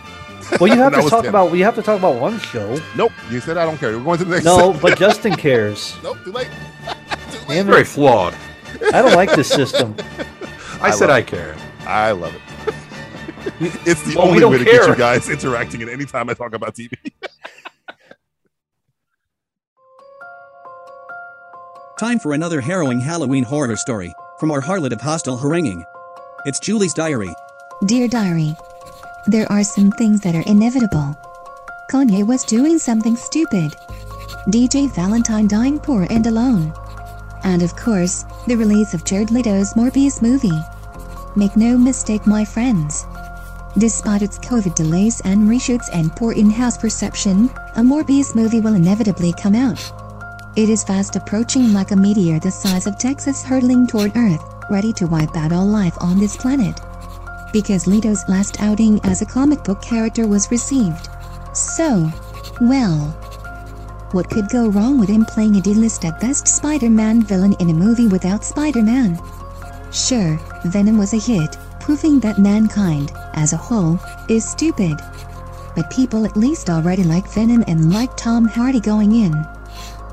C: Well, you
B: *laughs*
C: have
B: That
C: to
B: was
C: talk
B: ten.
C: about you have to talk about one show.
B: Nope, you said I don't care. We're going to the next.
C: No,
B: *laughs*
C: but Justin cares.
B: nope, too late. *laughs*
C: Damn it.
K: Very flawed.
C: I don't like
B: *laughs*
C: this system.
K: I, said
B: love
K: I
B: it.
K: care.
B: I love
L: *laughs*
B: it. It's the
K: Well, we
B: only
K: don't
B: way to get
K: care.
B: you guys interacting at any time I talk about TV.
M: Time for another harrowing Halloween horror story from our harlot of hostile haranguing. It's Julie's Diary.
H: Dear Diary, there are some things that are inevitable. Kanye was doing something stupid. DJ Valentine dying poor and alone. And of course, the release of Jared Leto's Morbius movie. Make no mistake, my friends. Despite its COVID delays and reshoots and poor in house perception, a Morbius movie will inevitably come out. It is fast approaching like a meteor the size of Texas hurtling toward Earth, ready to wipe out all life on this planet because Leto's last outing as a comic book character was received. So, well, what could go wrong with him playing a D-list at best Spider-Man villain in a movie without Spider-Man? Sure, Venom was a hit, proving that mankind, as a whole, is stupid. But people at least already like Venom and like Tom Hardy going in.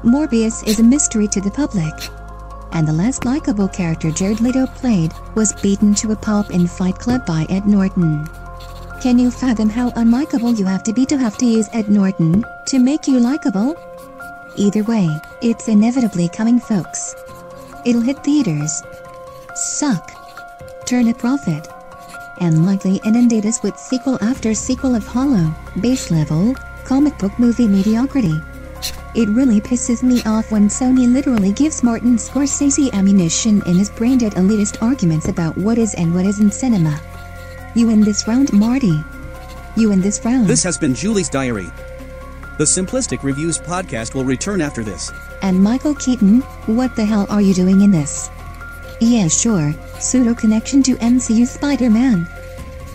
H: Morbius is a mystery to the public and the less likable character Jared Leto played was beaten to a pulp in Fight Club by Ed Norton. Can you fathom how unlikable you have to be to have to use Ed Norton to make you likable? Either way, it's inevitably coming, folks. It'll hit theaters, suck, turn a profit, and likely inundate us with sequel after sequel of hollow, base level, comic book movie mediocrity. It really pisses me off when Sony literally gives Martin Scorsese ammunition in his brain dead elitist arguments about what is and what isn't cinema. You in this round, Marty. You in this round.
M: This has been Julie's Diary. The Simplistic Reviews podcast will return after this.
H: And Michael Keaton, what the hell are you doing in this? Yeah, sure, pseudo connection to MCU Spider Man.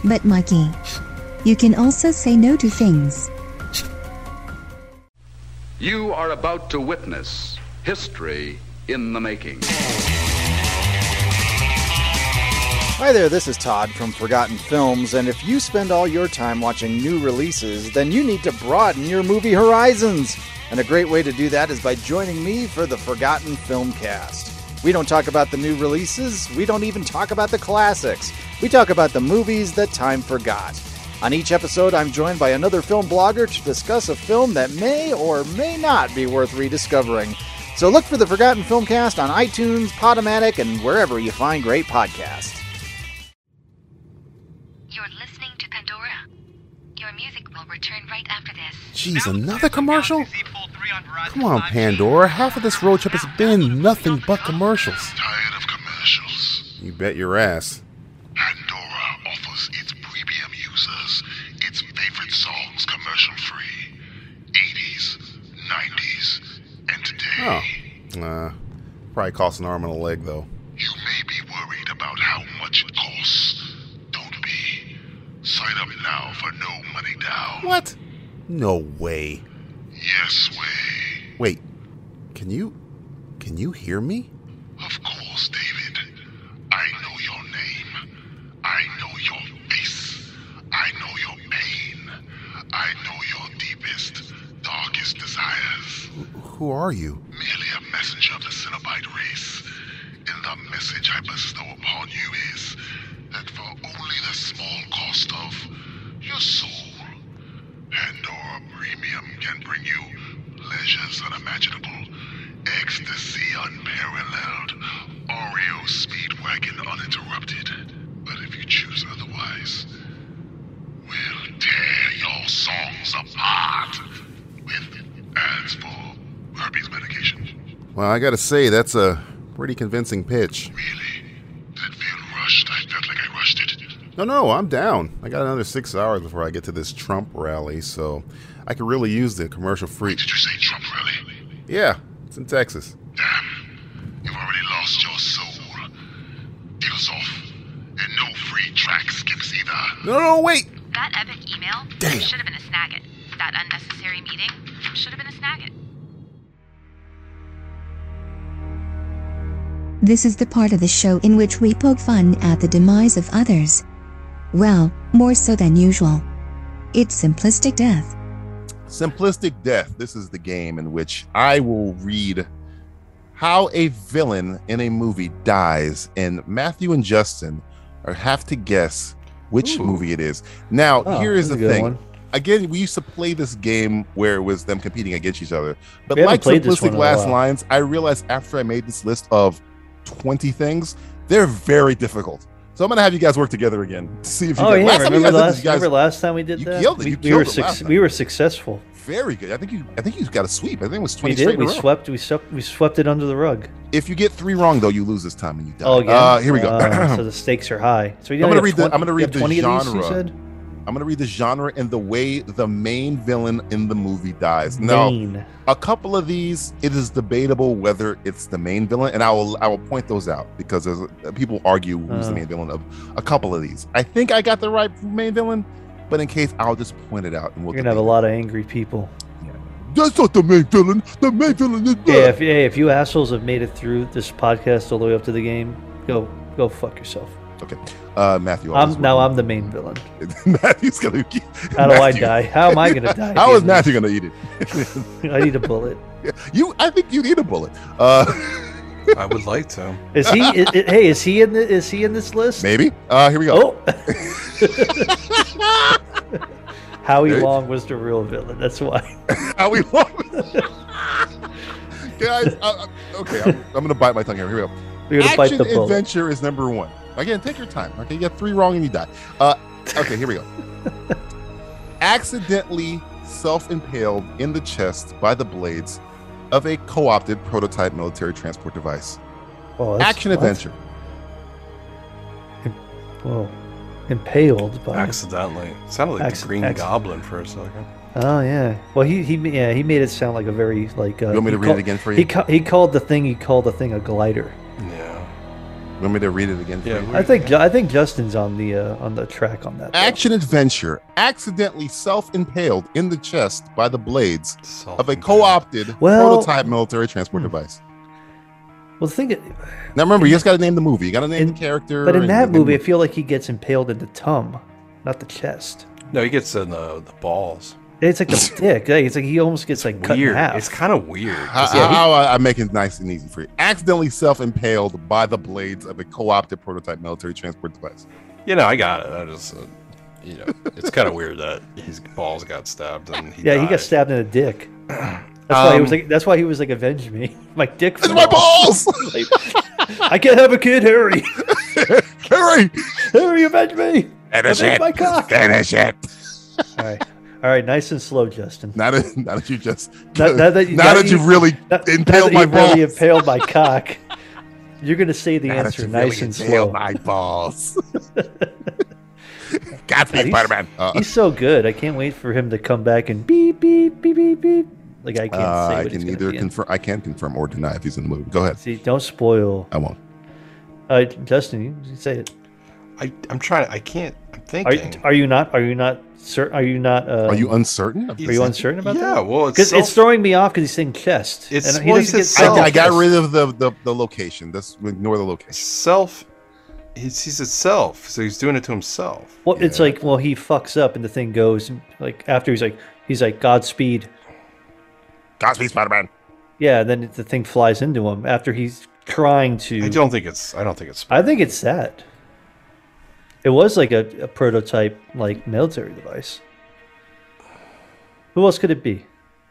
H: But Mikey, you can also say no to things.
N: You are about to witness history in the making.
F: Hi there, this is Todd from Forgotten Films, and if you spend all your time watching new releases, then you need to broaden your movie horizons. And a great way to do that is by joining me for the Forgotten Film Cast. We don't talk about the new releases, we don't even talk about the classics. We talk about the movies that time forgot. On each episode, I'm joined by another film blogger to discuss a film that may or may not be worth rediscovering. So look for the Forgotten Filmcast on iTunes, Podomatic, and wherever you find great podcasts.
O: You're listening to Pandora. Your music will return right after this.
L: *laughs* Jeez, another commercial? Come on, Pandora. Half of this road trip has been nothing but commercials. Tired of commercials. You bet your ass.
P: users its favorite songs commercial free 80s 90s and today
L: Oh. Uh, probably costs an arm and a leg, though.
P: you may be worried about how much it costs don't be sign up now for no money down
L: What? No way.
P: yes way
L: Wait, can you. Can you hear me?
P: of course david i know your name i know your face i know your pain i know your deepest darkest desires
L: Who are you?
P: merely a messenger of the Cenobite race. And the message I bestow upon you is that for only the small cost of your soul, Pandora Premium can bring you pleasures unimaginable, ecstasy unparalleled, Oreo Speedwagon uninterrupted. But if you choose otherwise, we'll tear your songs apart with ads for herpes medication.
L: Well, I gotta say, that's a pretty convincing pitch.
P: rushed. I felt like I rushed it.
L: No, no, I'm down. I got another six hours before I get to this Trump rally, so I could really use the commercial free. Did
P: you say Trump rally?
L: Yeah, it's in Texas.
P: You've already lost your soul. Deals off. And no free track skips either.
L: No, no, wait.
O: That epic email
P: Damn.
O: should have been a snag it. That unnecessary meeting should have been a snag it.
H: This is the part of the show in which we poke fun at the demise of others. Well, more so than usual. It's simplistic death.
B: Simplistic Death. This is the game in which I will read how a villain in a movie dies, and Matthew and Justin are have to guess which
L: Ooh.
B: movie it is. Now,
L: Oh,
B: here is
L: that's
B: the
L: a good
B: thing.
L: one.
B: Again, we used to play this game where it was them competing against each other. But
L: We haven't
B: like
L: played this one
B: Simplistic
L: in a
B: Last
L: while.
B: Lines, I realized after I made this list of 20 things, they're very difficult. So I'm going to have you guys work together again to see if you
C: Oh
B: can.
C: yeah,
B: last time you
C: remember,
B: guys did
C: last,
B: this, you guys
C: remember last time we did
B: you
C: that?
B: killed it.
C: We,
B: You
C: we
B: killed
C: were
B: it last time.
C: we were successful.
B: very good. I think you I think you got a sweep. I think it was 20
C: We
B: straight
C: did.
B: in a
C: We
B: row.
C: swept. We swept. We swept it under the rug.
B: If you get three wrong though, you lose this time and you die.
C: Oh yeah.
B: Uh, here we go. *clears throat*
C: Uh, so the stakes are high. So you
B: I'm gonna
C: only have
B: read the
C: 20
B: I'm gonna
C: you
B: read
C: have
B: the
C: 20
B: genre.
C: Of these, you said?
B: I'm gonna read the genre and the way the main villain in the movie dies. Now,
C: Main.
B: a couple of these, it is debatable whether it's the main villain, and I will I will point those out because there's people argue who's
C: Uh.
B: the main villain of a couple of these. I think I got the right main villain, but in case I'll just point it out and we'll
C: You're gonna have a lot of angry people.
B: That's not the main villain. The main villain is
C: Yeah. If, yeah, if you assholes have made it through this podcast all the way up to the game, go go fuck yourself.
B: Okay. Uh, Matthew. always
C: I'm, now I'm the main villain.
B: *laughs* Matthew's gonna.
C: How do I
B: Matthew-
C: die? How am I gonna die?
B: *laughs* How is
C: Damn it.
B: Matthew gonna eat it?
C: *laughs* I need a bullet.
B: *laughs* You, I think you need a bullet. Uh,
K: I would like to.
C: *laughs* Is he? i i- hey, is he in? The, is he in this list? Oh.
B: Maybe. Uh, here we go. *laughs*
C: Howie
B: Hey.
C: Long was the real villain.
B: *laughs*
C: That's why.
B: Howie Long. Guys, I, I, okay,
C: *laughs*
B: I'm, I'm gonna bite my tongue here. Here we go.
C: You're gonna
B: Action
C: bite the bullet.
B: adventure is number one. Again, take your time. Okay, you got three wrong and you die. Uh, okay, here we
C: *laughs*
B: go. Accidentally self-impaled in the chest by the blades of a co-opted prototype military transport device.
C: Oh, that's-
B: Action
C: what?
B: adventure.
C: Whoa. Impaled by.
K: Accidentally. sounded like
C: Acc-
K: the Green
C: acc-
K: Goblin for a second.
C: Oh yeah. Well, he he yeah he made it sound like a very like. Uh,
B: You want me
C: he
B: to read it
C: called-
B: again for
C: He
B: you?
C: ca- he called the thing he called the thing a glider.
K: Yeah.
B: Want me to read it again? For
K: Yeah,
B: you?
C: I think Ju- I think Justin's on the uh, on the track on that.
B: action adventure accidentally self-impaled in the chest by the blades of a co-opted
C: Well- hmm.
B: prototype military transport device
C: Well, the thing,
B: now remember you just got to name the movie you got to name the character
C: but in
B: and-
C: that
B: and-
C: movie, I feel like he gets impaled in the tum, not the chest.
K: No, he gets in the, the balls.
C: It's
B: *laughs*
C: like the dick. Hey, it's like he almost gets like cut
K: Weird.
C: in half.
K: It's kind of weird. 'cause
B: how,
K: he-
B: how I, I make it nice and easy for you accidentally self-impaled by the blades of a co-opted prototype military transport device
K: you know, I got it. I just, uh, you know, it's kind of weird that his balls got stabbed and he
C: yeah, he
K: died.
C: got stabbed in the dick. That's why he was
K: Um,
C: like. That's why he was like, avenge me. *laughs* My dick. It's
B: my balls.
C: I can't have a kid, Harry.
B: *laughs* Harry,
C: Harry, avenge me.
B: Finish
C: avenge
B: it.
C: my cock.
B: Finish it.
C: All right, all right, nice and slow, Justin.
B: now that now that you just
C: Now- now that
B: *laughs*
C: you-
B: now
C: now
B: that
C: that
B: you
C: you-
B: really
C: *laughs* Now- now
B: impaled
C: that
B: my
C: you've really
B: balls
C: impaled my cock. You're gonna say the
B: Now that
C: answer
B: you
C: nice
B: really
C: and
B: impaled
C: slow.
B: my balls
C: *laughs*
B: God,
C: he's-
B: Spider-Man. Uh,
C: He's so good. I can't wait for him to come back and beep beep beep beep beep. Like I can't
B: Uh,
C: say
B: I
C: what it's
B: can
C: gonna
B: neither
C: be in.
B: confirm. I can confirm or deny if he's in the movie. Go ahead.
C: See, don't spoil.
B: I won't.
C: Uh, Justin, you you say it.
K: I, I'm trying. I can't. I'm
C: Are, you-
K: thinking.
C: are you not? Are you not? Certain? Are you not? Uh,
B: Are you uncertain?
C: Are you uncertain about
K: Yeah,
C: that?
K: well, it's
C: because it's
K: self-
C: throwing me off because he's saying chest.
K: It's-
C: and he
K: well, he
C: doesn't get
K: said
B: I, I got
K: Yes.
B: rid of the, the the location. Let's ignore the location.
K: Self. He's, he's itself, so he's doing it to himself.
C: Well, it's like well, he fucks up, and the thing goes and, like after he's like he's like Godspeed.
B: Godspeed, Spider-Man.
C: Yeah, and then the thing flies into him after he's trying to.
K: I don't think it's. I don't think it's.
C: I think it's that. It was like a, a prototype, like military device. Who else could it be?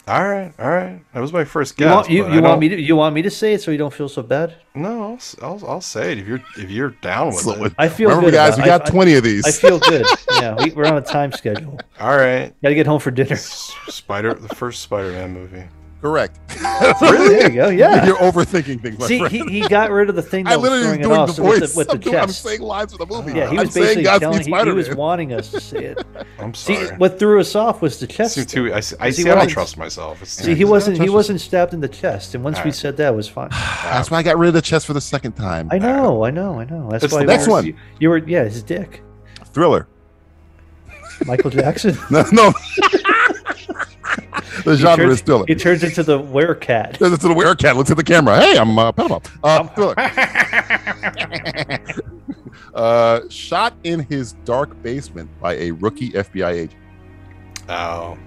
K: All right, all right. That was my first
C: You
K: guess.
C: want you,
K: but
C: you
K: I
C: want
K: don't-
C: me to you want me to say it so you don't feel so bad?
K: No, I'll, s- I'll, I'll say it if you're if you're down with
B: So
K: it.
C: I feel
B: Remember,
C: good.
B: guys,
C: about-
B: we got
C: I-
B: 20 of these.
C: I feel good. yeah, we, we're on a time schedule.
K: *laughs* All right,
C: Got to get home for dinner.
K: Spider, the first Spider-Man movie.
B: Correct.
C: *laughs* Really? There you go, yeah.
B: You're overthinking things. My
C: See,
B: friend.
C: he, he got rid of the thing that
B: I
C: was
B: literally was
C: throwing it
B: doing
C: off
B: the
C: so with
B: voice.
C: the, with the
B: I'm, doing- I'm
C: chest.
B: saying lines for the movie.
C: Yeah, he
B: I'm
C: was
B: saying
C: basically telling
B: Godspeed,
C: he, he
B: Spider-Man.
C: was wanting us to say it.
K: I'm
C: See,
K: sorry.
C: what threw us off was the chest.
K: See, too, I, see- I
C: Because he
K: see. I don't
C: wasn't-
K: trust myself. It's
C: See, he wasn't he wasn't stabbed in the chest, and once we
K: Alright.
C: said that it was fine.
B: *sighs* That's why I got rid of the chest for the second time.
C: I know, I know, I know. That's
B: That's
C: why
B: the
C: we
B: next
C: were-
B: one.
C: You were yeah, his dick,
B: Thriller. *laughs*
C: *laughs* Michael Jackson.
B: No, no. The
C: He
B: genre
C: turns-
B: is thriller.
C: He turns into the werecat.
B: There's this little werecat looks at the camera. Hey, I'm uh, Panama. Uh, thriller.
C: *laughs*
B: *laughs* uh, shot in his dark basement by a rookie FBI agent.
K: Oh.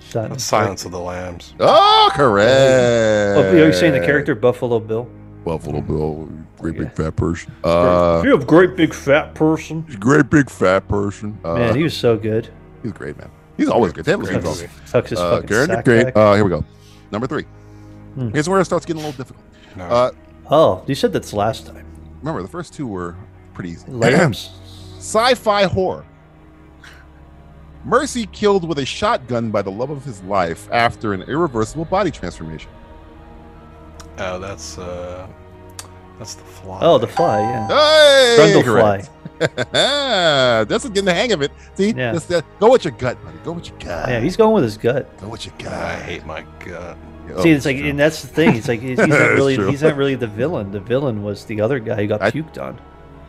C: Shot
K: That's Silence of the Lambs.
B: Oh, correct.
C: Oh, you're saying the character Buffalo Bill?
B: Buffalo Bill, great big fat person.
C: Great-
B: Uh,
C: You're a great big fat person.
B: great big fat person. Uh,
C: Man, he was so good.
B: He was great, man. He's always good. They have a great
C: Tucks-
B: movie.
C: tucks his
B: uh,
C: fucking
B: Garrett
C: sack
B: great.
C: back.
B: Uh, here we go. Number three.
C: Hmm.
B: Here's where it starts getting a little difficult. Uh,
C: oh, you said that's last time.
B: Remember, the first two were pretty easy. *clears throat*
C: Layups.
B: Sci-fi horror. Mercy killed with a shotgun by the love of his life after an irreversible body transformation.
K: Oh, that's uh, that's the fly.
C: Oh, the fly, yeah.
B: Hey,
C: Grundle
B: correct.
C: fly.
B: *laughs* That's getting the hang of it. See,
C: Yeah.
B: That's the- go with your gut, buddy. Go with your gut.
C: Yeah, he's going with his gut.
B: Go with your gut.
K: I hate my uh, gut.
C: See, it's like, and that's the thing. He's *laughs* like, he's, he's not
K: That's
C: really,
K: true.
C: he's not really the villain. The villain was the other guy who got puked on.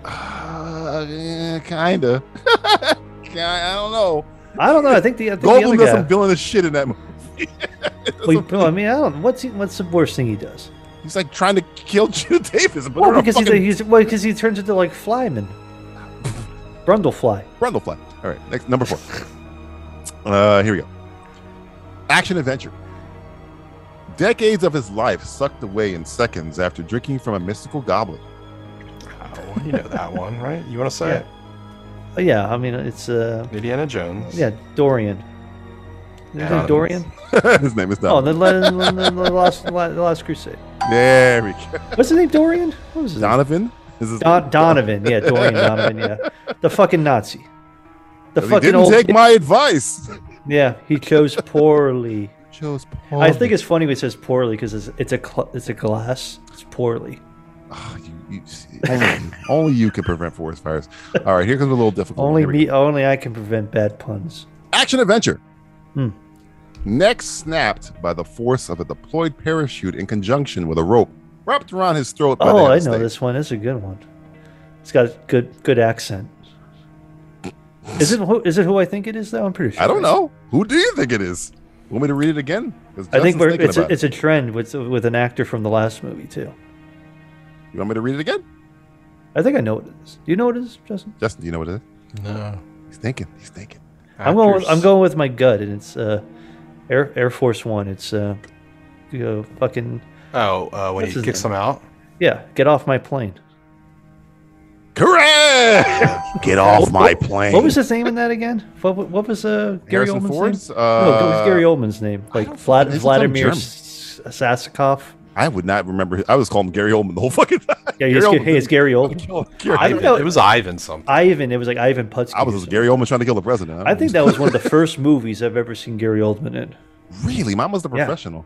B: Uh, yeah, kinda. *laughs* Ki- I don't know.
C: I don't know. I think the, I think the
B: Goldblum
C: other
B: does
C: guy.
B: some villainous *laughs* shit in that movie.
C: Well, no, I mean, I don't. What's he, what's the worst thing he does?
B: He's like trying to kill *laughs* Jude Davis. But
C: Well, because he's, a, he's well, because he turns into
B: *laughs*
C: like flyman, Brundlefly.
B: Brundlefly. All right, next number four. *laughs* Uh, here we go. Action adventure. Decades of his life sucked away in seconds after drinking from a mystical goblet.
K: Oh, you know that one, right? You want to say
C: Yeah.
K: it?
C: Oh, Yeah, I mean, it's uh,
K: Indiana Jones.
C: yeah, Dorian. Is
K: Donovan's.
C: it Dorian?
B: his name *laughs* is
C: Oh,
B: Donovan.
C: the, la- la- la- the last la- the last crusade.
B: there we go.
C: What's his name? Dorian? What was his name?
B: Donovan. This is
C: Don- Donovan. Yeah, Dorian Donovan. Yeah, the fucking Nazi. The
B: He
C: fucking
B: didn't
C: old.
B: take my
C: *laughs*
B: advice.
C: yeah,
B: *laughs*
C: he chose poorly.
B: Chose poorly.
C: I think it's funny when it says poorly because it's it's a cl- it's a glass. It's poorly.
B: You- only, only you can prevent forest fires. All right, here comes a little difficult.
C: Only
B: Here we
C: me. Only I can prevent bad puns.
B: Action adventure.
C: Hmm.
B: Neck snapped by the force of a deployed parachute in conjunction with a rope wrapped around his throat. By
C: Oh,
B: the
C: I
B: end
C: know this one. It's a good one. It's got a good good accent. Is it who is it who I think it is though? I'm pretty sure.
B: I don't know. Who do you think it is? Want me to read it again? 'Cause
C: I think
B: Justin's
C: we're,
B: thinking
C: it's a,
B: about it.
C: it's a trend with with an actor from the last movie too.
B: You want me to read it again?
C: I think I know what it is. Do you know what it is, Justin?
B: Justin, do you know what it is?
K: No.
B: He's thinking. He's thinking.
C: I'm going. With, I'm
B: Actors.
C: going with my gut, and it's uh, Air Air Force One. It's uh, you know, fucking
K: Oh, uh, when
C: What's
K: he
C: his
K: kicks
C: name?
K: him out.
C: yeah. Get off my plane.
B: Correct. Get off
C: What-
B: my
C: what-
B: plane.
C: What was his name in that again? What, what- what was uh, Gary
B: Harrison
C: Oldman's
B: Ford's?
C: name? no, it was
B: Uh,
C: Gary Oldman's name. Like
B: I
C: Vlad,
B: think it's
C: Vladimir
B: German.
C: S- Sasakov.
B: I would not remember. his- I was calling him Gary Oldman the whole fucking time.
C: *laughs* Yeah, it's,
B: Gary
C: Ga-
B: Oldman.
C: hey, it's Gary Oldman.
B: Gary
C: I
B: Oldman.
C: know
K: It was Ivan something.
C: Ivan. It was like Ivan Putski.
B: I was just Gary Oldman trying to kill the president.
C: I think that was one of the first movies I've ever seen Gary Oldman in.
B: really *laughs* mine was the
C: Yeah.
B: professional.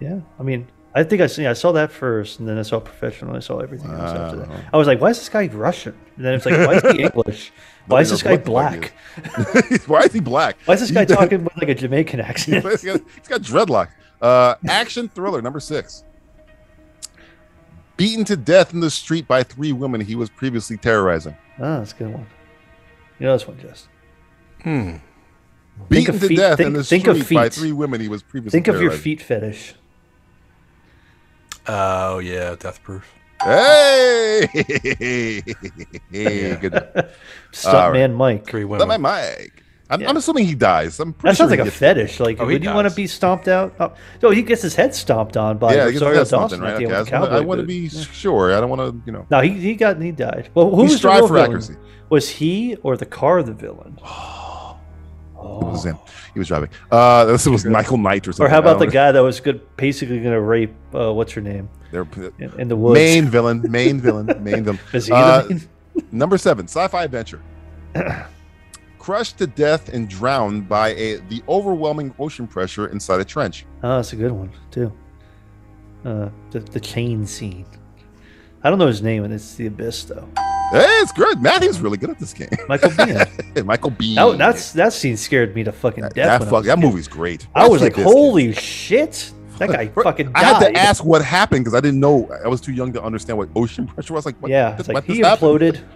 C: Yeah, I mean, I think I seen, I saw that first, and then I saw Professional. I saw everything else after
B: Wow.
C: that. I was like, why is this guy Russian? And then it's like, why
B: *laughs*
C: is he English? Why is this guy
B: Nobody knows what the
C: black?
B: fuck he is. *laughs* Why is *laughs* he black?
C: Why is this guy talking with like a
B: *laughs*
C: Jamaican
B: he's
C: accent?
B: got, he's got dreadlocks. Uh, action thriller number six. Beaten to death in the street by three women he was previously terrorizing.
C: Oh, that's a good one. You know this one, Jess.
K: Hmm.
C: Think
B: Beaten
C: of
B: to
C: feet-
B: death in
C: think-
B: the
C: think of
B: street by
C: feet.
B: three women he was previously
C: Think of your
B: terrorizing.
C: feet fetish.
K: Oh yeah, Death Proof.
B: Hey! *laughs* hey
C: *laughs*
B: good. All right.
C: Stuntman Mike.
K: Three
B: Is that my mic? I'm, I'm assuming he dies. I'm pretty
C: That sounds
B: sure
C: like
B: he
C: a
B: gets-
C: fetish. Like,
B: Oh, he
C: would you want to be stomped out? Oh, no, he gets his head stomped on by
B: Yeah, I guess
C: Rosario
B: that's something,
C: Dawson.
B: right?
C: at the
B: Okay,
C: end
B: I,
C: of
B: just wanna- I
C: Cowboy
B: want to
C: Boots.
B: be sure. I don't want to, you know.
C: No, he, he got he died. Well, who
B: We
C: was the
B: strive
C: real
B: for
C: villain?
B: accuracy.
C: Was he or the car the villain?
B: It was him. He was driving. Uh, this was Michael Knight or something.
C: Or how
B: I
C: about
B: don't
C: the
B: know.
C: guy that was good, basically going to rape uh, what's her name
B: They're-
C: in, in the woods? *laughs*
B: Main villain, main villain, main villain. Uh,
C: Is he the main? *laughs*
B: Number seven, sci-fi
C: *clears throat*
B: adventure. Crushed to death and drowned by a the overwhelming ocean pressure inside a trench.
C: Oh, that's a good one too. Uh, the the chain scene. I don't know his name, and it's the abyss though.
B: Hey, it's good. Matthew's really good at this game.
C: Michael
B: *laughs*
C: Biehn.
B: Michael Biehn.
C: That, that's that scene scared me to fucking death.
B: that
C: when I
B: fuck-
C: was a
B: that
C: kid.
B: movie's great.
C: I
B: That's
C: was like,
B: the biscuit.
C: holy shit!
B: *laughs*
C: That guy fucking died.
B: I had to ask what happened because I didn't know. I was too young to understand what ocean *laughs* pressure was. Like, what,
C: Yeah,
B: this-
C: it's like
B: what
C: he
B: this happened?
C: imploded.
B: *laughs*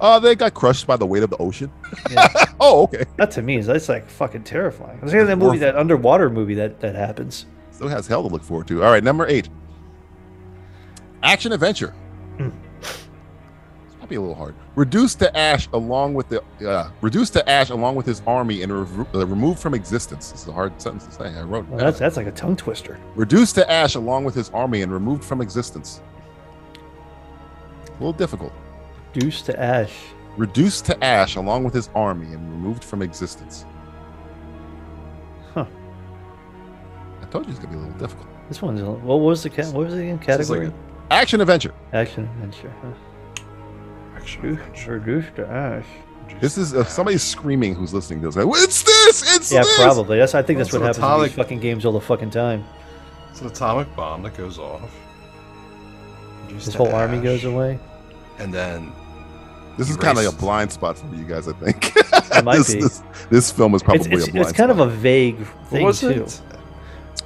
B: Uh, they got crushed by the weight of the ocean. *laughs* oh, okay.
C: That to me is that's like fucking terrifying. I was thinking of that movie, that underwater movie that that happens.
B: Still has hell to look forward to. All right, number eight. Action adventure.
C: Hmm.
B: This might be a little hard. Reduced to ash along with the uh, reduced to ash along with his army and re- uh, removed from existence. This is a hard sentence to say. I wrote.
C: Well,
B: that.
C: that's that's like a tongue twister.
B: Reduced to ash along with his army and removed from existence. A little difficult.
C: Reduced to ash.
B: Reduced to ash along with his army and removed from existence.
C: Huh.
B: I told you it's gonna be a little difficult.
C: This one's a- what was the cat? What was it again? Category?
B: Action adventure.
C: Action adventure. Huh? Action Reduced to ash.
B: This is uh, somebody's screaming who's listening to this. Like, it's this. It's
C: yeah,
B: this!
C: probably. That's I think that's
K: Well,
C: what
K: it's
C: happens
K: an
C: in
K: atomic-
C: these fucking games all the fucking time.
K: It's an atomic bomb that goes off. Reduced
C: His
K: to
C: whole army
K: ash.
B: *laughs*
C: goes away.
K: And then
B: This is
K: erased.
B: kind of like a blind spot for you guys, I think.
C: It
B: *laughs*
C: might
B: this,
C: be.
B: This, this film is probably
C: It's, it's,
B: a
C: it's
B: blind
C: kind of a vague thing too.
B: spot.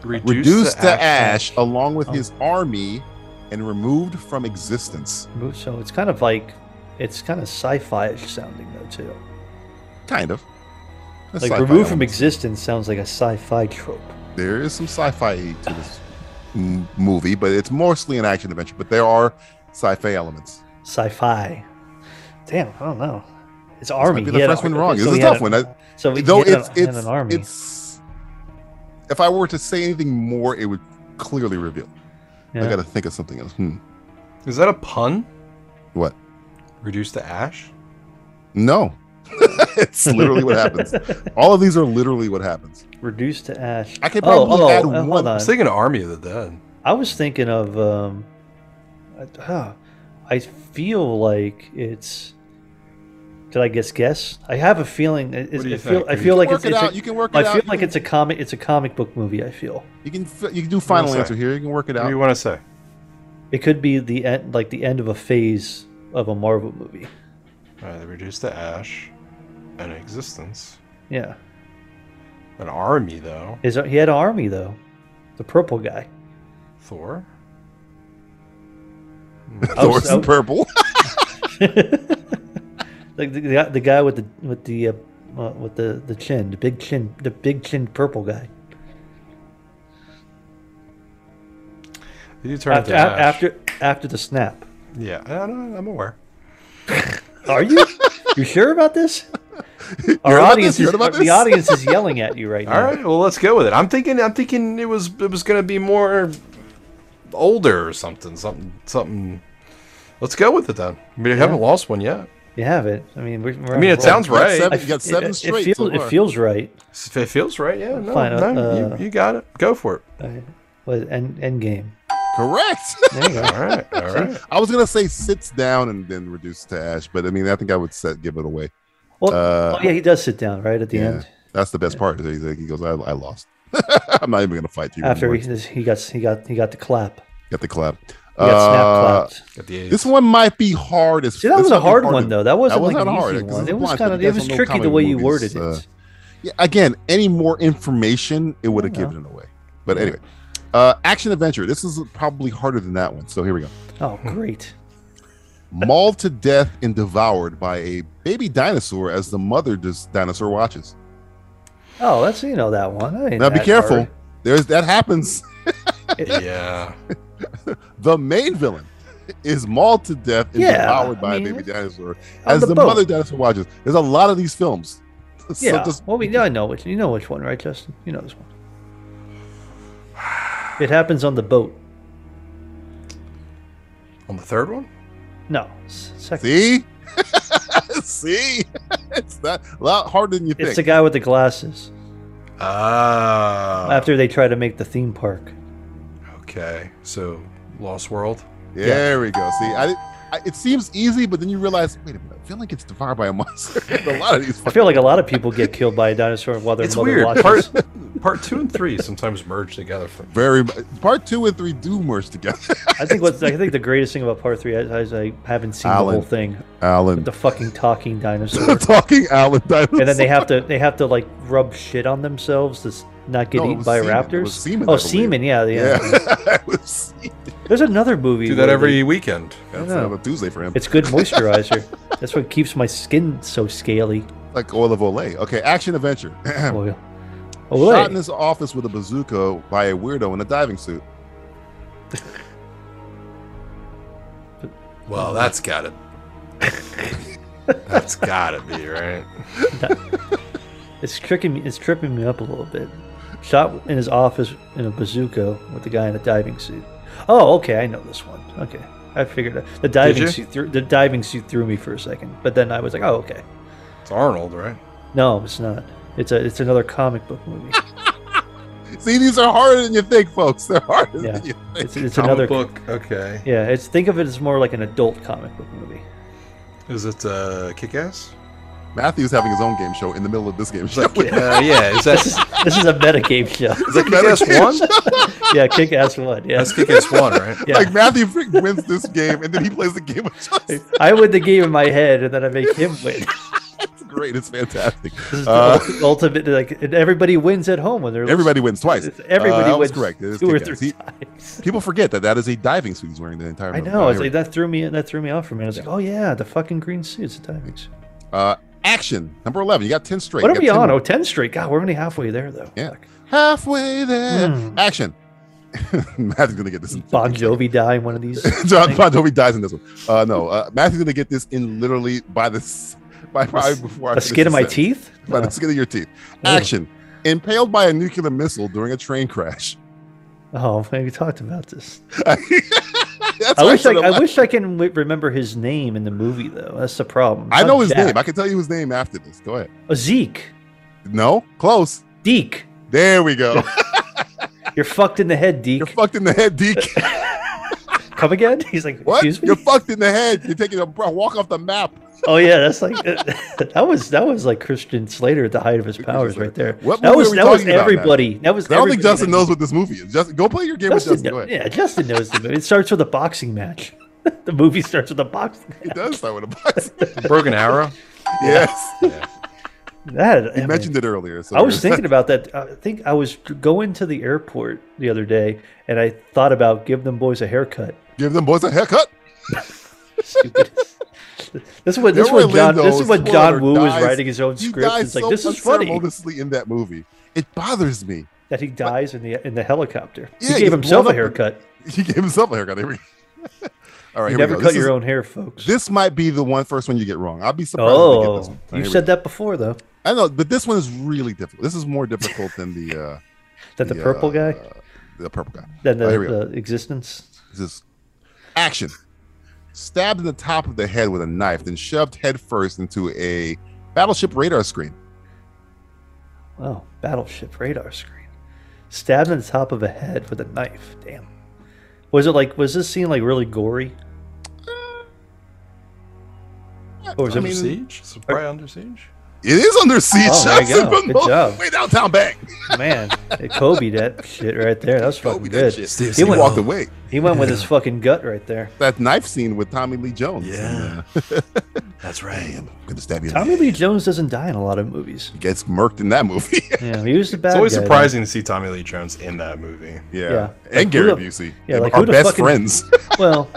K: Reduced,
B: Reduced to,
K: to
B: ash, along with
C: Oh.
B: his army and removed from existence.
C: Move- So it's kind of like it's kind of sci-fi-ish sounding though too.
B: Kind of. That's
C: like
B: sci-fi
C: removed from
B: elements.
C: existence sounds like a sci-fi trope.
B: There is some sci-fi to this m- movie, but it's mostly an action adventure. But there are sci-fi elements.
C: Sci-fi. Damn, I don't know. It's army.
B: Might be
C: He
B: the
C: had
B: first
C: a-
B: one wrong.
C: so
B: This
C: he
B: is a
C: had
B: tough
C: a-
B: one. I-
C: So he
B: though
C: had
B: it's
C: a- had
B: it's
C: an army.
B: it's. If I were to say anything more, it would clearly reveal. I
K: Yeah.
B: got to think of something else. Hmm.
K: is that a pun?
B: What?
K: Reduced to ash?
B: No, *laughs* it's literally what
C: *laughs*
B: happens. All of these are literally what happens.
C: reduced to ash.
B: I could probably add
C: uh,
B: one-
C: hold
K: I
C: on.
K: was thinking of Army of the Dead.
C: I was thinking of. Um, I, ah, I feel like it's. Did I guess guess? I have a feeling. It,
B: What do you
C: I feel.
B: think?
C: I
B: Can
C: feel
B: you
C: like
B: work
C: it's,
B: it
C: it's
B: out?
C: A,
B: You can work
C: I
B: it out.
C: feel
B: You
C: like it's a comic. It's a comic book movie. I feel.
B: You can fi- you can do final
K: say?
B: answer here. You can work it
K: What do
B: out.
K: you want to say?
C: It could be the end, like the end of a phase of a Marvel movie.
K: All right, they reduced to ash and existence.
C: Yeah.
K: An army, though.
C: His, he had an army though. The purple guy.
K: Thor? *laughs*
C: I was-
B: Thor's in
C: I-
B: purple.
C: *laughs* Like the, the, guy- the guy with the with the uh, uh, with the the chin, the big chin, the big chin purple guy.
K: They do turn
C: After,
K: into ash.
C: after after the snap.
K: Yeah, I don't, I'm aware.
C: Are you? you sure about this? Our
K: heard about
C: audience
K: this? *laughs* You
C: is
K: heard about
C: the
K: this?
C: audience is yelling at you right now.
K: *laughs* All right, well, let's go with it. I'm thinking. I'm thinking it was it was gonna be more older or something. Something. Something. Let's go with it then. We haven't lost one yet.
C: You have it. I mean, we're, we're
K: I mean, it
C: on a roll.
K: sounds
C: I-
K: right.
C: I- it- It feels, it feels right.
K: If It feels right. Yeah. No,
C: Fine, uh,
K: no,
C: uh,
K: you, you got it. Go for it.
C: Was end end game.
B: Correct.
C: There you go.
K: All right. All
B: *laughs*
K: right.
B: I was gonna say sits down and then reduced to ash, but I mean, I think I would set give it away.
C: Well,
B: Uh,
C: oh, yeah, he does sit down right at the
B: yeah.
C: end
B: That's the best part. He's like- He goes, "I, I lost. *laughs* I'm not even gonna fight you."
C: after
B: anymore.
C: he, he got he got he got the clap.
B: Got the clap.
C: We got snap clapped.
K: Got the
B: Uh, this one might be hard as
C: See, that
B: this
C: was a
B: might be
C: hard one
B: as-
C: though. That wasn't like
B: was
C: an
B: not hard,
C: easy
B: 'cause
C: one.
B: it's
C: It was
B: blind,
C: kind
B: but
C: of
B: you
C: it
B: guys don't
C: was
B: know
C: tricky the
B: comic
C: way you
B: movies,
C: worded it.
B: uh, yeah, again, any more information, it would have given it away. But anyway, uh, action adventure. This is probably harder than that one. So here we go.
C: Oh, great.
B: *laughs* Mauled to death and devoured by a baby dinosaur as the mother dis- dinosaur watches.
C: Oh, that's you know that one. That ain't
B: Now be
C: that
B: careful.
C: hard.
B: There's that happens.
K: yeah.
B: *laughs* The main villain is mauled to death and
C: Yeah,
B: devoured by
C: I mean,
B: a baby dinosaur
C: on
B: as
C: the
B: the,
C: boat.
B: mother dinosaur watches. There's a lot of these films. *laughs* So
C: Yeah.
B: just-
C: well, we know I know which you know which one, right, Justin? You know this one. It happens on the boat.
K: On the third one.
C: No, s- second.
B: see,
C: *laughs*
B: *laughs* see, it's not a lot harder than you
C: It's
B: think.
C: the guy with the glasses.
K: Ah.
C: After they try to make the theme park.
K: Okay. So Lost World.
B: there we go. See, I, didn't- I it seems easy, but then you realize, wait a minute, I feel like it's devoured by a *laughs* monster. a lot of these.
C: I feel like a lot of people get killed by a dinosaur while their
K: It's
C: mother
K: weird.
C: watches.
K: Part, *laughs* part two and three sometimes merge together. For,
B: Very mu- part two and three do merge together.
C: I think what's
B: *laughs*
C: I think the greatest thing about part three is I haven't seen the
B: Alan.
C: whole thing.
B: Alan, *laughs*
C: With the fucking talking dinosaur.
B: talking Alan dinosaur.
C: and then they have to they have to like rub shit on themselves to s- not get
K: No, it
C: eaten
K: was
C: by
K: semen. It
C: raptors?
K: was semen, I
C: oh,
K: believe.
C: semen. Yeah, yeah.
B: *laughs*
C: There's another movie.
K: Do that
C: where
K: every
C: they-
K: weekend.
C: I
K: That's
C: know.
K: a Tuesday for him. *laughs*
C: It's good moisturizer. That's what keeps my skin so scaly.
K: *clears throat*
B: Like oil of Olay. Okay, action adventure.
C: oil.
B: Shot in his office with a bazooka by a weirdo in a diving suit.
K: Well, that's got
C: *laughs*
K: to That's got to be, right?
C: It's tricking me. It's tripping me up a little bit. Shot in his office in a bazooka with the guy in a diving suit. Oh, okay, I know this one. Okay, I figured it. The diving
K: you?
C: suit. Threw, the diving suit threw me for a second, but then I was like, oh, okay.
K: It's Arnold, right?
C: No, it's not. It's a. It's another comic book
K: *laughs*
C: movie.
B: See, these are harder than you think, folks. They're harder
C: Yeah,
B: than you think.
C: it's, it's another
K: book. Okay.
C: Yeah, it's think of it as more like an adult comic book movie.
K: Is it uh, Kick-Ass?
B: Matthew's having his own game show in the middle of this game *laughs*
K: uh,
B: show.
K: yeah, is that-
C: this, is, this is a meta game show.
B: *laughs* Is that Kick-Ass *laughs*
C: one? *laughs* yeah, kick ass one. Yeah,
K: That's Kick-Ass one, right?
C: Yeah.
B: Like Matthew Frick wins this game, and then he plays the game of chess.
C: I win the game in my head, and then I make him
B: *laughs*
C: win.
B: It's great. It's fantastic.
C: This is the
B: Uh,
C: ulti- ultimate. Like and everybody wins at home when they're
B: everybody wins twice.
C: Everybody
B: Uh, I was
C: wins
B: Correct. It is
C: two or
B: Kick-Ass.
C: three.
B: He-
C: *laughs*
B: People forget that that is a diving suit he's wearing the entire.
C: I
B: movie.
C: know.
B: Uh,
C: It's
B: here
C: like, that threw me. That threw me off for a minute. I was like, oh yeah, the fucking green suits, the diving suit.
B: Uh, action number eleven. You got ten straight.
C: What
B: You
C: are
B: got
C: we
B: 10
C: on?
B: more.
C: Oh, 10 straight. God, we're only halfway there though.
B: Yeah. Halfway there. Eh,
C: Hmm.
B: Action. *laughs* Matthew's gonna get this. In
C: Bon Jovi die in one of these.
B: *laughs* John
C: things?
B: Bon Jovi dies in this one. Uh, no, uh, Matthew's gonna get this in literally by the s- by probably
C: s-
B: before I
C: the
B: finish
C: skin
B: this
C: of my
B: sentence.
C: teeth?
B: By
C: No.
B: the skin of your teeth. Action. Impaled by a nuclear missile during a train crash.
C: Oh, man, we talked about
B: *laughs*
C: this.
B: That's
C: I
B: why
C: wish I,
B: said
C: I
B: it-
C: wish I can w- remember his name in the movie though. That's the problem.
B: I
C: Not
B: know his
C: Jack.
B: name. I can tell you his name after this. Go ahead.
C: Oh, Zeke.
B: No, close.
C: Deke.
B: There we go.
C: You're fucked in the head, Deke. You're
B: fucked in the head, Deke.
C: *laughs* Come again? He's like,
B: What?
C: excuse me.
B: You're fucked in the head. You're taking a bro- walk off the map.
C: Oh yeah, that's like *laughs* that was that was like Christian Slater at the height of his powers right there.
B: What
C: that
B: movie
C: was
B: are we
C: that was
B: talking about,
C: everybody.
B: Matt?
C: That was.
B: I don't think
C: everybody
B: Justin
C: that-
B: knows what this movie is. Just go play your game
C: Justin
B: with Justin. Go
C: kno-
B: ahead.
C: yeah, Justin knows the movie. It starts with a boxing match. *laughs* the movie starts with a boxing.
B: It
K: *laughs*
B: does start with a box.
K: Broken Arrow?
B: Yes.
C: That
B: You mentioned it earlier, so
C: I was
B: there's- *laughs*
C: thinking about that. I think I was going to the airport the other day, and I thought about give them boys a haircut.
B: Give them boys a haircut.
C: Stupid. *laughs* This is what this is
B: Everyone
C: what John,
B: Lindo
C: this is what John
B: Spoiler
C: Woo was
B: dies-
C: writing his own
B: he
C: script.
B: dies
C: He's like,
B: so
C: this is funny
B: unceremoniously in that movie. It bothers me.
C: that he dies in the in the helicopter.
B: Yeah,
C: he gave
B: he's
C: himself a
B: blown up-
C: haircut.
B: *laughs* He gave himself a haircut. Here we- *laughs* All right,
C: You
B: here we
C: never
B: go.
C: cut
B: This
C: your
B: is-
C: own hair, folks.
B: This might be the one first one you get wrong. I'll be surprised. if you get this
C: Oh,
B: one. All right,
C: you
B: here we
C: said
B: go.
C: that before though.
B: I know, but this one is really difficult. This is more difficult than the uh,
C: *laughs* That the purple
B: uh,
C: guy?
B: the purple guy.
C: Than the,
B: Oh, here we go.
C: the existence.
B: This is action. Stabbed in the top of the head with a knife, then shoved headfirst into a battleship radar screen.
C: Oh, battleship radar screen. Stabbed in the top of a head with a knife. Damn. Was it like? Was this scene like really gory? Or was
K: under
C: it
K: siege? Is it probably under siege?
B: It is under siege.
C: Oh, there you
B: Jackson,
C: go.
B: but
C: Good
B: no-
C: job.
B: Way downtown bang.
C: Man, it Kobe that shit right there. That was fucking
B: Kobe'd that
C: good.
B: shit. He walked away.
C: He went with his fucking gut right there.
B: That knife scene with Tommy Lee Jones.
C: Yeah.
B: *laughs* That's right. I'm going to stab you. in the
C: Tommy Lee Jones doesn't die in a lot of movies.
B: He gets murked in that movie.
C: *laughs* Yeah, he was the bad.
K: It's always
C: guy,
K: surprising to see Tommy Lee Jones in that movie.
B: Yeah.
C: Yeah.
B: And
C: Like, who
B: Gary
C: the-
B: Busey.
C: yeah,
B: They
C: like,
B: are
C: who the
B: best
C: fucking-
B: friends.
C: *laughs* Well,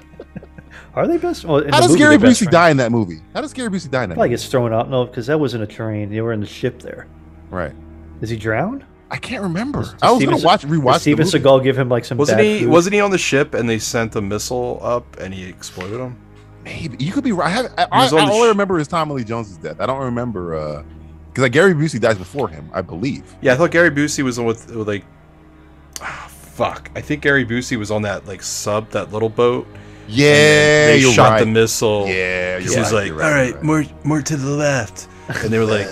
B: *laughs*
C: are they best? Well, in
B: How
C: the
B: does
C: movie,
B: Gary
C: they're
B: Busey
C: best friends.
B: die in that movie? How does Gary Busey die in that
C: Probably
B: movie?
C: gets thrown out. No, because that wasn't a train. They were in the ship there.
B: Right.
C: Is he drowned?
B: I can't remember. I was going
C: Steven
B: to watch
C: Se-
B: rewatch
C: did Steven
B: the movie.
C: Seagal give him like some.
K: Wasn't
C: bad
K: he?
C: food?
K: Wasn't he on the ship and they sent a missile up and he exploded him?
B: Maybe you could be right. I, have, I,
K: He
B: I,
K: was on
B: I
K: the
B: only
K: sh-
B: remember is Tommy Lee Jones's death. I don't remember because like Gary Busey dies before him, I believe.
K: Yeah, I thought Gary Busey was on with, with like, ah, fuck. I think Gary Busey was on that like sub, that little boat. and
B: Yeah,
K: then they
B: you're
K: shot
B: right.
K: the missile.
B: Yeah,
K: because
B: you're
K: he was
B: right,
K: like,
B: you're right,
K: all right,
B: you're
K: more more to
D: *laughs*
K: the left, and they were like,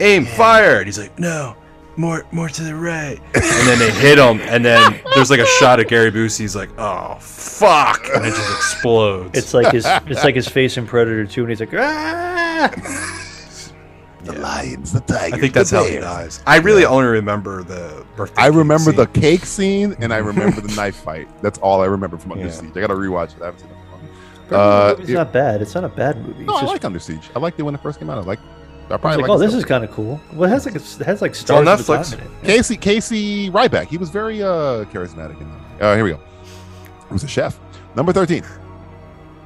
K: aim, fire, and he's like, no, more more to the right, and then they hit him, and then there's like a shot at Gary Busey. He's like, oh fuck, and it just explodes.
C: It's
B: *laughs*
C: like his. it's like his face in Predator Two, and he's like, ah.
B: The lions, the tigers.
K: I think that's
B: the
K: how he
B: bears.
K: dies. I really only remember the birthday.
B: I
K: cake
B: remember
K: scene.
B: the cake scene and I
K: *laughs*
B: remember the knife fight. That's all I remember from Under
K: Yeah.
B: Siege. I got to rewatch it. I haven't seen it. in a while.
C: Predator
B: Uh,
C: movie's
B: it-
C: not bad. It's not a bad movie.
B: No,
C: it's
B: I
C: just
B: like Under Siege. I liked it when it first came out. I like I
C: I was
B: probably
C: like,
B: like
C: oh, this
B: stuff.
C: is kind of cool. Well, it has like it has like
B: It's on
C: stars at the
B: Netflix.
C: bottom in it.
B: Casey Casey Ryback. He was very uh, charismatic in that. Uh, here we go. He was a chef. Number thirteen.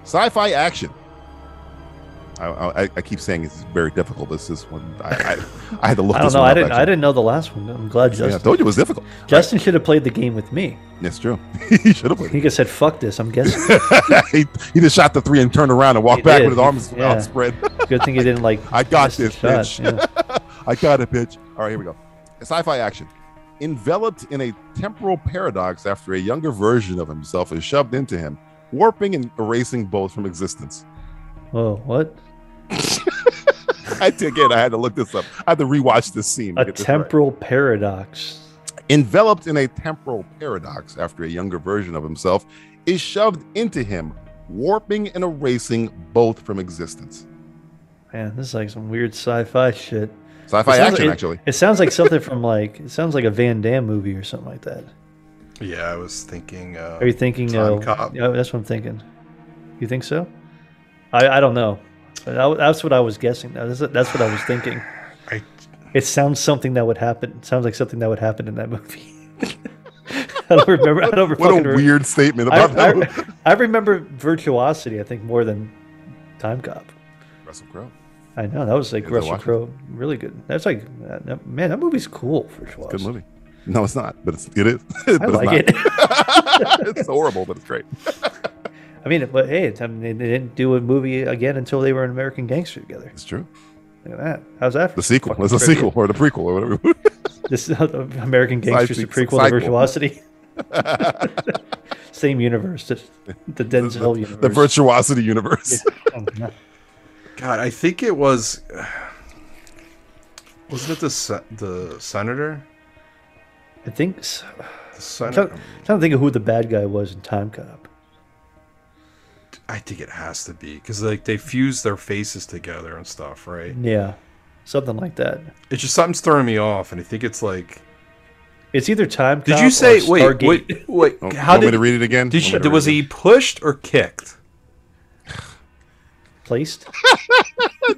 B: Sci-fi action. I, I, I keep saying it's very difficult. but It's this one. I, I, I had to look.
C: *laughs* I don't
B: this
C: know.
B: One
C: I
B: up,
C: didn't.
B: actually.
C: I didn't know the last one. I'm glad
B: Yeah, I
C: Justin.
B: told you it was difficult.
C: Justin should have played the game with me.
B: That's true. *laughs* he should have played.
C: He could have said, "Fuck this." I'm guessing.
B: *laughs* he, he just shot the three and turned around and walked
C: He
B: back
C: did.
B: with his arms *laughs*
C: Yeah.
B: outspread.
C: Good thing he didn't like.
B: I got this,
C: shot,
B: bitch. *laughs* I got it, bitch. All right, here we go. Sci-fi action. Enveloped in a temporal paradox after a younger version of himself is shoved into him, warping and erasing both from existence.
C: Whoa, what?
B: *laughs* I did again. I had to look this up. I had to rewatch this scene. to
C: A
B: get this right.
C: temporal paradox.
B: enveloped in a temporal paradox after a younger version of himself is shoved into him, warping and erasing both from existence.
C: Man, this is like some weird sci-fi shit.
B: Sci-fi
C: It sounds-
B: action,
C: it-
B: actually.
C: It sounds like something from like it sounds like a Van Damme movie or something like that.
K: Yeah, I was thinking. Uh,
C: Are you thinking?
K: Time
C: Uh,
K: Cop.
C: yeah, that's what I'm thinking. You think so? I, I don't know. But I, that's what I was guessing. That's, that's what I was thinking. *laughs*
K: I-
C: it sounds something that would happen. It sounds like something that would happen in that movie. *laughs* I don't remember. I
B: *laughs*
C: don't
B: What a
C: fucking remember.
B: weird statement
C: I-
B: about
C: I,
B: that.
C: I, remember Virtuosity. I think more than Time Cop.
B: Russell Crowe.
C: I know that was like
B: Denzel
C: Russell
B: Washington.
C: Crowe. Really good. That's like uh, that- man, that movie's cool. Virtuosity.
B: Good movie. No, it's not, but it's, it is. *laughs* but
C: I
B: it's
C: like it.
B: not. *laughs* it's horrible, but it's great.
C: I mean, but hey, it's, I mean, they didn't do a movie again until they were an American Gangster together.
B: It's true.
C: Look at that. How's that? for
B: The sequel.
C: fucking
B: It's a
C: trivia?
B: sequel or the prequel or whatever. *laughs*
C: This is American
B: Side
C: Gangster's a
B: sequel-
C: prequel to
B: cycle. *laughs*
C: Virtuosity. Same universe, the, the Denzel universe. Oh,
B: the virtuosity universe. *laughs*
K: God, I think it was. *sighs* Wasn't it the se- the senator?
C: I think.
K: The
C: So. I'm trying,
K: senator.
C: I'm trying to think of who the bad guy was in Time Cop.
K: I think it has to be because like they fuse their faces together and stuff, right?
C: Yeah, something like that.
K: It's just something's throwing me off, and I think it's like.
C: It's either Time
K: Did
C: Cop
K: you say
C: or
K: wait?
C: Stargate.
K: Wait, wait.
B: Oh,
K: how
B: want
K: did
B: me to read it again?
K: Did
B: Want
K: you,
B: me to read
K: was
B: it
K: he pushed or kicked?
C: Placed.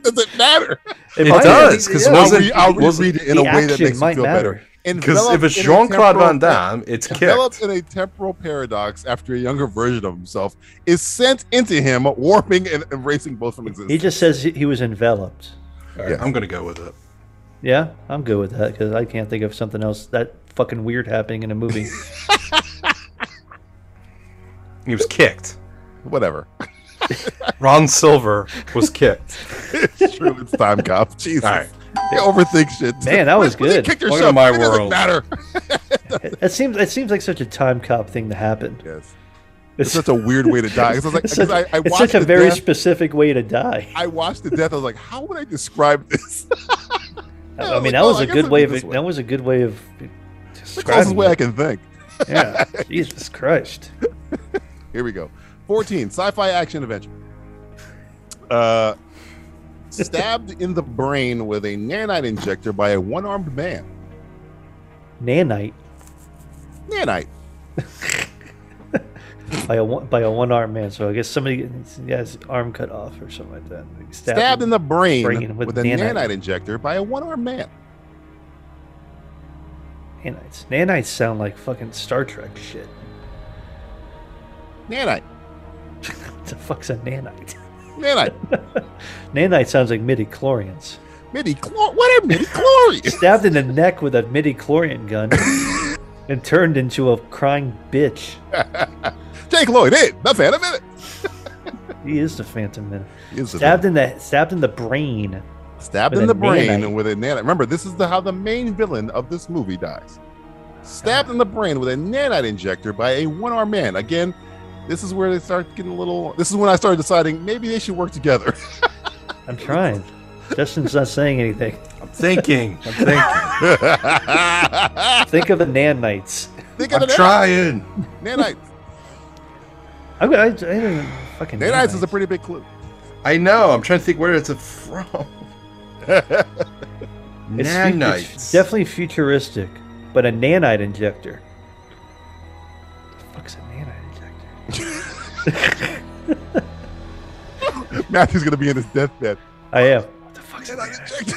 B: Does it matter?
K: It does because
B: I'll
K: wasn't
B: re- I'll
K: wasn't-
B: reread it in a way that makes me feel better.
K: Because if
B: Enveloped
K: it's
B: in a
K: Jean Claude
B: temporal
K: Van Damme, it's kicked.
B: Developed in a temporal paradox after a younger version of himself is sent into him, warping and erasing both from existence.
C: He just says he- he was enveloped.
K: All right, I'm gonna go with it.
C: Yeah, I'm good with that because I can't think of something else that fucking weird happening in
B: *laughs*
C: a movie.
K: He was
B: *laughs*
K: kicked.
B: Whatever.
K: *laughs* Ron Silver was kicked.
B: *laughs* it's true. It's time
K: *laughs*
B: cop. Jesus.
K: All right.
B: You overthink shit.
C: Man, that was
B: When you
C: good.
B: Kicked
K: Welcome
B: yourself.
K: to my
B: it doesn't
K: world.
B: matter.
C: That seems that seems like such a time cop thing to happen.
B: Yes. It's such a weird way to die. 'Cause I was like-
C: it's such,
B: 'cause I- I
C: it's
B: watched
C: such a
B: the
C: very
B: death-
C: specific way to die.
B: I watched the death. I was like, how would I describe this?
C: I,
B: was
C: mean,
B: like,
C: that
B: oh, *laughs*
C: was
B: I
C: a
B: guess
C: good
B: I'll
C: way
B: do
C: of
B: this
C: it. That was a good way of
B: the closest
C: describing.
B: way I
C: it.
B: can think.
C: Yeah, Jesus Christ.
B: Here we go. 14. Sci fi action adventure. Uh, stabbed in the brain with a nanite injector by a one armed man.
C: Nanite
B: Nanite.
C: by a one, by a one armed man. So I guess somebody got his arm cut off or something like that. Like, stabbed,
B: Stabbed in the brain,
C: brain
B: with,
C: with
B: a nanite.
C: nanite.
B: injector by a one armed man.
C: Nanites. Nanites sound like fucking Star Trek shit.
B: Nanite.
C: *laughs* What the fuck's a nanite?
B: Nanite.
C: *laughs* Nanite sounds like midi chlorians.
B: Midi chlor. What are midi chlorians?
C: Stabbed in the neck with a midi chlorian
B: *laughs*
C: gun and turned into a crying bitch.
B: *laughs* Jake Lloyd, hey, the fan of it. *laughs*
C: He is the Phantom Man.
B: He is the
C: stabbed in the stabbed in the brain.
B: Stabbed
C: With
B: in the
C: a
B: brain
C: nanite.
B: with a nanite. Remember, this is the, how the main villain of this movie dies. Stabbed in the brain with a nanite injector by a one armed man. Again, this is where they start getting a little. This is when I started deciding maybe they should work together. *laughs*
C: I'm trying. Justin's not saying anything.
K: I'm thinking. I'm thinking.
B: *laughs*
C: Think of the nanites.
B: Think of
K: I'm
B: the
K: trying.
B: *laughs* nanite.
C: I, I, I didn't fucking
B: Nanites is
C: nanites.
B: a pretty big clue.
K: I know. I'm trying to think where it's
B: *laughs*
K: from.
C: It's, fu- it's
K: Nanites.
C: definitely futuristic, but a nanite injector. The fuck's a nanite injector?
B: *laughs* Matthew's gonna be in his deathbed.
C: I am.
B: Nanite injector. *laughs*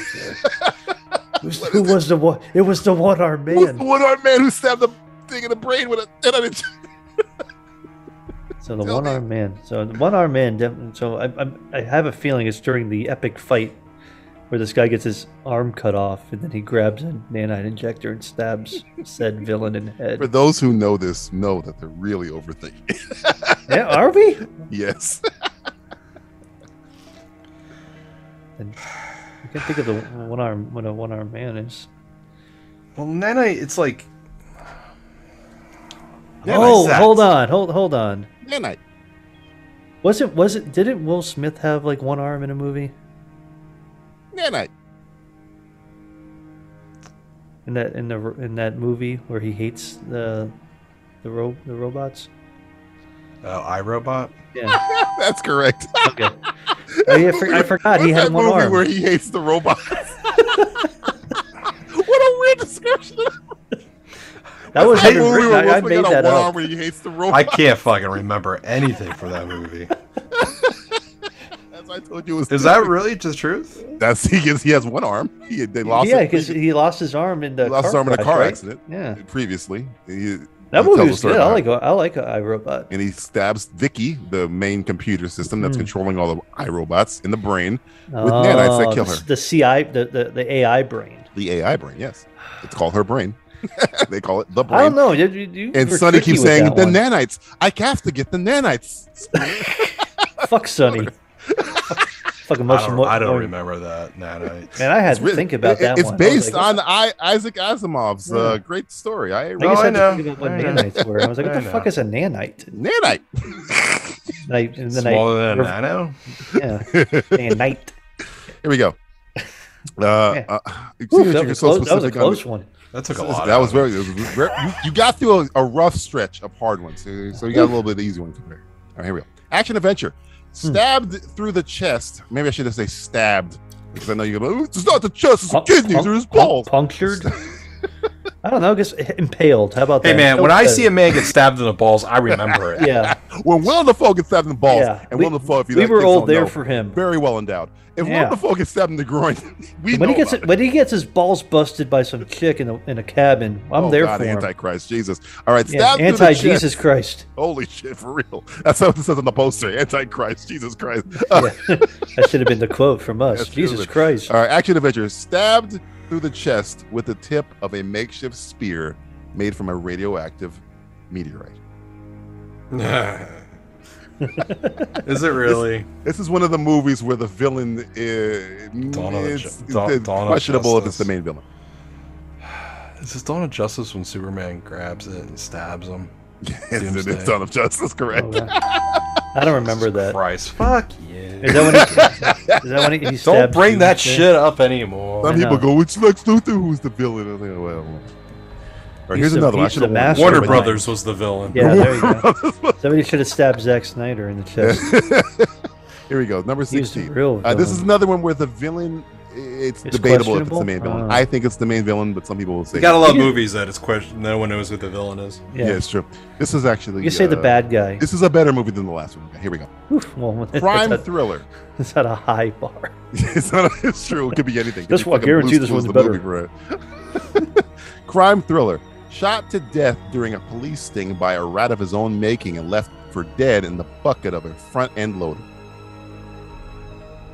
Q: Who's- who was the one? It was the one armed man.
B: One armed man who stabbed the thing in the brain with a. And I mean,
C: So the one armed man. So the one armed man. def- So I, I, I have a feeling it's during the epic fight where this guy gets his arm cut off and then he grabs a nanite injector
B: *laughs*
C: and stabs said villain in the head.
B: for those who know this, know that they're really overthinking. it.
C: Yeah,
B: *sighs*
C: are we?
B: *laughs* yes.
C: And I can't think of the one arm what a one armed man is.
K: Well, nanite, it's like.
C: oh,
K: Nanite's
C: hold
K: that.
C: on, hold hold on.
B: Nanite.
C: Was it was it didn't Will Smith have like one arm in a movie?
B: Nanite.
C: In that in the in that movie where he hates the the ro- the robots?
K: Oh, iRobot?
C: Yeah.
B: *laughs* That's correct.
C: Okay. Oh, yeah, I, for- I forgot he
B: What's
C: had
B: that
C: one
B: movie
C: arm.
B: where he hates the robots.
R: What a weird description.
C: That
K: was
B: that
K: even
B: movie
K: written-
B: where
K: I- I
B: Wolfman
K: made
B: got a
K: that
B: one
K: up.
B: arm Where he hates the
K: I
B: robots.
K: can't fucking remember anything for that movie.
B: That's why I told you *laughs* it was
K: Is that really the truth?
B: That's he has, he has one arm. *laughs* He, they lost
C: yeah,
B: it.
C: because he lost his arm in the
B: He lost
C: car
B: his arm in a
C: crash,
B: car
C: right?
B: accident.
C: Yeah,
B: Previously, He- *laughs*
C: that
B: he tells
C: movie
B: the
C: was
B: story
C: good. I
B: about
C: like
B: it.
C: I like iRobot.
B: And he stabs Vicky, the main computer system that's
C: Hmm. Oh,
B: controlling all the iRobots in the brain, with nanites that kill
C: the,
B: her.
C: The CI, the, the, the AI brain.
B: The AI brain, yes. It's called her brain. *laughs* they call it the brain.
C: I don't know. You, you, you
B: And
C: were
B: Sonny
C: tricky
B: keeps
C: with
B: saying
C: that
B: the
C: one.
B: nanites. I have to get the nanites. *laughs*
C: Fuck Sonny. Fucking much
K: I don't,
C: more.
K: I don't
C: more-
K: remember that nanite.
C: Man, I had to
B: really-
C: think about
B: it-
C: that
B: It's
C: one. I was
B: based
C: like, Hmm.
B: on I, Isaac Asimov's uh, great story. I,
C: I guess I, had
K: know.
B: um,
C: to think about what
K: I know.
C: nanites were. I
B: *laughs*
C: was like, what
K: I
C: the
K: know.
C: fuck is a nanite?
B: nanite.
C: *laughs* And I, and then
K: Smaller
C: I,
K: than a nano?
C: Yeah.
B: *laughs*
C: nanite.
B: Here we go. Uh, uh, it seems
C: Oof,
B: you
C: that
B: were
C: was
B: so
C: close- that was a
B: specific on
C: close
B: the-
C: one.
K: That took a
B: This-
K: lot
B: That
K: out
B: was
K: of
B: very. it was very- you, you got through a, a rough stretch of hard ones, so so you got a
K: Oof.
B: little bit of the easy one. All right, here we go. Action adventure.
C: Hmm.
B: Stabbed through the chest. Maybe I should just say stabbed because I know you're gonna. be like, It's not the chest. It's the kidneys or his balls.
C: Punctured?
B: *laughs*
C: I don't know. I guess impaled. How about
K: Hey,
C: that?
K: man,
C: That
K: when
C: was
K: I
C: better.
K: see a man get stabbed in the balls, I *laughs* remember it.
C: Yeah.
B: When Will Dafoe gets stabbed in the balls,
C: Yeah,
B: and
C: we-
B: Will Dafoe, if you
C: we
B: like
C: were
B: kids
C: all
B: don't
C: there
B: know,
C: for him.
B: very well endowed. If
C: Yeah.
B: Will Dafoe gets stabbed in the groin, we
C: when
B: know
C: he gets
B: about
C: when he gets his balls busted by some chick in a, in a cabin, I'm
B: Oh,
C: there
B: God,
C: for him.
B: Antichrist, Jesus. All right,
C: Yeah,
B: stab
C: anti Jesus Christ.
B: Holy shit, for real. That's what it says on the poster. Antichrist, Jesus Christ.
C: *laughs* That should have been the quote from us.
B: Yes,
C: Jesus
B: truly.
C: Christ.
B: All right, action adventure. Stabbed through the chest with the tip of a makeshift spear made from a radioactive meteorite.
K: Is it really?
B: This is one of the movies where the villain
K: *laughs*
B: is
K: Dawn of the
B: it's-
K: Ju-
B: it's
K: Dawn- Dawn of
B: questionable if it's the
K: Justice.
B: main villain.
K: Is this Dawn of Justice when Superman grabs it and stabs
B: *laughs*
K: him?
B: Yes, it is Dawn of Justice, correct?
C: Oh, I don't remember that.
K: Christ, fuck you.
C: Is that when he, is that
B: *laughs*
C: when he, he
K: Don't
C: stabbed
K: bring that
C: Doomsday?
K: shit up anymore.
B: Some people go, it's Lex Luthor who's the villain. I'm like, well, well. All right, here's
C: He's the-
B: another one. I
C: he's
B: should have warned
C: the master
B: you.
K: Warner
C: Superman.
K: Brothers was the villain.
C: Yeah, there you go. Somebody should have stabbed Zack Snyder in the chest.
B: *laughs* Here we go. Number
C: He was the
B: 16.
C: real
B: Uh, this is
C: villain.
B: another one where the villain, it's,
C: It's
B: debatable if it's the main
C: questionable?
B: villain.
C: Oh.
B: I think it's the main villain, but some people will say.
K: You gotta love
C: You can-
K: movies that it's question. No one knows who the villain is.
B: Yeah.
C: Yeah.
B: it's true. This is actually.
C: You say the
B: uh,
C: bad guy.
B: This is a better movie than the last one. Okay, Here we go.
C: Oof, well, *laughs* that's
B: Crime
C: a-
B: thriller.
C: That's not a high bar.
B: *laughs* it's, not, it's true. It could be anything. It could
C: This
B: be
C: one,
B: fucking
C: guarantee
B: Blue's
C: this one's
B: Clues, the movie for it. *laughs* Crime thriller. Shot to death during a police sting by a rat of his own making and left for dead in the bucket of a front end loader.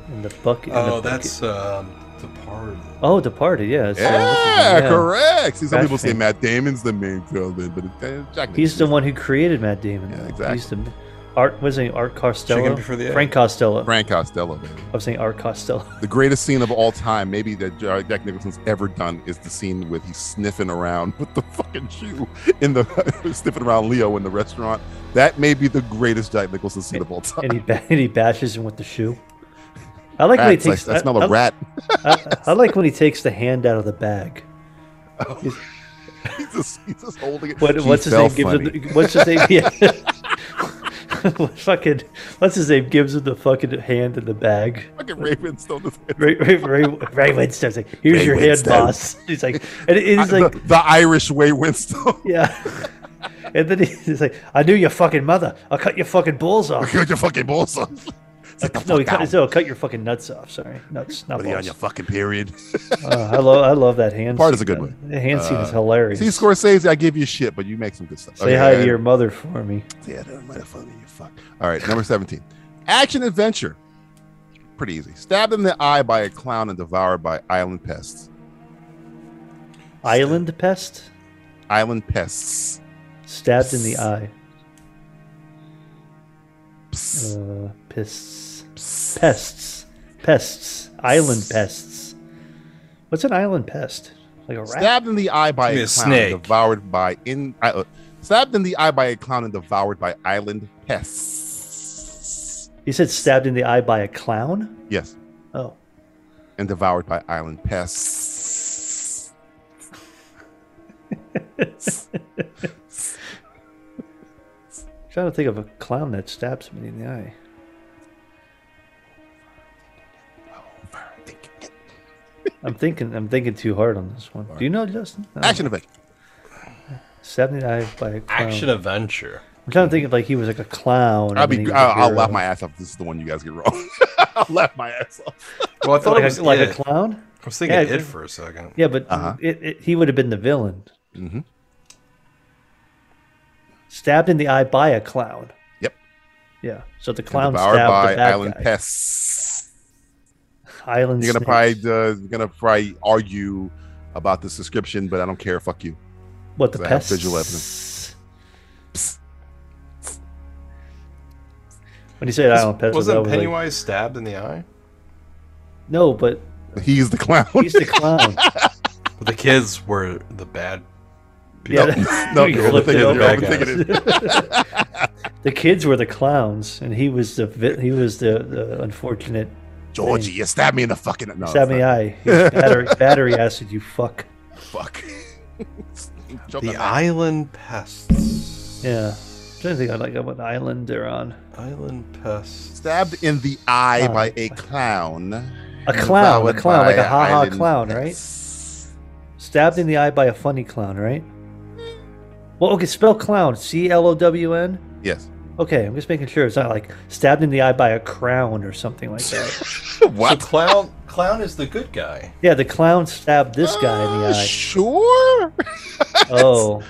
C: In the bucket. in the
K: Oh,
C: bucket.
K: that's um, the part.
C: Oh, Departed. Yeah. it's, uh,
B: Yeah,
C: yeah.
B: correct. See, some
C: That's
B: people say
C: fan-
B: Matt Damon's the main villain, but it's uh, Jack
C: He's
B: Nicholson.
C: the one who created Matt Damon. Yeah,
B: exactly.
C: He's the art. Was it Art Costello?
K: Chicken before the egg.
C: Frank Costello.
B: Frank Costello, baby.
C: I was saying Art Costello.
B: The greatest scene of all time, maybe that Jar- Jack Nicholson's ever done, is the scene with he's sniffing around *laughs* with the fucking shoe in the *laughs* sniffing around Leo in the restaurant. That may be the greatest Jack Nicholson scene of all time.
C: and he ba- and he bashes him with the shoe. I like when he
B: Rats, I-
C: takes.
B: I smell a
C: a
B: rat.
C: I, I like when he takes the hand out of the bag. He's-
B: Oh. *laughs* he's, just, he's just holding it.
C: What,
B: She
C: what's his
B: fell
C: name? Gives him,
B: funny.
C: the- what's his name?
B: *laughs*
C: Yeah. *laughs* What fucking. What's his name? Gives him the fucking hand in the bag.
B: fucking Ravenstone. is-
C: *laughs* Ray, Ray, Ray, Ray Winstone. like, here's
B: Ray
C: your
B: Winstone."
C: hand, boss. He's like, and it-
B: I-
C: he's like,
B: the, the Irish way Winstone. *laughs*
C: Yeah. *laughs* And then he's like, I knew your fucking mother. I'll cut your fucking
B: *laughs*
C: balls
B: I *laughs*
C: off.
B: cut your fucking balls off.
C: Cut- no, he cut, no, cut your fucking nuts off. Sorry, nuts, not
B: Put it on
C: balls.
B: your *laughs* fucking period.
C: Uh, I love, I love that hand.
B: Part
C: scene.
B: is a good one. Uh,
C: That hand scene is hilarious.
B: See, Scorsese, I give you shit, but you make some good stuff.
C: Say
B: Okay,
C: hi to
B: and-
C: your mother for me.
B: Yeah, that might have funny. You fuck. All right, number 17. Action adventure. Pretty easy. Stabbed in the eye by a clown and devoured by island pests.
C: Island pest.
B: Island pests.
C: Stabbed in the eye. Uh, pests. Pests. Pests. Island pests. What's an island pest? Like a rat.
B: Stabbed in the eye by a
C: Give me
B: clown
C: a
B: and
C: snake.
B: devoured by in I- uh, stabbed in the eye by a clown and devoured by island pests.
C: You said stabbed in the eye by a clown.
B: Yes.
C: Oh.
B: And devoured by island pests.
C: trying to think of a clown that stabs me in the eye. I'm thinking. I'm thinking too hard on this one. Do you know Justin?
B: Action
C: event. Stabbed in the eye by a clown.
K: Action adventure.
C: I'm trying to think if like he was like a clown.
B: I'll be. I'll, I'll laugh my
C: ass.
B: ass off. if This is the one you guys get wrong. *laughs* I'll laugh my ass off.
K: Well, I thought
C: like
K: it was
C: a, like
K: It.
C: a clown.
K: I was thinking
C: Yeah,
K: it for a second.
C: Yeah, but
K: Uh-huh.
C: it, it, he would have been the villain.
B: Mm-hmm.
C: Stabbed in the eye by a clown.
B: Yep.
C: Yeah. So the clown
B: devoured
C: stabbed
B: by
C: the bad
B: island
C: guy.
B: pests.
C: Island.
B: You're gonna
C: snake.
B: probably uh, you're gonna probably argue about this description, but I don't care. Fuck you.
C: What, the
B: 'Cause I have
C: pests?
B: visual evidence.
C: when you say island pests, I
K: Wasn't
C: was like-
K: Pennywise stabbed in the eye?
C: no, but
B: he's the clown.
C: He's the clown.
K: *laughs* But the kids were the
B: *laughs*
K: bad.
C: Yeah,
K: people.
C: that- we flipped it over. the kids were the clowns, and he was the vi- he was the, the unfortunate.
B: Georgie, you stabbed me in the fucking- no,
C: You stabbed me in the eye.
B: it's
C: He
B: not. *laughs*
C: was battery, battery acid. You fuck.
K: *laughs*
B: Fuck.
K: the island pests.
C: Yeah. I'm trying to think of like what island they're on.
K: Island pests.
B: Stabbed in *laughs* the
C: Oh,
B: eye by a clown.
C: A clown, a
B: Devoured
C: clown, like
B: by
C: a haha
B: island
C: clown, right? Stabbed in the eye by a funny clown, right? Well, okay, spell clown. C L O W N.
B: Yes.
C: Okay, I'm just making sure it's not like stabbed in the eye by a crown or something
B: *laughs*
C: like that.
K: What? So clown. Clown is the good guy.
C: yeah, the clown stabbed this guy
B: Ah,
C: in the eye.
B: Sure. *laughs*
C: Oh,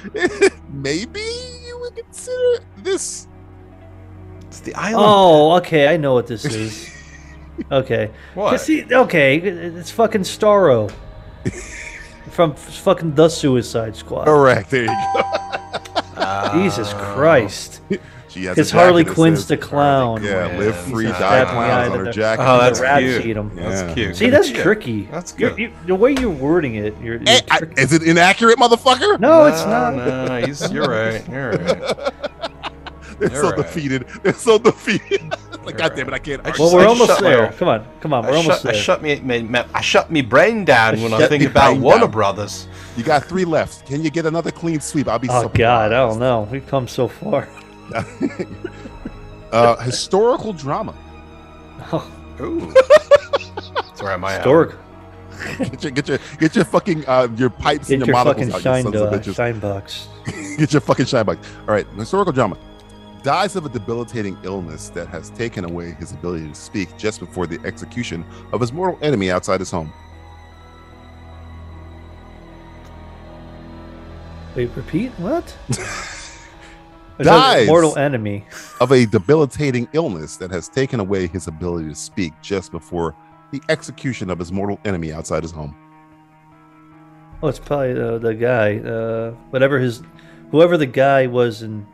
B: Maybe you would consider this.
K: It's the
C: oh, okay, I know
B: *laughs*
C: what this is. Okay,
K: What?
C: 'Cause See, okay, it's fucking Starro from fucking the Suicide Squad.
B: Correct. There you go.
C: Jesus
K: Ah.
C: Christ.
B: She has
C: it's
B: a jacket
C: Harley
B: that
C: Quinn's
B: says,
C: the clown.
B: Yeah, live
C: He's
B: free,
C: stabbed
B: die
C: in the eye
B: clowns on
C: that
B: her
C: they're-
K: Oh,
B: jacket.
C: the rats eat 'em.
B: Yeah.
C: See, that's
B: Yeah.
C: tricky.
K: That's good.
C: You, you, the way you're wording it, you're, you're tricky.
B: Eh, Is it inaccurate, motherfucker?
C: No, it's not.
K: No, he's,
B: *laughs*
K: you're right. You're right.
B: They're
K: You're
B: so
K: right.
B: defeated. They're so defeated. *laughs* like, God damn it, I can't. argue.
C: Well, we're
K: I
C: almost
K: shut my-
C: there. Come on, come on,
K: I
C: we're almost
K: shut, I
C: there.
K: shut me, my- my- I shut me brain down when I
B: Shut
K: think
B: me
K: about
B: brain
K: Warner
B: down.
K: Brothers.
B: You got three left. Can you get another clean sweep? I'll be.
C: Oh
B: surprised.
C: God, I don't know. We've come so far.
B: *laughs* Uh, historical drama.
C: Oh.
B: *laughs*
K: Ooh. That's where am I?
C: Stork.
B: get your get your get your fucking uh, your pipes
C: Get
B: and your,
C: your
B: monocles
C: fucking
B: out,
C: shine,
B: you sons of
C: uh,
B: bitches.
C: shine box.
B: *laughs* get your fucking shine box. All right, historical drama. Dies of a debilitating illness that has taken away his ability to speak just before the execution of his mortal enemy outside his home.
C: Wait, repeat what? There's a
B: Dies
C: mortal enemy.
B: of a debilitating illness that has taken away his ability to speak just before the execution of his mortal enemy outside his home.
C: Oh, it's probably uh, the guy. Uh, whatever his, whoever the guy was in,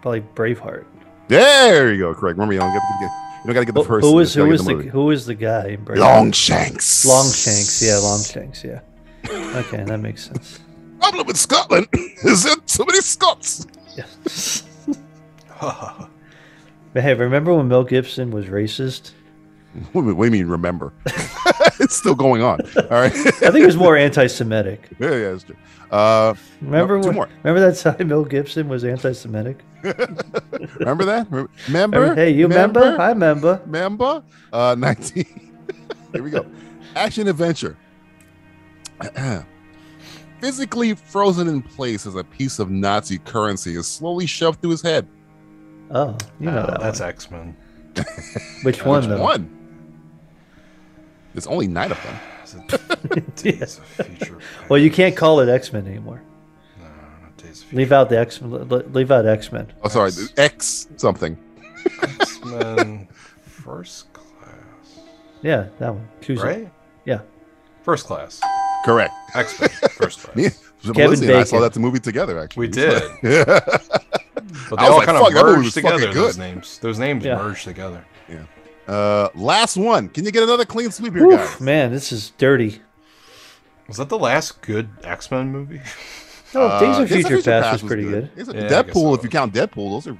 C: probably Braveheart.
B: There you go, Craig. Remember, you don't get, you don't got to get the
C: Who-
B: person.
C: who is
B: you
C: who
B: just
C: is
B: gotta
C: the,
B: get
C: who is the guy? in Braveheart?
B: Longshanks.
C: Longshanks, yeah, Longshanks, yeah. Okay, that
B: *laughs*
C: makes sense.
B: movie. *laughs* Problem with Scotland *laughs* is there so many Scots.
C: But hey, remember when Mel Gibson was racist?
B: What do you- what do you mean? Remember, *laughs* it's still going on. All right.
C: I think it was more anti-Semitic.
B: *laughs* Yeah, yeah, that's true. Uh,
C: Remember
B: no, two
C: when,
B: more.
C: Remember that time Mel Gibson was anti-Semitic?
B: *laughs* Remember that? Remember? remember?
C: Hey, you remember? I remember.
B: Remember? Uh, *laughs* 19. Here we go. Action adventure. *clears throat* Physically frozen in place as a piece of Nazi currency is slowly shoved through his head.
C: Oh, you know
K: Oh,
C: that
K: that's
C: one.
K: X Men.
C: Which one, though?
B: one? There's only nine of them.
C: Yes. *laughs* well, you can't call it X Men anymore. Leave out the X. Leave out X Men.
B: Oh, sorry, X something.
K: X-Men first class.
C: Yeah, that one. Choose it.
K: Right?
C: Yeah.
K: First class.
B: Correct.
K: X-Men
B: *laughs*
K: first class.
B: Me,
C: Kevin
B: Lindsay and I saw
C: Bacon.
B: that the movie together. Actually,
K: We did.
B: *laughs* yeah.
K: But they
B: I was
K: all
B: like,
K: kind
B: "Fuck,
K: of
B: that movie
K: merged
B: was fucking
K: together. Those
B: good."
K: names. Those names
B: Yeah.
K: merged together.
B: Yeah. Uh, last one. Can you get another clean sweep here,
C: Oof,
B: guys?
C: man, this is dirty.
K: Was that the last good X Men movie?
C: No, Days
B: Uh,
C: of Future, Past was, pretty good.
B: Days of-
K: Yeah, I guess
B: Deadpool, if you count Deadpool, those are.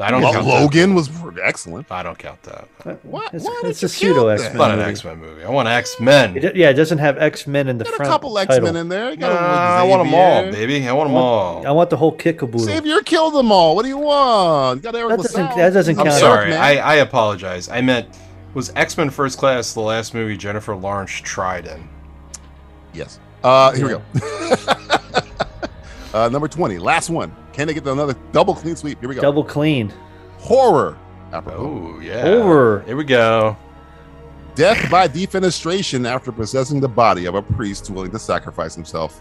K: I don't
B: Well,
K: count
B: Logan was excellent.
K: I don't count that.
C: Uh,
B: What?
C: It's,
B: Why
C: it's
B: did you count
C: a pseudo
B: that?
C: X Men.
K: Not an X-Men movie. I want X-Men.
C: yeah, it doesn't have X Men in the
B: A
C: front.
B: couple X
C: title.
B: Men in there. You
K: Nah,
B: got a
K: I want them
B: Xavier.
K: all, baby. I want them all.
C: I want the whole kickaboo.
B: Xavier killed them all. What do you want? You got Eric
C: That doesn't-
B: LaSalle.
C: that doesn't
K: I'm
C: count.
K: sorry.
B: Man.
K: I, I apologize. I meant was X Men First Class the last movie Jennifer Lawrence tried in? *laughs*
B: Yes. Uh, here we go. *laughs* uh, number 20, last one. Can they get another double clean sweep? Here we go.
C: Double cleaned.
B: Horror. Apropos.
K: Oh, yeah. Horror. Here we go.
B: Death by defenestration after possessing the body of a priest willing to sacrifice himself.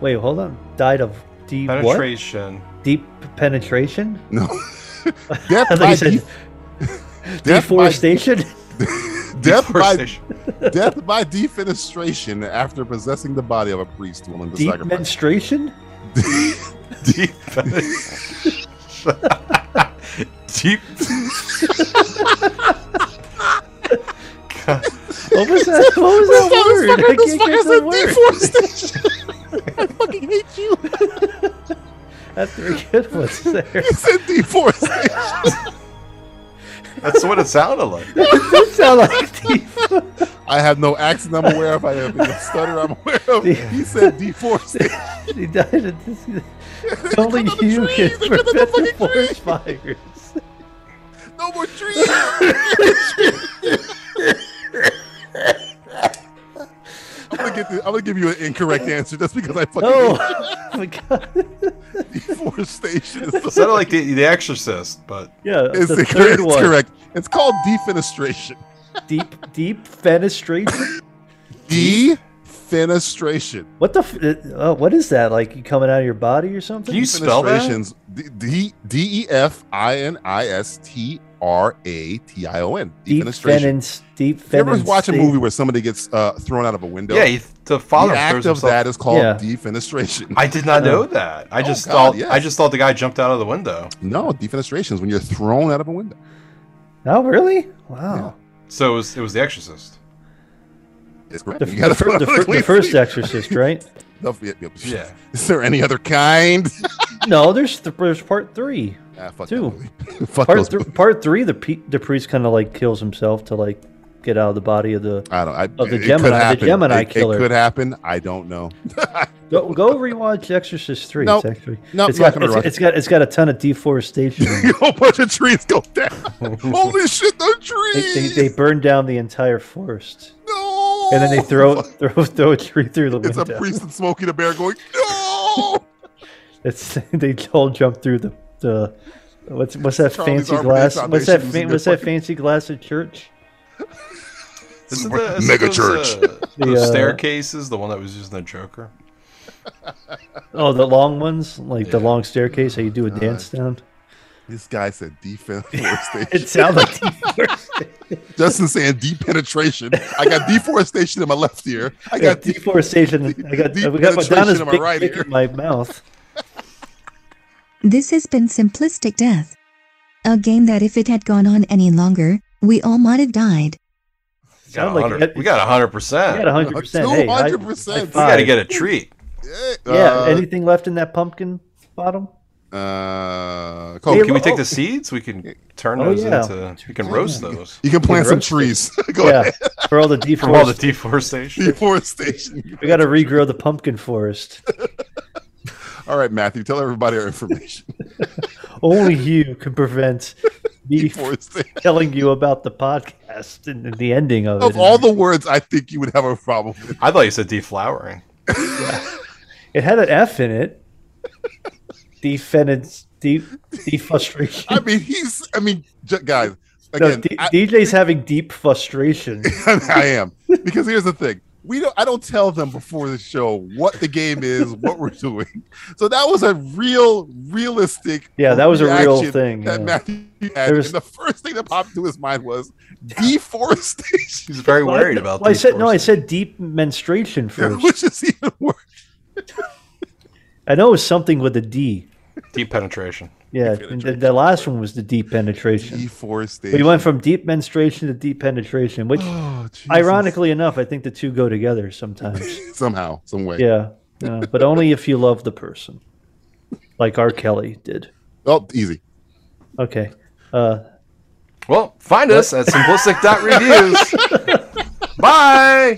C: Wait, hold on. Died of deep what?
K: Penetration.
C: Deep penetration. *laughs*
B: No. *laughs* Death
C: I thought
B: by
C: you said
B: def- Death
C: *laughs*
B: by- *laughs*
C: deforestation.
B: Death by,
C: Deforestation.
B: death by defenestration after possessing the body of a priest willing to
C: deep
B: sacrifice.
C: menstruation.
K: Deep.
B: *laughs*
K: Deep.
C: What was that? What was
B: This
C: that
B: guy- this
C: word?
B: fucker- this fucker said deforestation.
C: I can't get the word.
B: I fucking hate you.
C: That's three good ones there.
B: He said deforestation.
K: That's what it sounded like.
C: It did sound like deep.
B: I have no accent I'm aware of. I have no stutter I'm aware of. He said deforestation.
C: *laughs* He died of this. Only you *laughs* can
B: trees, they cut down
C: prevent
B: the
C: the forest fires.
B: No more
K: *laughs*
B: trees. I'm gonna, get the, I'm gonna give you an
C: *laughs*
B: incorrect answer just because I fucking
C: No. *laughs*
B: hate
C: Oh my god.
B: you. deforestation. Is the,
K: sounded like the, the Exorcist, but
C: Yeah,
B: is
C: the
B: the
C: third
B: correct, it's
C: one.
B: correct. It's called defenestration.
C: Deep, deep fenestration.
B: Defenestration.
C: What the? F- uh, what is that? Like you coming out of your body or something?
B: Defenestrations. D- D- D E F I N I S T R A T I O N.
C: Deep
B: Defenestration.
C: fenins. Deep
B: You ever
C: fenins.
B: watch a movie where somebody gets uh, thrown out of a window?
K: Yeah, he- the father
B: the act
K: throws
B: of
K: himself-
B: that is called
C: Yeah.
B: defenestration.
K: I did not
C: Oh.
K: know that. I just
B: God,
K: thought
B: yes.
K: I just thought the guy jumped out of the window.
B: No, defenestration is when you're thrown out of a window.
C: Oh really? Wow.
K: So it was, it was the Exorcist.
B: It's correct.
C: The,
B: You
C: f-
B: gotta
C: the, fir- the,
B: throw out
C: fir-
B: of a
C: the first
B: window. *laughs*
C: Exorcist, right?
B: No, yeah, yeah, psh.
K: Yeah.
B: *laughs* Is there any other kind? *laughs*
C: No, there's th- there's part three.
B: ah, fuck that
C: Two.
B: movie. *laughs* fuck
C: part
B: those.
C: thr-
B: movies.
C: part three, the pe- the priest kind of like kills himself to like get out of the body of the
B: I don't. I,
C: of Oh, the
B: it could
C: Gemini, the
B: happen.
C: Gemini
B: It-
C: killer.
B: It could happen. I don't know. *laughs*
C: Go, go rewatch Exorcist three.
B: Nope.
C: It's actually
B: Nope,
C: it's
B: not
C: got
B: gonna
C: it's,
B: watch
C: it's got it's got a ton of deforestation. in
B: *laughs* a
C: it.
B: whole bunch of trees go
C: *laughs*
B: down. *laughs* Holy shit! The
C: they,
B: trees.
C: they, they burn down the entire forest,
B: no.
C: and then they
B: *laughs*
C: throw throw throw a tree through the
B: It's
C: window.
B: a priest and Smokey the Bear going. No.
C: It's *laughs* they all jump through the the what's what's that
B: Charlie's
C: fancy
B: Armory
C: glass? What's that
B: Foundation is in
C: fa-
B: your
C: what's that
B: fucking-
C: fancy glass at church?
K: This
B: Mega church.
K: Uh,
C: *laughs* The,
K: those
C: uh,
K: staircases, the one that was used in the Joker.
C: Oh, the long ones, like the long staircase. How you do a dance down?
B: Uh, This guy said
C: *laughs*
B: defenestration.
C: It sounds like deforestation.
B: Justin saying deep penetration. I got deforestation in my left ear. I got deep.
C: deforestation. I got
B: deep
C: I got Madonna's
B: penetration in my
C: big
B: right
C: dick
B: ear.
C: in my mouth.
H: This has been Simplistic Death. A game that if it had gone on any longer, we all might have died.
K: We got
C: Sound like
K: 100
C: it-
K: we got hundred percent.
C: I
B: *laughs*
C: got hundred percent. Hey, I-
B: 200%.
C: high
B: We
K: We got to
C: five.
K: get a treat.
C: Yeah. anything left in that pumpkin bottom?
B: Uh,
K: Oh,
B: Cole,
K: can we take the seeds? We can turn
C: Oh,
K: those
C: yeah.
K: into. We can roast those
B: you can plant some
C: roast it.
B: trees. *laughs* Go
C: yeah,
B: ahead.
C: for
K: *laughs*
C: all the
K: from all the
C: deforestation.
K: deforestation.
B: Deforestation.
C: *laughs* we got to regrow the pumpkin forest.
B: All right, Matthew, tell everybody our information.
C: Only you can prevent me
B: Deforestation.
C: telling you about the podcast and and the ending of,
B: Of
C: it.
B: all the words, I think you would have a problem with.
K: I thought you said
B: *laughs*
K: deflowering.
C: *laughs* it had an F in it. Defendants. Deep, deep frustration.
B: I mean, he's. I mean, j- guys.
C: No,
B: Again,
C: D- DJ's having deep frustration.
B: *laughs* I am because here's the thing. We don't. I don't tell them before the show what the game is, what we're doing. So that was a real, realistic.
C: Yeah, that was a real
B: reaction
C: thing,
B: That
C: yeah.
B: Matthew had.
C: There
B: And
C: was-
B: the first thing that popped into his mind was deforestation.
K: He's very
C: Well, I- well, I said no. I said deep menstruation first,
B: which is even worse.
C: I know it was something with a D.
K: Deep
B: *laughs*
K: penetration.
C: Yeah, and the, the last one was the deep penetration.
B: Deforestation.
C: We went from deep menstruation to deep penetration, which,
B: Oh, Jesus.
C: ironically enough, I think the two go
B: *laughs*
C: together sometimes.
B: somehow, some way.
C: yeah, yeah, but only if you love the person, like R. Kelly did.
B: Oh, easy.
C: Okay. Uh,
K: well, find us at
B: *laughs*
C: *laughs*
K: simplistic.reviews. Bye.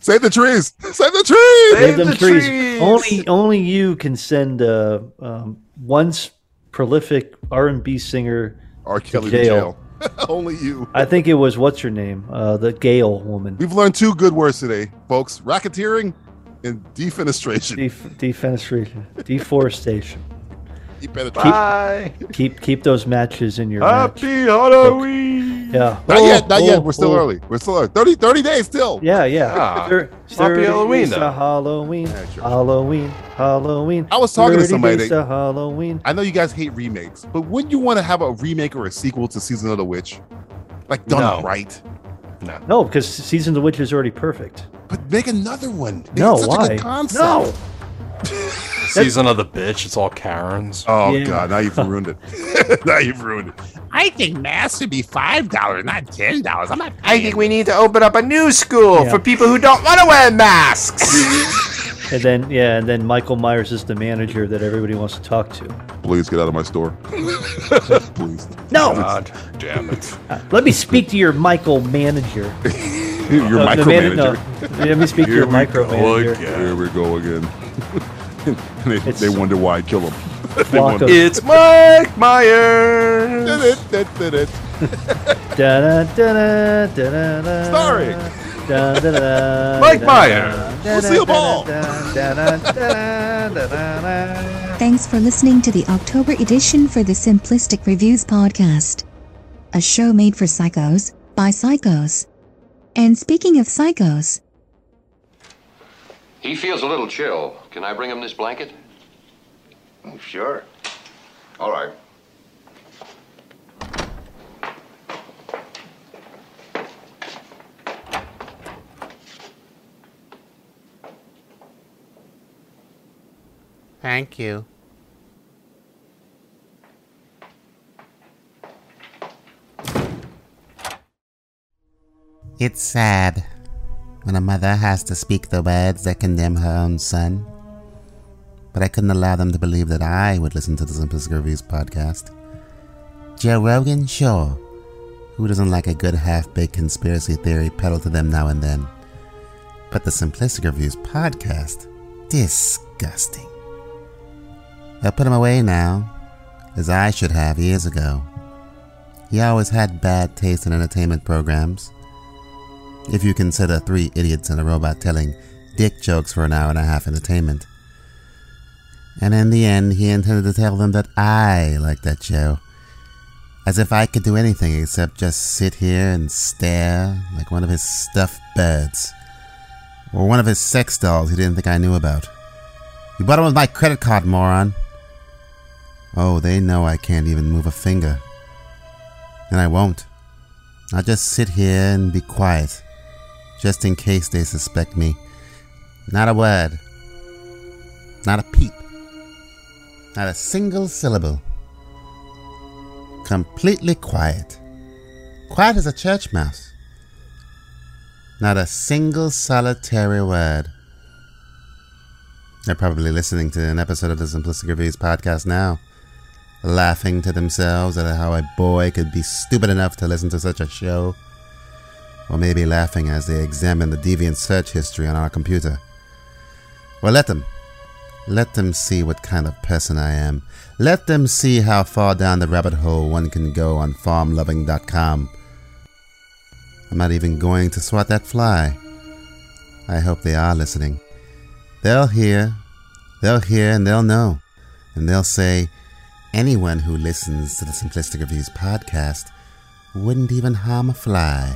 B: Save the trees. Save the trees.
C: Save them trees. Only, only you can send uh, um, once prolific R and B singer
B: R. Kelly to
C: jail. *laughs*
B: Only you.
C: I think it was what's her name, uh, the Gale woman.
B: We've learned two good words today, folks: racketeering and defenestration.
C: Def-
B: *laughs*
C: defenestration, deforestation.
B: Keep it-
C: Keep keep those matches in your match.
K: Happy Halloween.
C: Yeah.
B: Not yet. Not
C: Oh,
B: yet. We're still
C: oh.
B: early. We're still early. 30, 30 days still.
C: Yeah, yeah.
K: Ah,
C: Thir-
B: Happy
C: 30
B: Halloween,
C: days to
B: though.
C: Halloween, Halloween, Halloween.
B: I was talking to
C: 30
B: somebody.
C: days
B: that-
C: to Halloween.
B: I know you guys hate remakes, but wouldn't you want to have a remake or a sequel to Season of the Witch? Like done
C: No.
B: right.
K: No.
C: No, because Season of the Witch is already perfect.
B: But make another one. Make
C: no,
B: it such
C: why?
B: a good concept.
C: No.
K: Season of the bitch. It's all Karens.
B: Oh God! Now you've ruined it. *laughs* now you've ruined it.
R: I think mass should be five dollars, not ten dollars. I'm not.
K: I think we need to open up a new school
C: Yeah.
K: for people who don't want to wear masks.
C: And then yeah, and then Michael Myers is the manager that everybody wants to talk to.
B: Please get out of
R: *laughs*
B: my store. Please.
C: No.
K: God damn it.
C: Uh, Let me speak to your Michael manager.
B: Your
C: No, the man- no.
B: micromanager.
C: Let me speak to
B: Here
C: your
B: we go
C: micromanager.
B: again. Here we go again. *laughs* And they, they wonder why I kill him. *laughs* They
C: Flock
B: wonder-
C: of- It's
K: Mike Myers.
C: Da da da da da da.
B: Starring
C: Da, da, da,
B: Mike
C: da,
B: Myers,
C: da, da,
F: *laughs*
B: Lucille
C: da,
B: Ball.
C: da, da, da, da, da, da, da.
H: Thanks for listening to the October edition for the Simplistic Reviews podcast, a show made for psychos by psychos. And speaking of psychos,
N: He feels a little chill. Can I bring him this blanket? Sure. All right.
R: Thank you.
S: It's sad when a mother has to speak the words that condemn her own son. But I couldn't allow them to believe that I would listen to the Simplistic Reviews podcast. Joe Rogan, sure. Who doesn't like a good half baked conspiracy theory peddled to them now and then? But the Simplistic Reviews podcast? Disgusting. I put him away now, as I should have years ago. He always had bad taste in entertainment programs. If you consider three idiots and a robot telling dick jokes for an hour and a half entertainment. And in the end, he intended to tell them that I like that show. As if I could do anything except just sit here and stare like one of his stuffed birds. Or one of his sex dolls he didn't think I knew about. You bought him with my credit card, moron. Oh, they know I can't even move a finger. And I won't. I'll just sit here and be quiet, just in case they suspect me. Not a word. Not a peep. Not a single syllable. Completely quiet. Quiet as a church mouse. Not a single solitary word. They're probably listening to an episode of the Simplistic Reviews podcast now, laughing to themselves at how a boy could be stupid enough to listen to such a show. Or maybe laughing as they examine the deviant search history on our computer. Well, let them. Let them see what kind of person I am. Let them see how far down the rabbit hole one can go on farmloving.com. I'm not even going to swat that fly. I hope they are listening. They'll hear. They'll hear and they'll know. and they'll say, anyone who listens to the Simplistic Reviews podcast wouldn't even harm a fly.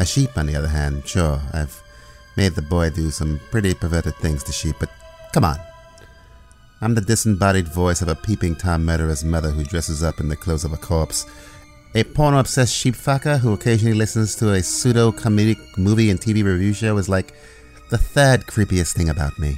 S: A sheep, on the other hand, sure, I've made the boy do some pretty perverted things to sheep, but come on. I'm the disembodied voice of a peeping Tom murderer's mother who dresses up in the clothes of a corpse, a porno obsessed sheep fucker who occasionally listens to a pseudo comedic movie and TV review show is like the third creepiest thing about me.